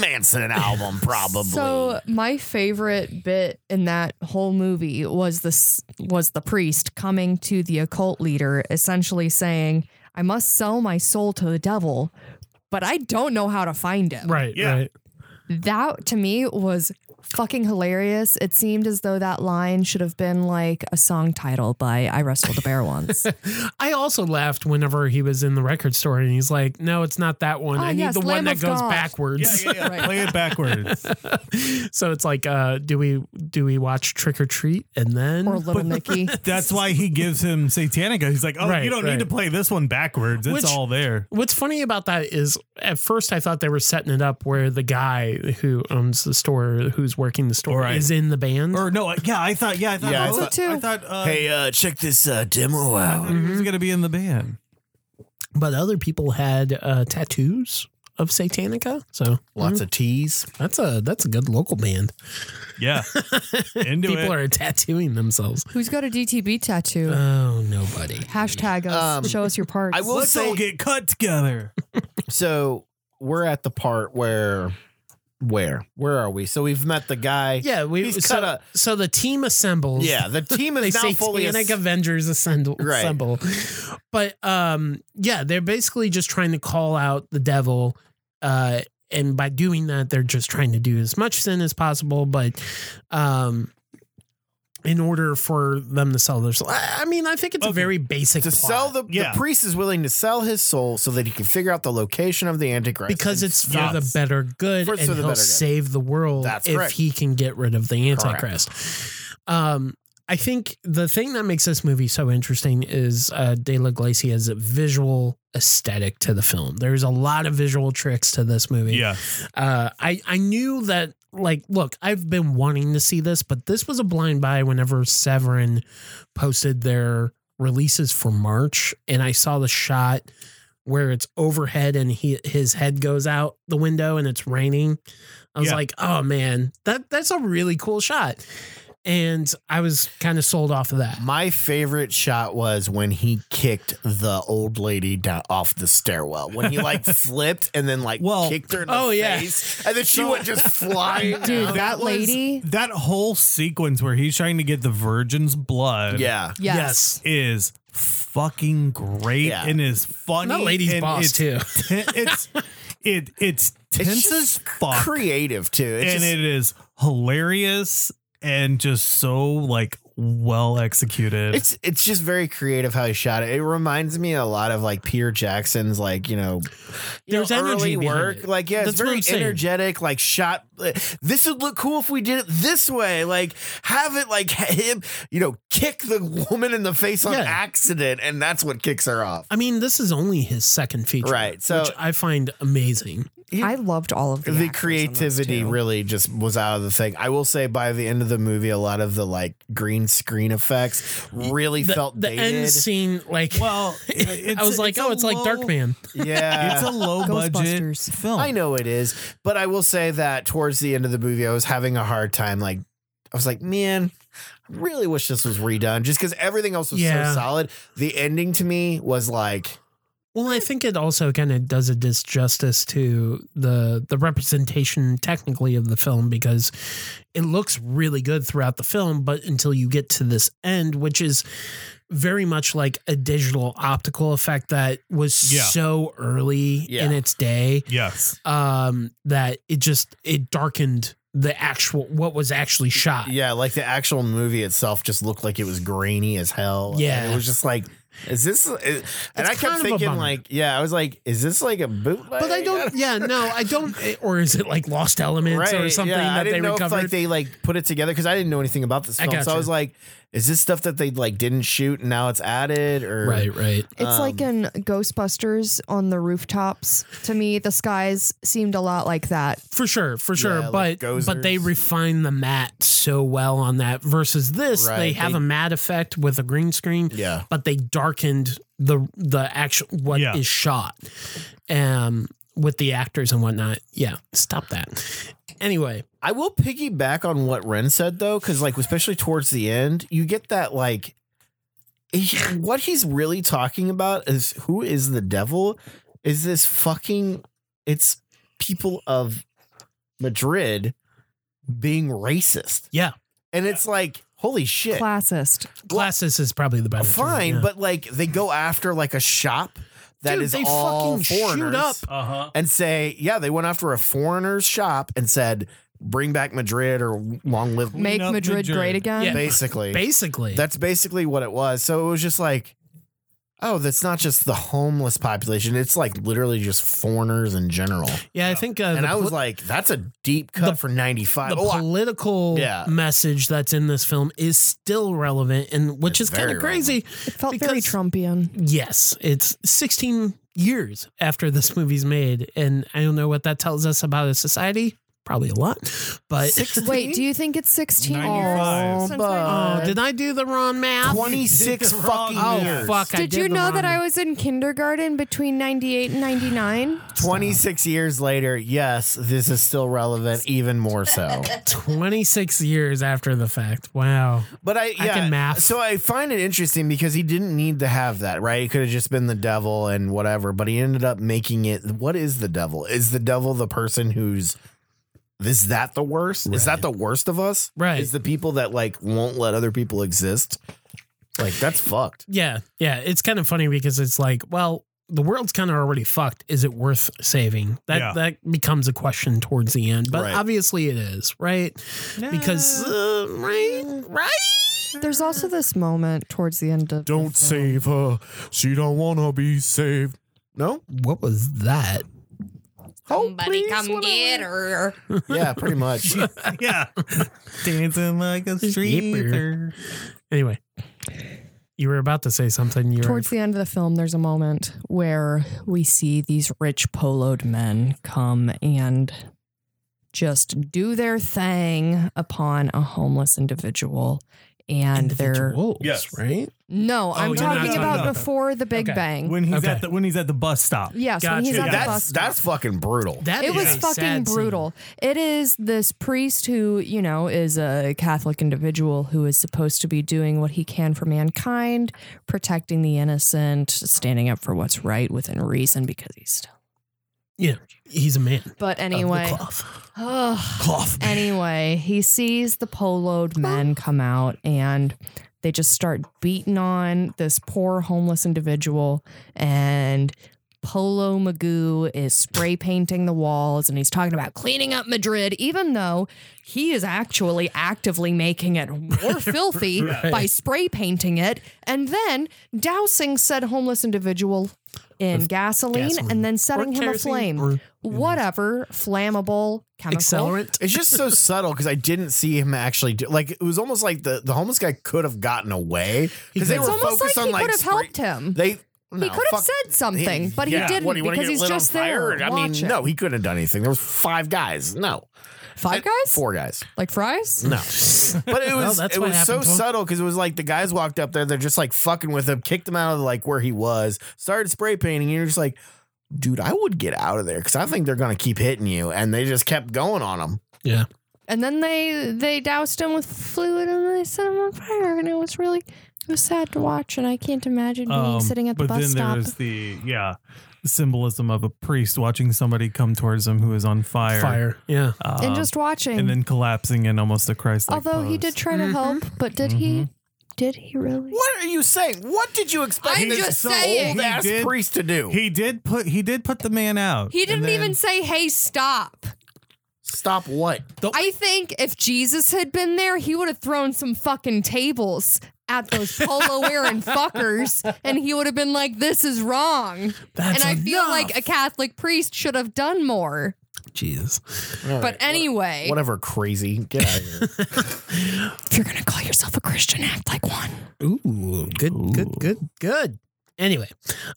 S2: (laughs)
S3: Manson album. Probably.
S2: um,
S5: So my favorite bit in that whole movie was this was the priest coming to the occult leader, essentially saying, "I must sell my soul to the devil, but I don't know how to find him."
S2: Right,
S4: Yeah.
S2: right.
S5: That to me was fucking hilarious. It seemed as though that line should have been like a song title by I Wrestled a Bear Once.
S2: I also laughed whenever he was in the record store and he's like, no, it's not that one.
S5: Ah,
S2: I need
S5: yes,
S2: the one
S5: Lamb
S2: that
S5: of
S2: goes
S5: God."
S4: yeah,
S2: backwards.
S4: yeah, yeah.
S5: Right.
S4: Play it
S5: (laughs)
S4: backwards.
S2: so it's like, uh, do we do we watch Trick or Treat and then
S5: or Little Nicky.
S4: That's why he gives him Satanica. He's like, oh,
S2: Right,
S4: you don't
S2: right.
S4: need to play this one backwards. It's
S2: Which-
S4: all there.
S2: What's funny about that is at first I thought they were setting it up where the guy who owns the store, who's working the store,
S4: Right.
S2: is in the band.
S4: Or no, yeah, I thought, yeah, I thought,
S3: Yeah, I
S4: I, thought
S5: thought- too.
S4: I thought, uh,
S3: uh, check this uh, demo
S4: I thought he was gonna be in the band.
S2: but other people had uh, tattoos of Satanica. So mm-hmm.
S3: Lots of teas.
S2: that's a that's a good local band.
S4: Yeah, into
S2: people
S4: it.
S2: are tattooing themselves.
S5: Who's got a DTB tattoo?
S2: Oh, nobody.
S5: Hashtag us.
S3: Um,
S5: show us your parts.
S3: I will
S4: Let's
S3: say-
S4: all get cut together.
S3: So we're at the part where, where, where are we? So we've met the guy.
S2: Yeah, we
S3: He's
S2: so,
S3: cut a-
S2: so the team assembles. (laughs)
S3: Yeah, the team
S2: They
S3: is now
S2: say
S3: fully
S2: Satanic
S3: ass-
S2: Avengers assemble,
S3: (laughs) Right.
S2: assemble. But um yeah, they're basically just trying to call out the devil. Uh and by doing that, they're just trying to do as much sin as possible. But um in order for them to sell their soul. I I mean, I think it's a
S4: Okay.
S2: very basic
S3: to
S2: plot.
S3: sell the,
S4: Yeah.
S3: the priest is willing to sell his soul so that he can figure out the location of the antichrist
S2: because
S3: and
S2: it's for
S3: stop-
S2: the better good
S3: For-
S2: and
S3: for the
S2: he'll
S3: better good.
S2: save the world
S3: That's
S2: if
S3: correct.
S2: he can get rid of the antichrist um i think the thing that makes this movie so interesting is uh de la glacia's visual aesthetic to the film there's a lot of visual tricks to this movie
S4: Yeah,
S2: uh, I I knew that like look, I've been wanting to see this, but this was a blind buy whenever Severin posted their releases for March and I saw the shot where it's overhead and he his head goes out the window and it's raining. I was
S4: Yeah.
S2: like, "Oh man, that that's a really cool shot." And I was kind of sold off of that.
S3: my favorite shot was when he kicked the old lady down off the stairwell when he like flipped and then like
S4: Well-
S3: kicked her in the
S2: Oh, yeah.
S3: face and then she went just flying
S5: Dude,
S3: down.
S5: that lady.
S4: that whole sequence where he's trying to get the virgin's blood.
S3: yeah
S5: yes.
S4: is fucking great
S3: Yeah.
S4: and is funny.
S2: That lady's
S4: and
S2: boss
S4: it's, (laughs)
S2: too.
S4: It's it it's tense
S3: just
S4: as fuck.
S3: creative too it's
S4: and
S3: just,
S4: it is hilarious and just so like well executed.
S3: it's it's just very creative how he shot it. It reminds me a lot of like Peter Jackson's like you know,
S2: (laughs)
S3: you
S2: There's
S3: know,
S2: energy
S3: early
S2: behind
S3: work.
S2: it.
S3: Like yeah,
S2: That's
S3: it's
S2: what
S3: very
S2: I'm saying.
S3: energetic. Like shot. uh, This would look cool if we did it this way. Like have it like him, you know, kick the woman in the face on
S2: Yeah.
S3: accident, and that's what kicks her off.
S2: I mean, this is only his second feature.
S3: Right, so-
S2: which I find amazing.
S5: I loved all of the,
S3: the
S5: actors in this,
S3: creativity
S5: too.
S3: really just was out of the thing. I will say by the end of the movie, a lot of the like green screen effects really
S2: the,
S3: felt
S2: the
S3: dated.
S2: end scene like
S4: well, it's,
S2: (laughs) i was like
S4: a
S2: oh it's
S4: low-
S2: like dark man (laughs)
S3: yeah,
S5: (laughs)
S4: It's a low budget
S5: Ghostbusters.
S2: Oh.
S4: film.
S3: I know it is, but I will say that towards the end of the movie, I was having a hard time. Like, I was like, man, I really wish this was redone just because everything else was
S2: Yeah.
S3: so solid. The ending to me was like,
S2: well i think it also kind of does a disjustice to the the representation technically of the film because it looks really good throughout the film but until you get to this end which is very much like a digital optical effect that was
S4: Yeah.
S2: so early
S3: Yeah.
S2: in its day
S4: Yes.
S2: um that it just it darkened the actual what was actually shot.
S3: Yeah, like the actual movie itself just looked like it was grainy as hell. And
S2: Yeah.
S3: it was just like, is this? Is, and
S2: It's
S3: I
S2: kind
S3: kept
S2: of a
S3: thinking,
S2: bummer.
S3: like, yeah, I was like, is this like a bootleg?
S2: But I (laughs) don't. Yeah, no, I don't. eh, Or is it like Lost Elements or something
S3: yeah, I
S2: that
S3: didn't
S2: they
S3: know
S2: recovered?
S3: if like they like put it together because I didn't know anything about this
S2: I
S3: film, so I
S2: gotcha.
S3: was like, "Is this stuff that they like didn't shoot and now it's added?" Or
S2: right, right.
S5: It's like
S3: Um,
S5: in Ghostbusters on the rooftops. To me, the skies seemed a lot like that.
S2: For sure, for sure.
S3: Yeah, like
S2: but but they
S3: Gozers.
S2: refine the matte so well on that versus this.
S3: Right,
S2: They have
S3: they-
S2: a matte effect with a green screen,
S3: Yeah,
S2: but they darkened the the actual what is
S4: Yeah.
S2: shot. Um with the actors and whatnot. Yeah. Stop that. Anyway,
S3: I will piggyback on what Ren said though, because like especially towards the end, you get that like he- what he's really talking about is who is the devil? Is this fucking? It's people of Madrid being racist.
S2: Yeah.
S3: and it's like holy shit.
S5: Classist.
S2: glasses is probably the better. term,
S3: fine,
S2: yeah.
S3: but like they go after like a shop that
S2: Dude,
S3: is
S2: they
S3: all
S2: fucking
S3: foreigners
S2: shoot up.
S4: Uh huh.
S3: and say, yeah, they went after a foreigner's shop and said, bring back Madrid or long live.
S4: Clean
S5: Make
S4: up
S5: Madrid
S4: Madrid.
S5: great
S2: (laughs)
S5: again.
S2: Yeah.
S3: Basically,
S2: basically
S3: that's basically what it was. So it was just like, oh, that's not just the homeless population; it's like literally just foreigners in general.
S2: yeah, I think uh,
S3: And
S2: the
S3: I was
S2: pol-
S3: like, that's a deep cut
S2: the-
S3: for ninety five.
S2: the
S3: Oh, I-
S2: political
S3: Yeah.
S2: message that's in this film is still relevant, and which is
S3: It's
S2: kind
S3: very
S2: of crazy.
S5: It felt very
S2: Because-
S3: (laughs)
S5: Trumpian.
S2: Yes, it's 16 years after this movie's made, and I don't know what that tells us about a society. Probably a lot, but
S5: Wait, do you think it's 16?
S4: Ninety-five.
S5: Oh,
S3: Since
S2: oh,
S3: my-
S2: did I do the wrong math?
S3: uh,
S2: (laughs)
S3: twenty six
S4: Wrong.
S3: fucking
S2: Oh
S3: years.
S2: fuck! I
S6: Did
S2: did
S6: you
S2: the
S6: know
S2: wrong
S6: that I
S2: math.
S6: was in kindergarten between 98 and 99?
S3: 26 years later, yes, this is still relevant, even
S2: (laughs)
S3: more so.
S2: 26 years after the fact? Wow.
S3: But I,
S2: I
S3: yeah,
S2: can math.
S3: so I find it interesting because he didn't need to have that, right? It could have just been the devil and whatever, but he ended up making it. What is the devil? Is the devil the person who's is that the worst? Is that
S2: Right.
S3: the worst of us?
S2: Right.
S3: Is the people that like won't let other people exist? Like that's fucked.
S2: Yeah, yeah. It's kind of funny because it's like, well, the world's kind of already fucked. Is it worth saving? That
S4: Yeah.
S2: that becomes a question towards the end, but
S3: Right.
S2: obviously it is, right? Because uh, right, right.
S5: There's also this moment towards the end of. the film.
S3: her. She don't wanna be saved. No?
S2: What was that?
S4: Oh,
S1: Somebody come get her.
S3: Yeah,
S2: (laughs)
S3: pretty much.
S4: yeah. Dancing like a streeter.
S2: Anyway, you were about to say something. You were
S5: Towards the end of the film, there's a moment where we see these rich poloed men come and just do their thing upon a homeless individual. And they're
S2: Wolves,
S4: Yes.
S2: right?
S5: no, I'm
S2: Oh, you're
S4: not
S5: talking
S4: talking
S5: about
S4: about-
S5: before the Big
S2: Okay.
S5: Bang.
S4: When he's
S2: Okay.
S4: at the when he's at the bus stop.
S5: yes, when he's
S2: Gotcha.
S5: at the bus.
S3: that's
S5: stop.
S3: that's fucking brutal.
S2: That is
S5: it was
S2: a
S5: fucking
S2: sad scene.
S5: brutal. It is this priest who, you know, is a Catholic individual who is supposed to be doing what he can for mankind, protecting the innocent, standing up for what's right within reason because he's still.
S2: He's a man. of
S5: But
S2: the
S5: anyway,
S2: cloth.
S5: ugh.
S2: Cloth.
S5: anyway, he sees the poloed
S2: Oh.
S5: men come out and they just start beating on this poor homeless individual and Polo Magoo is spray painting the walls and he's talking about cleaning up Madrid, even though he is actually actively making
S2: (laughs)
S5: it more filthy by spray painting it and then dousing said homeless individual in gasoline,
S2: gasoline.
S5: and then
S2: Or
S5: setting him
S2: kerosene
S5: aflame.
S2: or
S5: Whatever flammable chemical.
S2: accelerant.
S3: It's just so subtle because I didn't see him actually do. Like it was almost like the the homeless guy could have gotten away because they
S2: It's
S3: were
S5: It's almost
S3: focused
S5: like
S3: on
S5: he
S3: like
S5: could have
S3: spray-
S5: helped him.
S3: They no,
S5: he could have
S3: fuck-
S5: said something, but he
S3: yeah.
S5: didn't
S3: What, do you wanna
S5: because
S3: get
S5: he's
S3: lit on
S5: just there.
S3: fire? I mean,
S5: watching.
S3: no, he couldn't have done anything. There was five guys. No,
S5: five guys,
S3: four guys.
S5: like fries.
S3: No,
S4: (laughs)
S3: but (laughs) it
S2: Well,
S3: was
S2: that's
S3: it
S2: what
S3: was so
S2: happened to him.
S3: subtle because it was like the guys walked up there. They're just like fucking with him, kicked him out of like where he was, started spray painting. And you're just like, dude, I would get out of there because I think they're gonna keep hitting you. And they just kept going on him.
S2: Yeah.
S5: And then they they doused him with fluid and they set him on fire, and it was really it was sad to watch. And I can't imagine being
S4: Um,
S5: sitting at the
S4: but
S5: bus
S4: then
S5: stop.
S4: there's the yeah symbolism of a priest watching somebody come towards him who is on fire,
S2: Fire. Yeah.
S4: Um,
S5: and just watching.
S4: and then collapsing in almost a Christ.
S5: Although he did try to
S1: Mm-hmm.
S5: help, but did he?
S4: Mm-hmm.
S5: Did he really?
S3: What are you saying? What did you expect
S1: I'm
S3: this
S1: just
S3: some
S1: saying.
S3: old ass
S4: He did-
S3: priest to do?
S4: He did put he did put the man out.
S1: He didn't
S4: and then-
S1: even say, hey, stop.
S3: Stop what?
S1: I think if Jesus had been there, he would have thrown some fucking tables at those
S5: (laughs)
S1: polo wearing fuckers and he would have been like, this is wrong.
S2: That's
S1: and I feel
S2: enough.
S1: like a Catholic priest should have done more.
S2: Jesus.
S3: All
S1: But
S3: right,
S1: anyway,
S3: whatever, crazy. Get out of here.
S5: If you're gonna call yourself a Christian, act like one.
S2: Ooh, good, good, good, good. Anyway,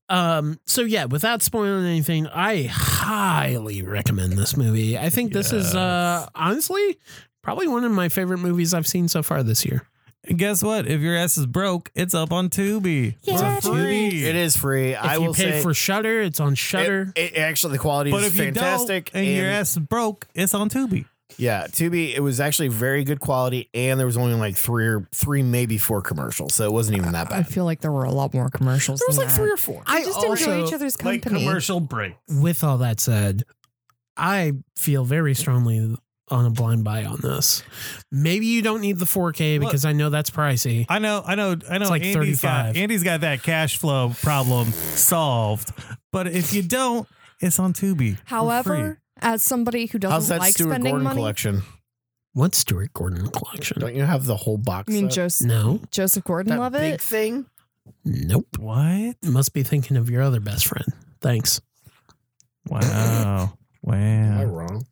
S2: um, so yeah, without spoiling anything, I highly recommend this movie. I think this is uh honestly probably one of my favorite movies I've seen so far this year.
S4: And guess what? If your ass is broke, it's up on Tubi.
S6: Yeah,
S4: For
S6: free.
S3: it is free.
S2: If
S3: I
S2: you
S3: will
S2: pay
S3: say
S2: for Shutter, it's on Shutter.
S3: It, it- actually, the quality
S4: But
S3: is
S4: if you
S3: fantastic.
S4: don't and, your ass is broke, it's on Tubi.
S3: yeah, Tubi, it was actually very good quality, and there was only like three or three, maybe four commercials, so it wasn't even that
S5: I
S3: bad.
S5: feel like there were a lot more commercials.
S3: There was
S5: than
S3: like
S5: that.
S3: three or four.
S2: I
S5: just enjoy
S2: also,
S5: each other's
S4: Like
S5: company.
S4: commercial break.
S2: with all that said, I feel very strongly on a blind buy on this. Maybe you don't need the 4K
S4: Look.
S2: because I know that's pricey.
S4: I know, I know, I know.
S2: It's like
S4: Andy's
S2: 35.
S4: got Andy's got that cash flow problem solved. But if you don't, it's on Tubi. for free.
S5: However, as somebody who doesn't
S3: How's that
S5: like
S3: Stuart
S5: spending
S3: Gordon
S5: money,
S3: collection?
S2: What's Stuart Gordon collection?
S3: Don't you have the whole box?
S5: I mean
S3: set?
S5: Joseph
S2: No,
S5: Joseph Gordon
S3: that
S5: Levitt.
S3: big
S5: (laughs)
S3: thing.
S2: nope.
S4: what?
S2: Must be thinking of your other best friend. Thanks.
S5: (laughs)
S4: Wow,
S3: Am I
S4: wow.
S3: wrong?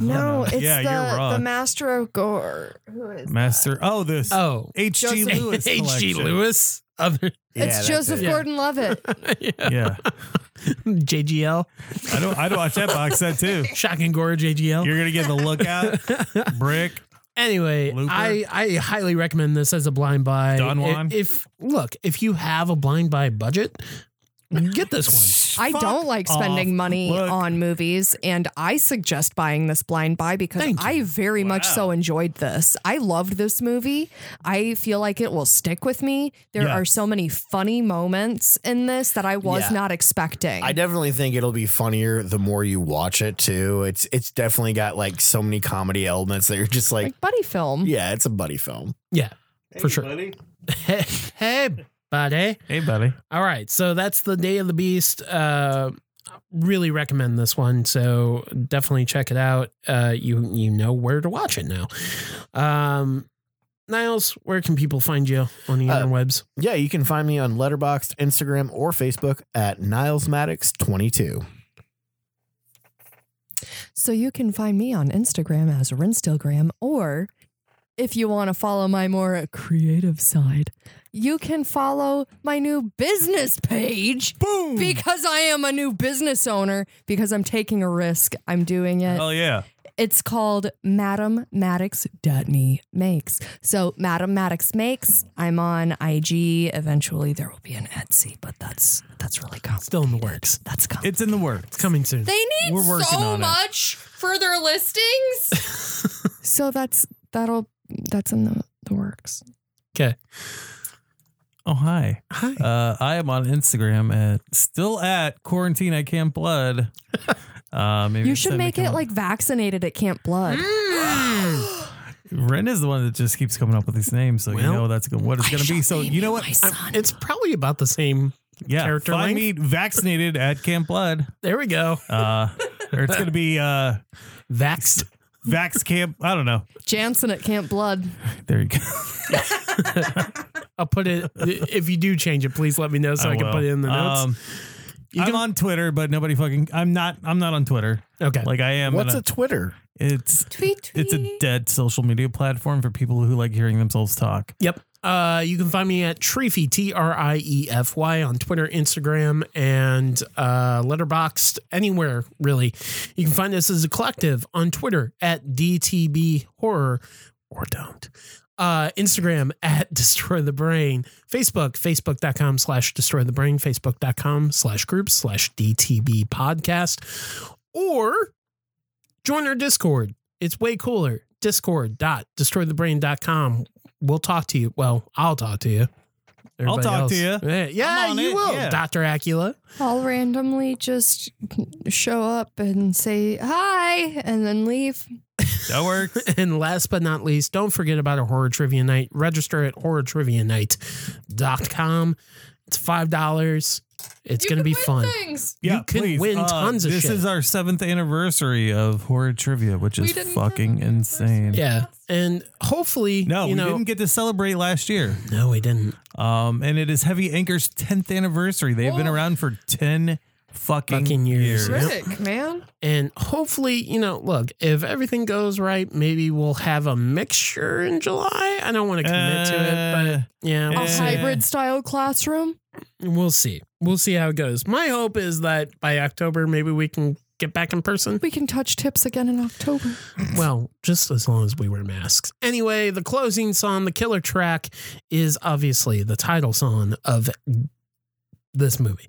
S4: Oh,
S5: No, it's
S4: yeah,
S5: the,
S4: you're wrong.
S5: the Master of Gore. Who is
S4: Master. Oh, this
S2: Oh,
S4: H.G.
S5: Joseph- (laughs)
S4: Lewis.
S2: H.G.
S4: collection.
S2: Lewis. Other (laughs)
S3: that's
S1: it's Joseph
S3: it.
S1: Gordon Levitt.
S2: yeah.
S4: Yeah,
S2: JGL.
S4: I don't. I don't watch that box set
S5: (laughs)
S4: too.
S2: Shock and Gore JGL.
S4: You're gonna get the lookout brick.
S2: Anyway,
S4: Looper.
S2: I, I highly recommend this as a blind buy.
S4: Don Juan.
S2: If, if- look, if you have a blind buy budget, get this one.
S5: I
S4: Fuck
S5: don't like spending
S4: off.
S5: money
S4: Look.
S5: on movies, and I suggest buying this blind buy because
S2: Thank you.
S5: I very much so enjoyed this. I loved this movie. I feel like it will stick with me. There
S4: Yeah.
S5: are so many funny moments in this that I was
S3: Yeah.
S5: not expecting.
S3: I definitely think it'll be funnier the more you watch it too. It's it's definitely got like so many comedy elements that you're just like,
S5: (laughs) like buddy film.
S3: yeah, it's a buddy film.
S2: Yeah, for sure. (laughs) Hey, hey, buddy.
S4: Hey, buddy.
S2: All right, so that's the Day of the Beast. Uh, really recommend this one, so definitely check it out. Uh, you you know where to watch it now. Um, Niles, where can people find you on the
S3: Uh,
S2: interwebs?
S3: Yeah, you can find me on Letterboxd, Instagram, or Facebook at Niles Maddox 22.
S5: So you can find me on Instagram as Rinstilgram, or if you want to follow my more creative side, you can follow my new business page. Boom! Because I am a new business owner, because I'm taking a risk. I'm doing it.
S4: Hell yeah.
S5: It's called Madam Maddox Me Makes. So Madam Maddox Makes. I'm on IG. Eventually there will be an Etsy, but that's that's really complicated.
S2: Still in the works.
S5: That's complicated.
S4: It's in the works.
S2: It's coming soon.
S1: They need
S4: We're working
S1: so
S4: on it.
S1: much further listings.
S4: (laughs)
S5: So that's that'll that's in the, the works.
S2: Okay.
S4: Oh hi.
S2: Hi.
S4: Uh, I am on Instagram at still at quarantine. I can't
S2: (laughs)
S4: blood. Uh, maybe
S5: You
S4: next
S5: should
S4: time I
S5: make
S4: come
S5: it
S4: up-
S5: like vaccinated at Camp Blood.
S1: Mm.
S4: Ren is the one that just keeps coming up with these names, so you
S2: Well,
S4: know that's gonna, what it's going to be. So you know what?
S2: I'm- it's probably about the same.
S4: Yeah,
S2: character
S4: find
S2: length.
S4: me vaccinated at Camp Blood.
S2: There we go. (laughs)
S4: Uh, or it's going to be uh,
S2: Vaxxed.
S4: Vax Camp. I don't know.
S5: Jansen at Camp Blood.
S4: There
S2: (laughs)
S4: you go.
S2: I'll put it. If you do change it, please let me know so I, can
S4: will.
S2: put it in the notes.
S4: Oh, Um,
S2: You
S4: I'm
S2: can-
S4: on Twitter, but nobody fucking. I'm not. I'm not on Twitter.
S2: okay.
S4: Like I am.
S3: What's
S4: on
S3: a Twitter?
S4: It's
S1: Tweet, tweet.
S4: it's a dead social media platform for people who like hearing themselves talk.
S2: Yep. Uh, you can find me at Treefy, T R I E F Y, on Twitter, Instagram, and uh, Letterboxd, anywhere really. You can find us as a collective on Twitter at DTB Horror, or don't. Uh, Instagram at (laughs) Destroy the Brain, Facebook, facebook.com slash Destroy the Brain, facebook.com slash group slash DTB podcast, or join our Discord. It's way cooler. Discord.destroythebrain.com we'll talk to you. Well, I'll talk to you. Everybody
S4: talk to you.
S2: Yeah, yeah,
S4: I'm on
S2: you
S4: it,
S2: will,
S4: yeah.
S2: Doctor Acula.
S5: I'll randomly just show up and say hi and then leave.
S4: That works. (laughs)
S2: And last but not least, don't forget about our horror trivia night. Register at horrortrivianight.com. It's five dollars. It's gonna be fun.
S1: Things.
S2: You can win tons of
S4: Uh, this
S2: shit.
S4: is our seventh anniversary of horror trivia, which
S1: We
S4: is
S1: didn't
S4: fucking
S1: have an
S4: insane.
S2: Yeah, and hopefully,
S4: No,
S2: you
S4: we
S2: know,
S4: didn't get to celebrate last year.
S2: no, we didn't.
S4: Um, and it is Heavy Anchor's 10th anniversary. They have been
S1: Oh.
S4: around for 10 fucking,
S2: Fucking years.
S4: years.
S1: Rick.
S5: man.
S2: And hopefully, you know, look, if everything goes right, maybe we'll have a mixture in July. I don't want to commit to it,
S4: Uh,
S2: but yeah,
S4: eh.
S5: A hybrid style classroom.
S2: we'll see. We'll see how it goes. My hope is that by October, maybe we can get back in person.
S5: We can touch tips again in October.
S2: Well, just as long as we wear masks. Anyway, the closing song, the killer track, is obviously the title song of this movie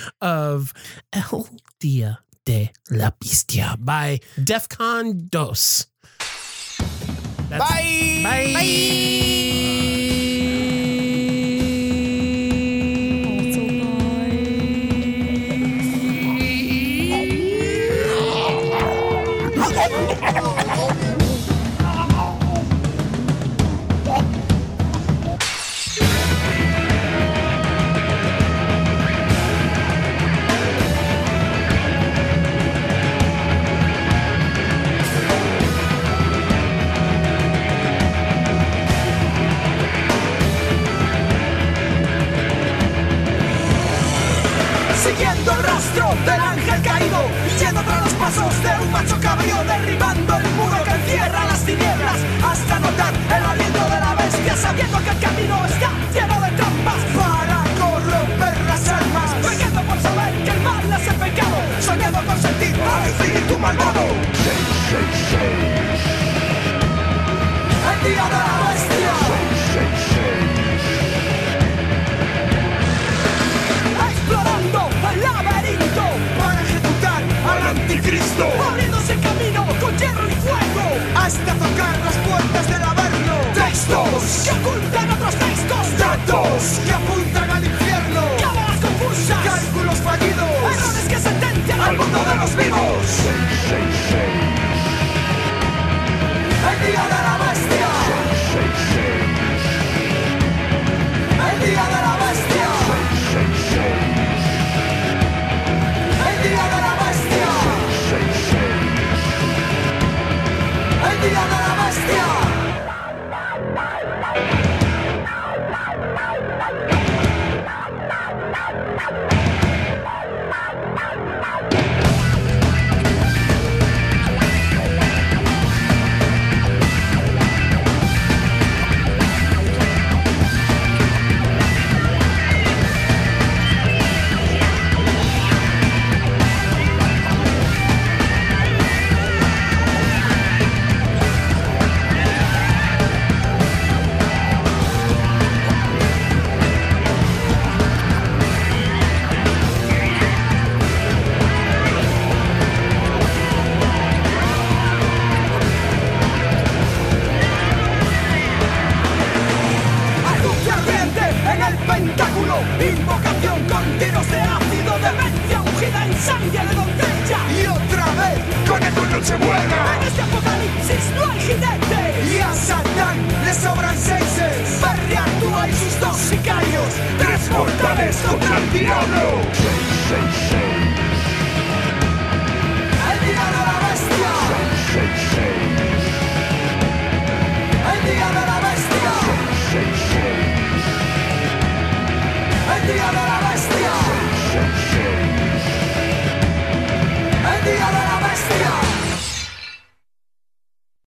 S2: (laughs) of El Dia de la Bestia by Defcon Dos. That's- Bye.
S7: Siguiendo el rastro del ángel caído y yendo tras los pasos de un macho cabrío derribando el muro que encierra las tinieblas hasta notar el aliento de la bestia sabiendo que el camino está lleno de trampas para corromper las almas peleando por saber que el mal es el pecado soñando con sentir al espíritu malvado el día de la bestia explorando el laberinto para ejecutar al anticristo, abriéndose camino con hierro y fuego hasta tocar las puertas del averno. Textos que ocultan otros textos, datos que apuntan al infierno, cámaras confusas, cálculos fallidos, errores que sentencian al mundo de los vivos. El día de la bestia. El día de la bestia. El día de la bestia. El día de la bestia. Algo que ardiente en el pentáculo. Invocación con tiros de ácido, demencia ungida en sangre de doncella. Y otra vez, con esto no se mueve. En este apocalipsis no hay jinetes. Y a Satán le sobran seises. Perreatúa y sus dos sicarios. Tres mortales contra el diablo.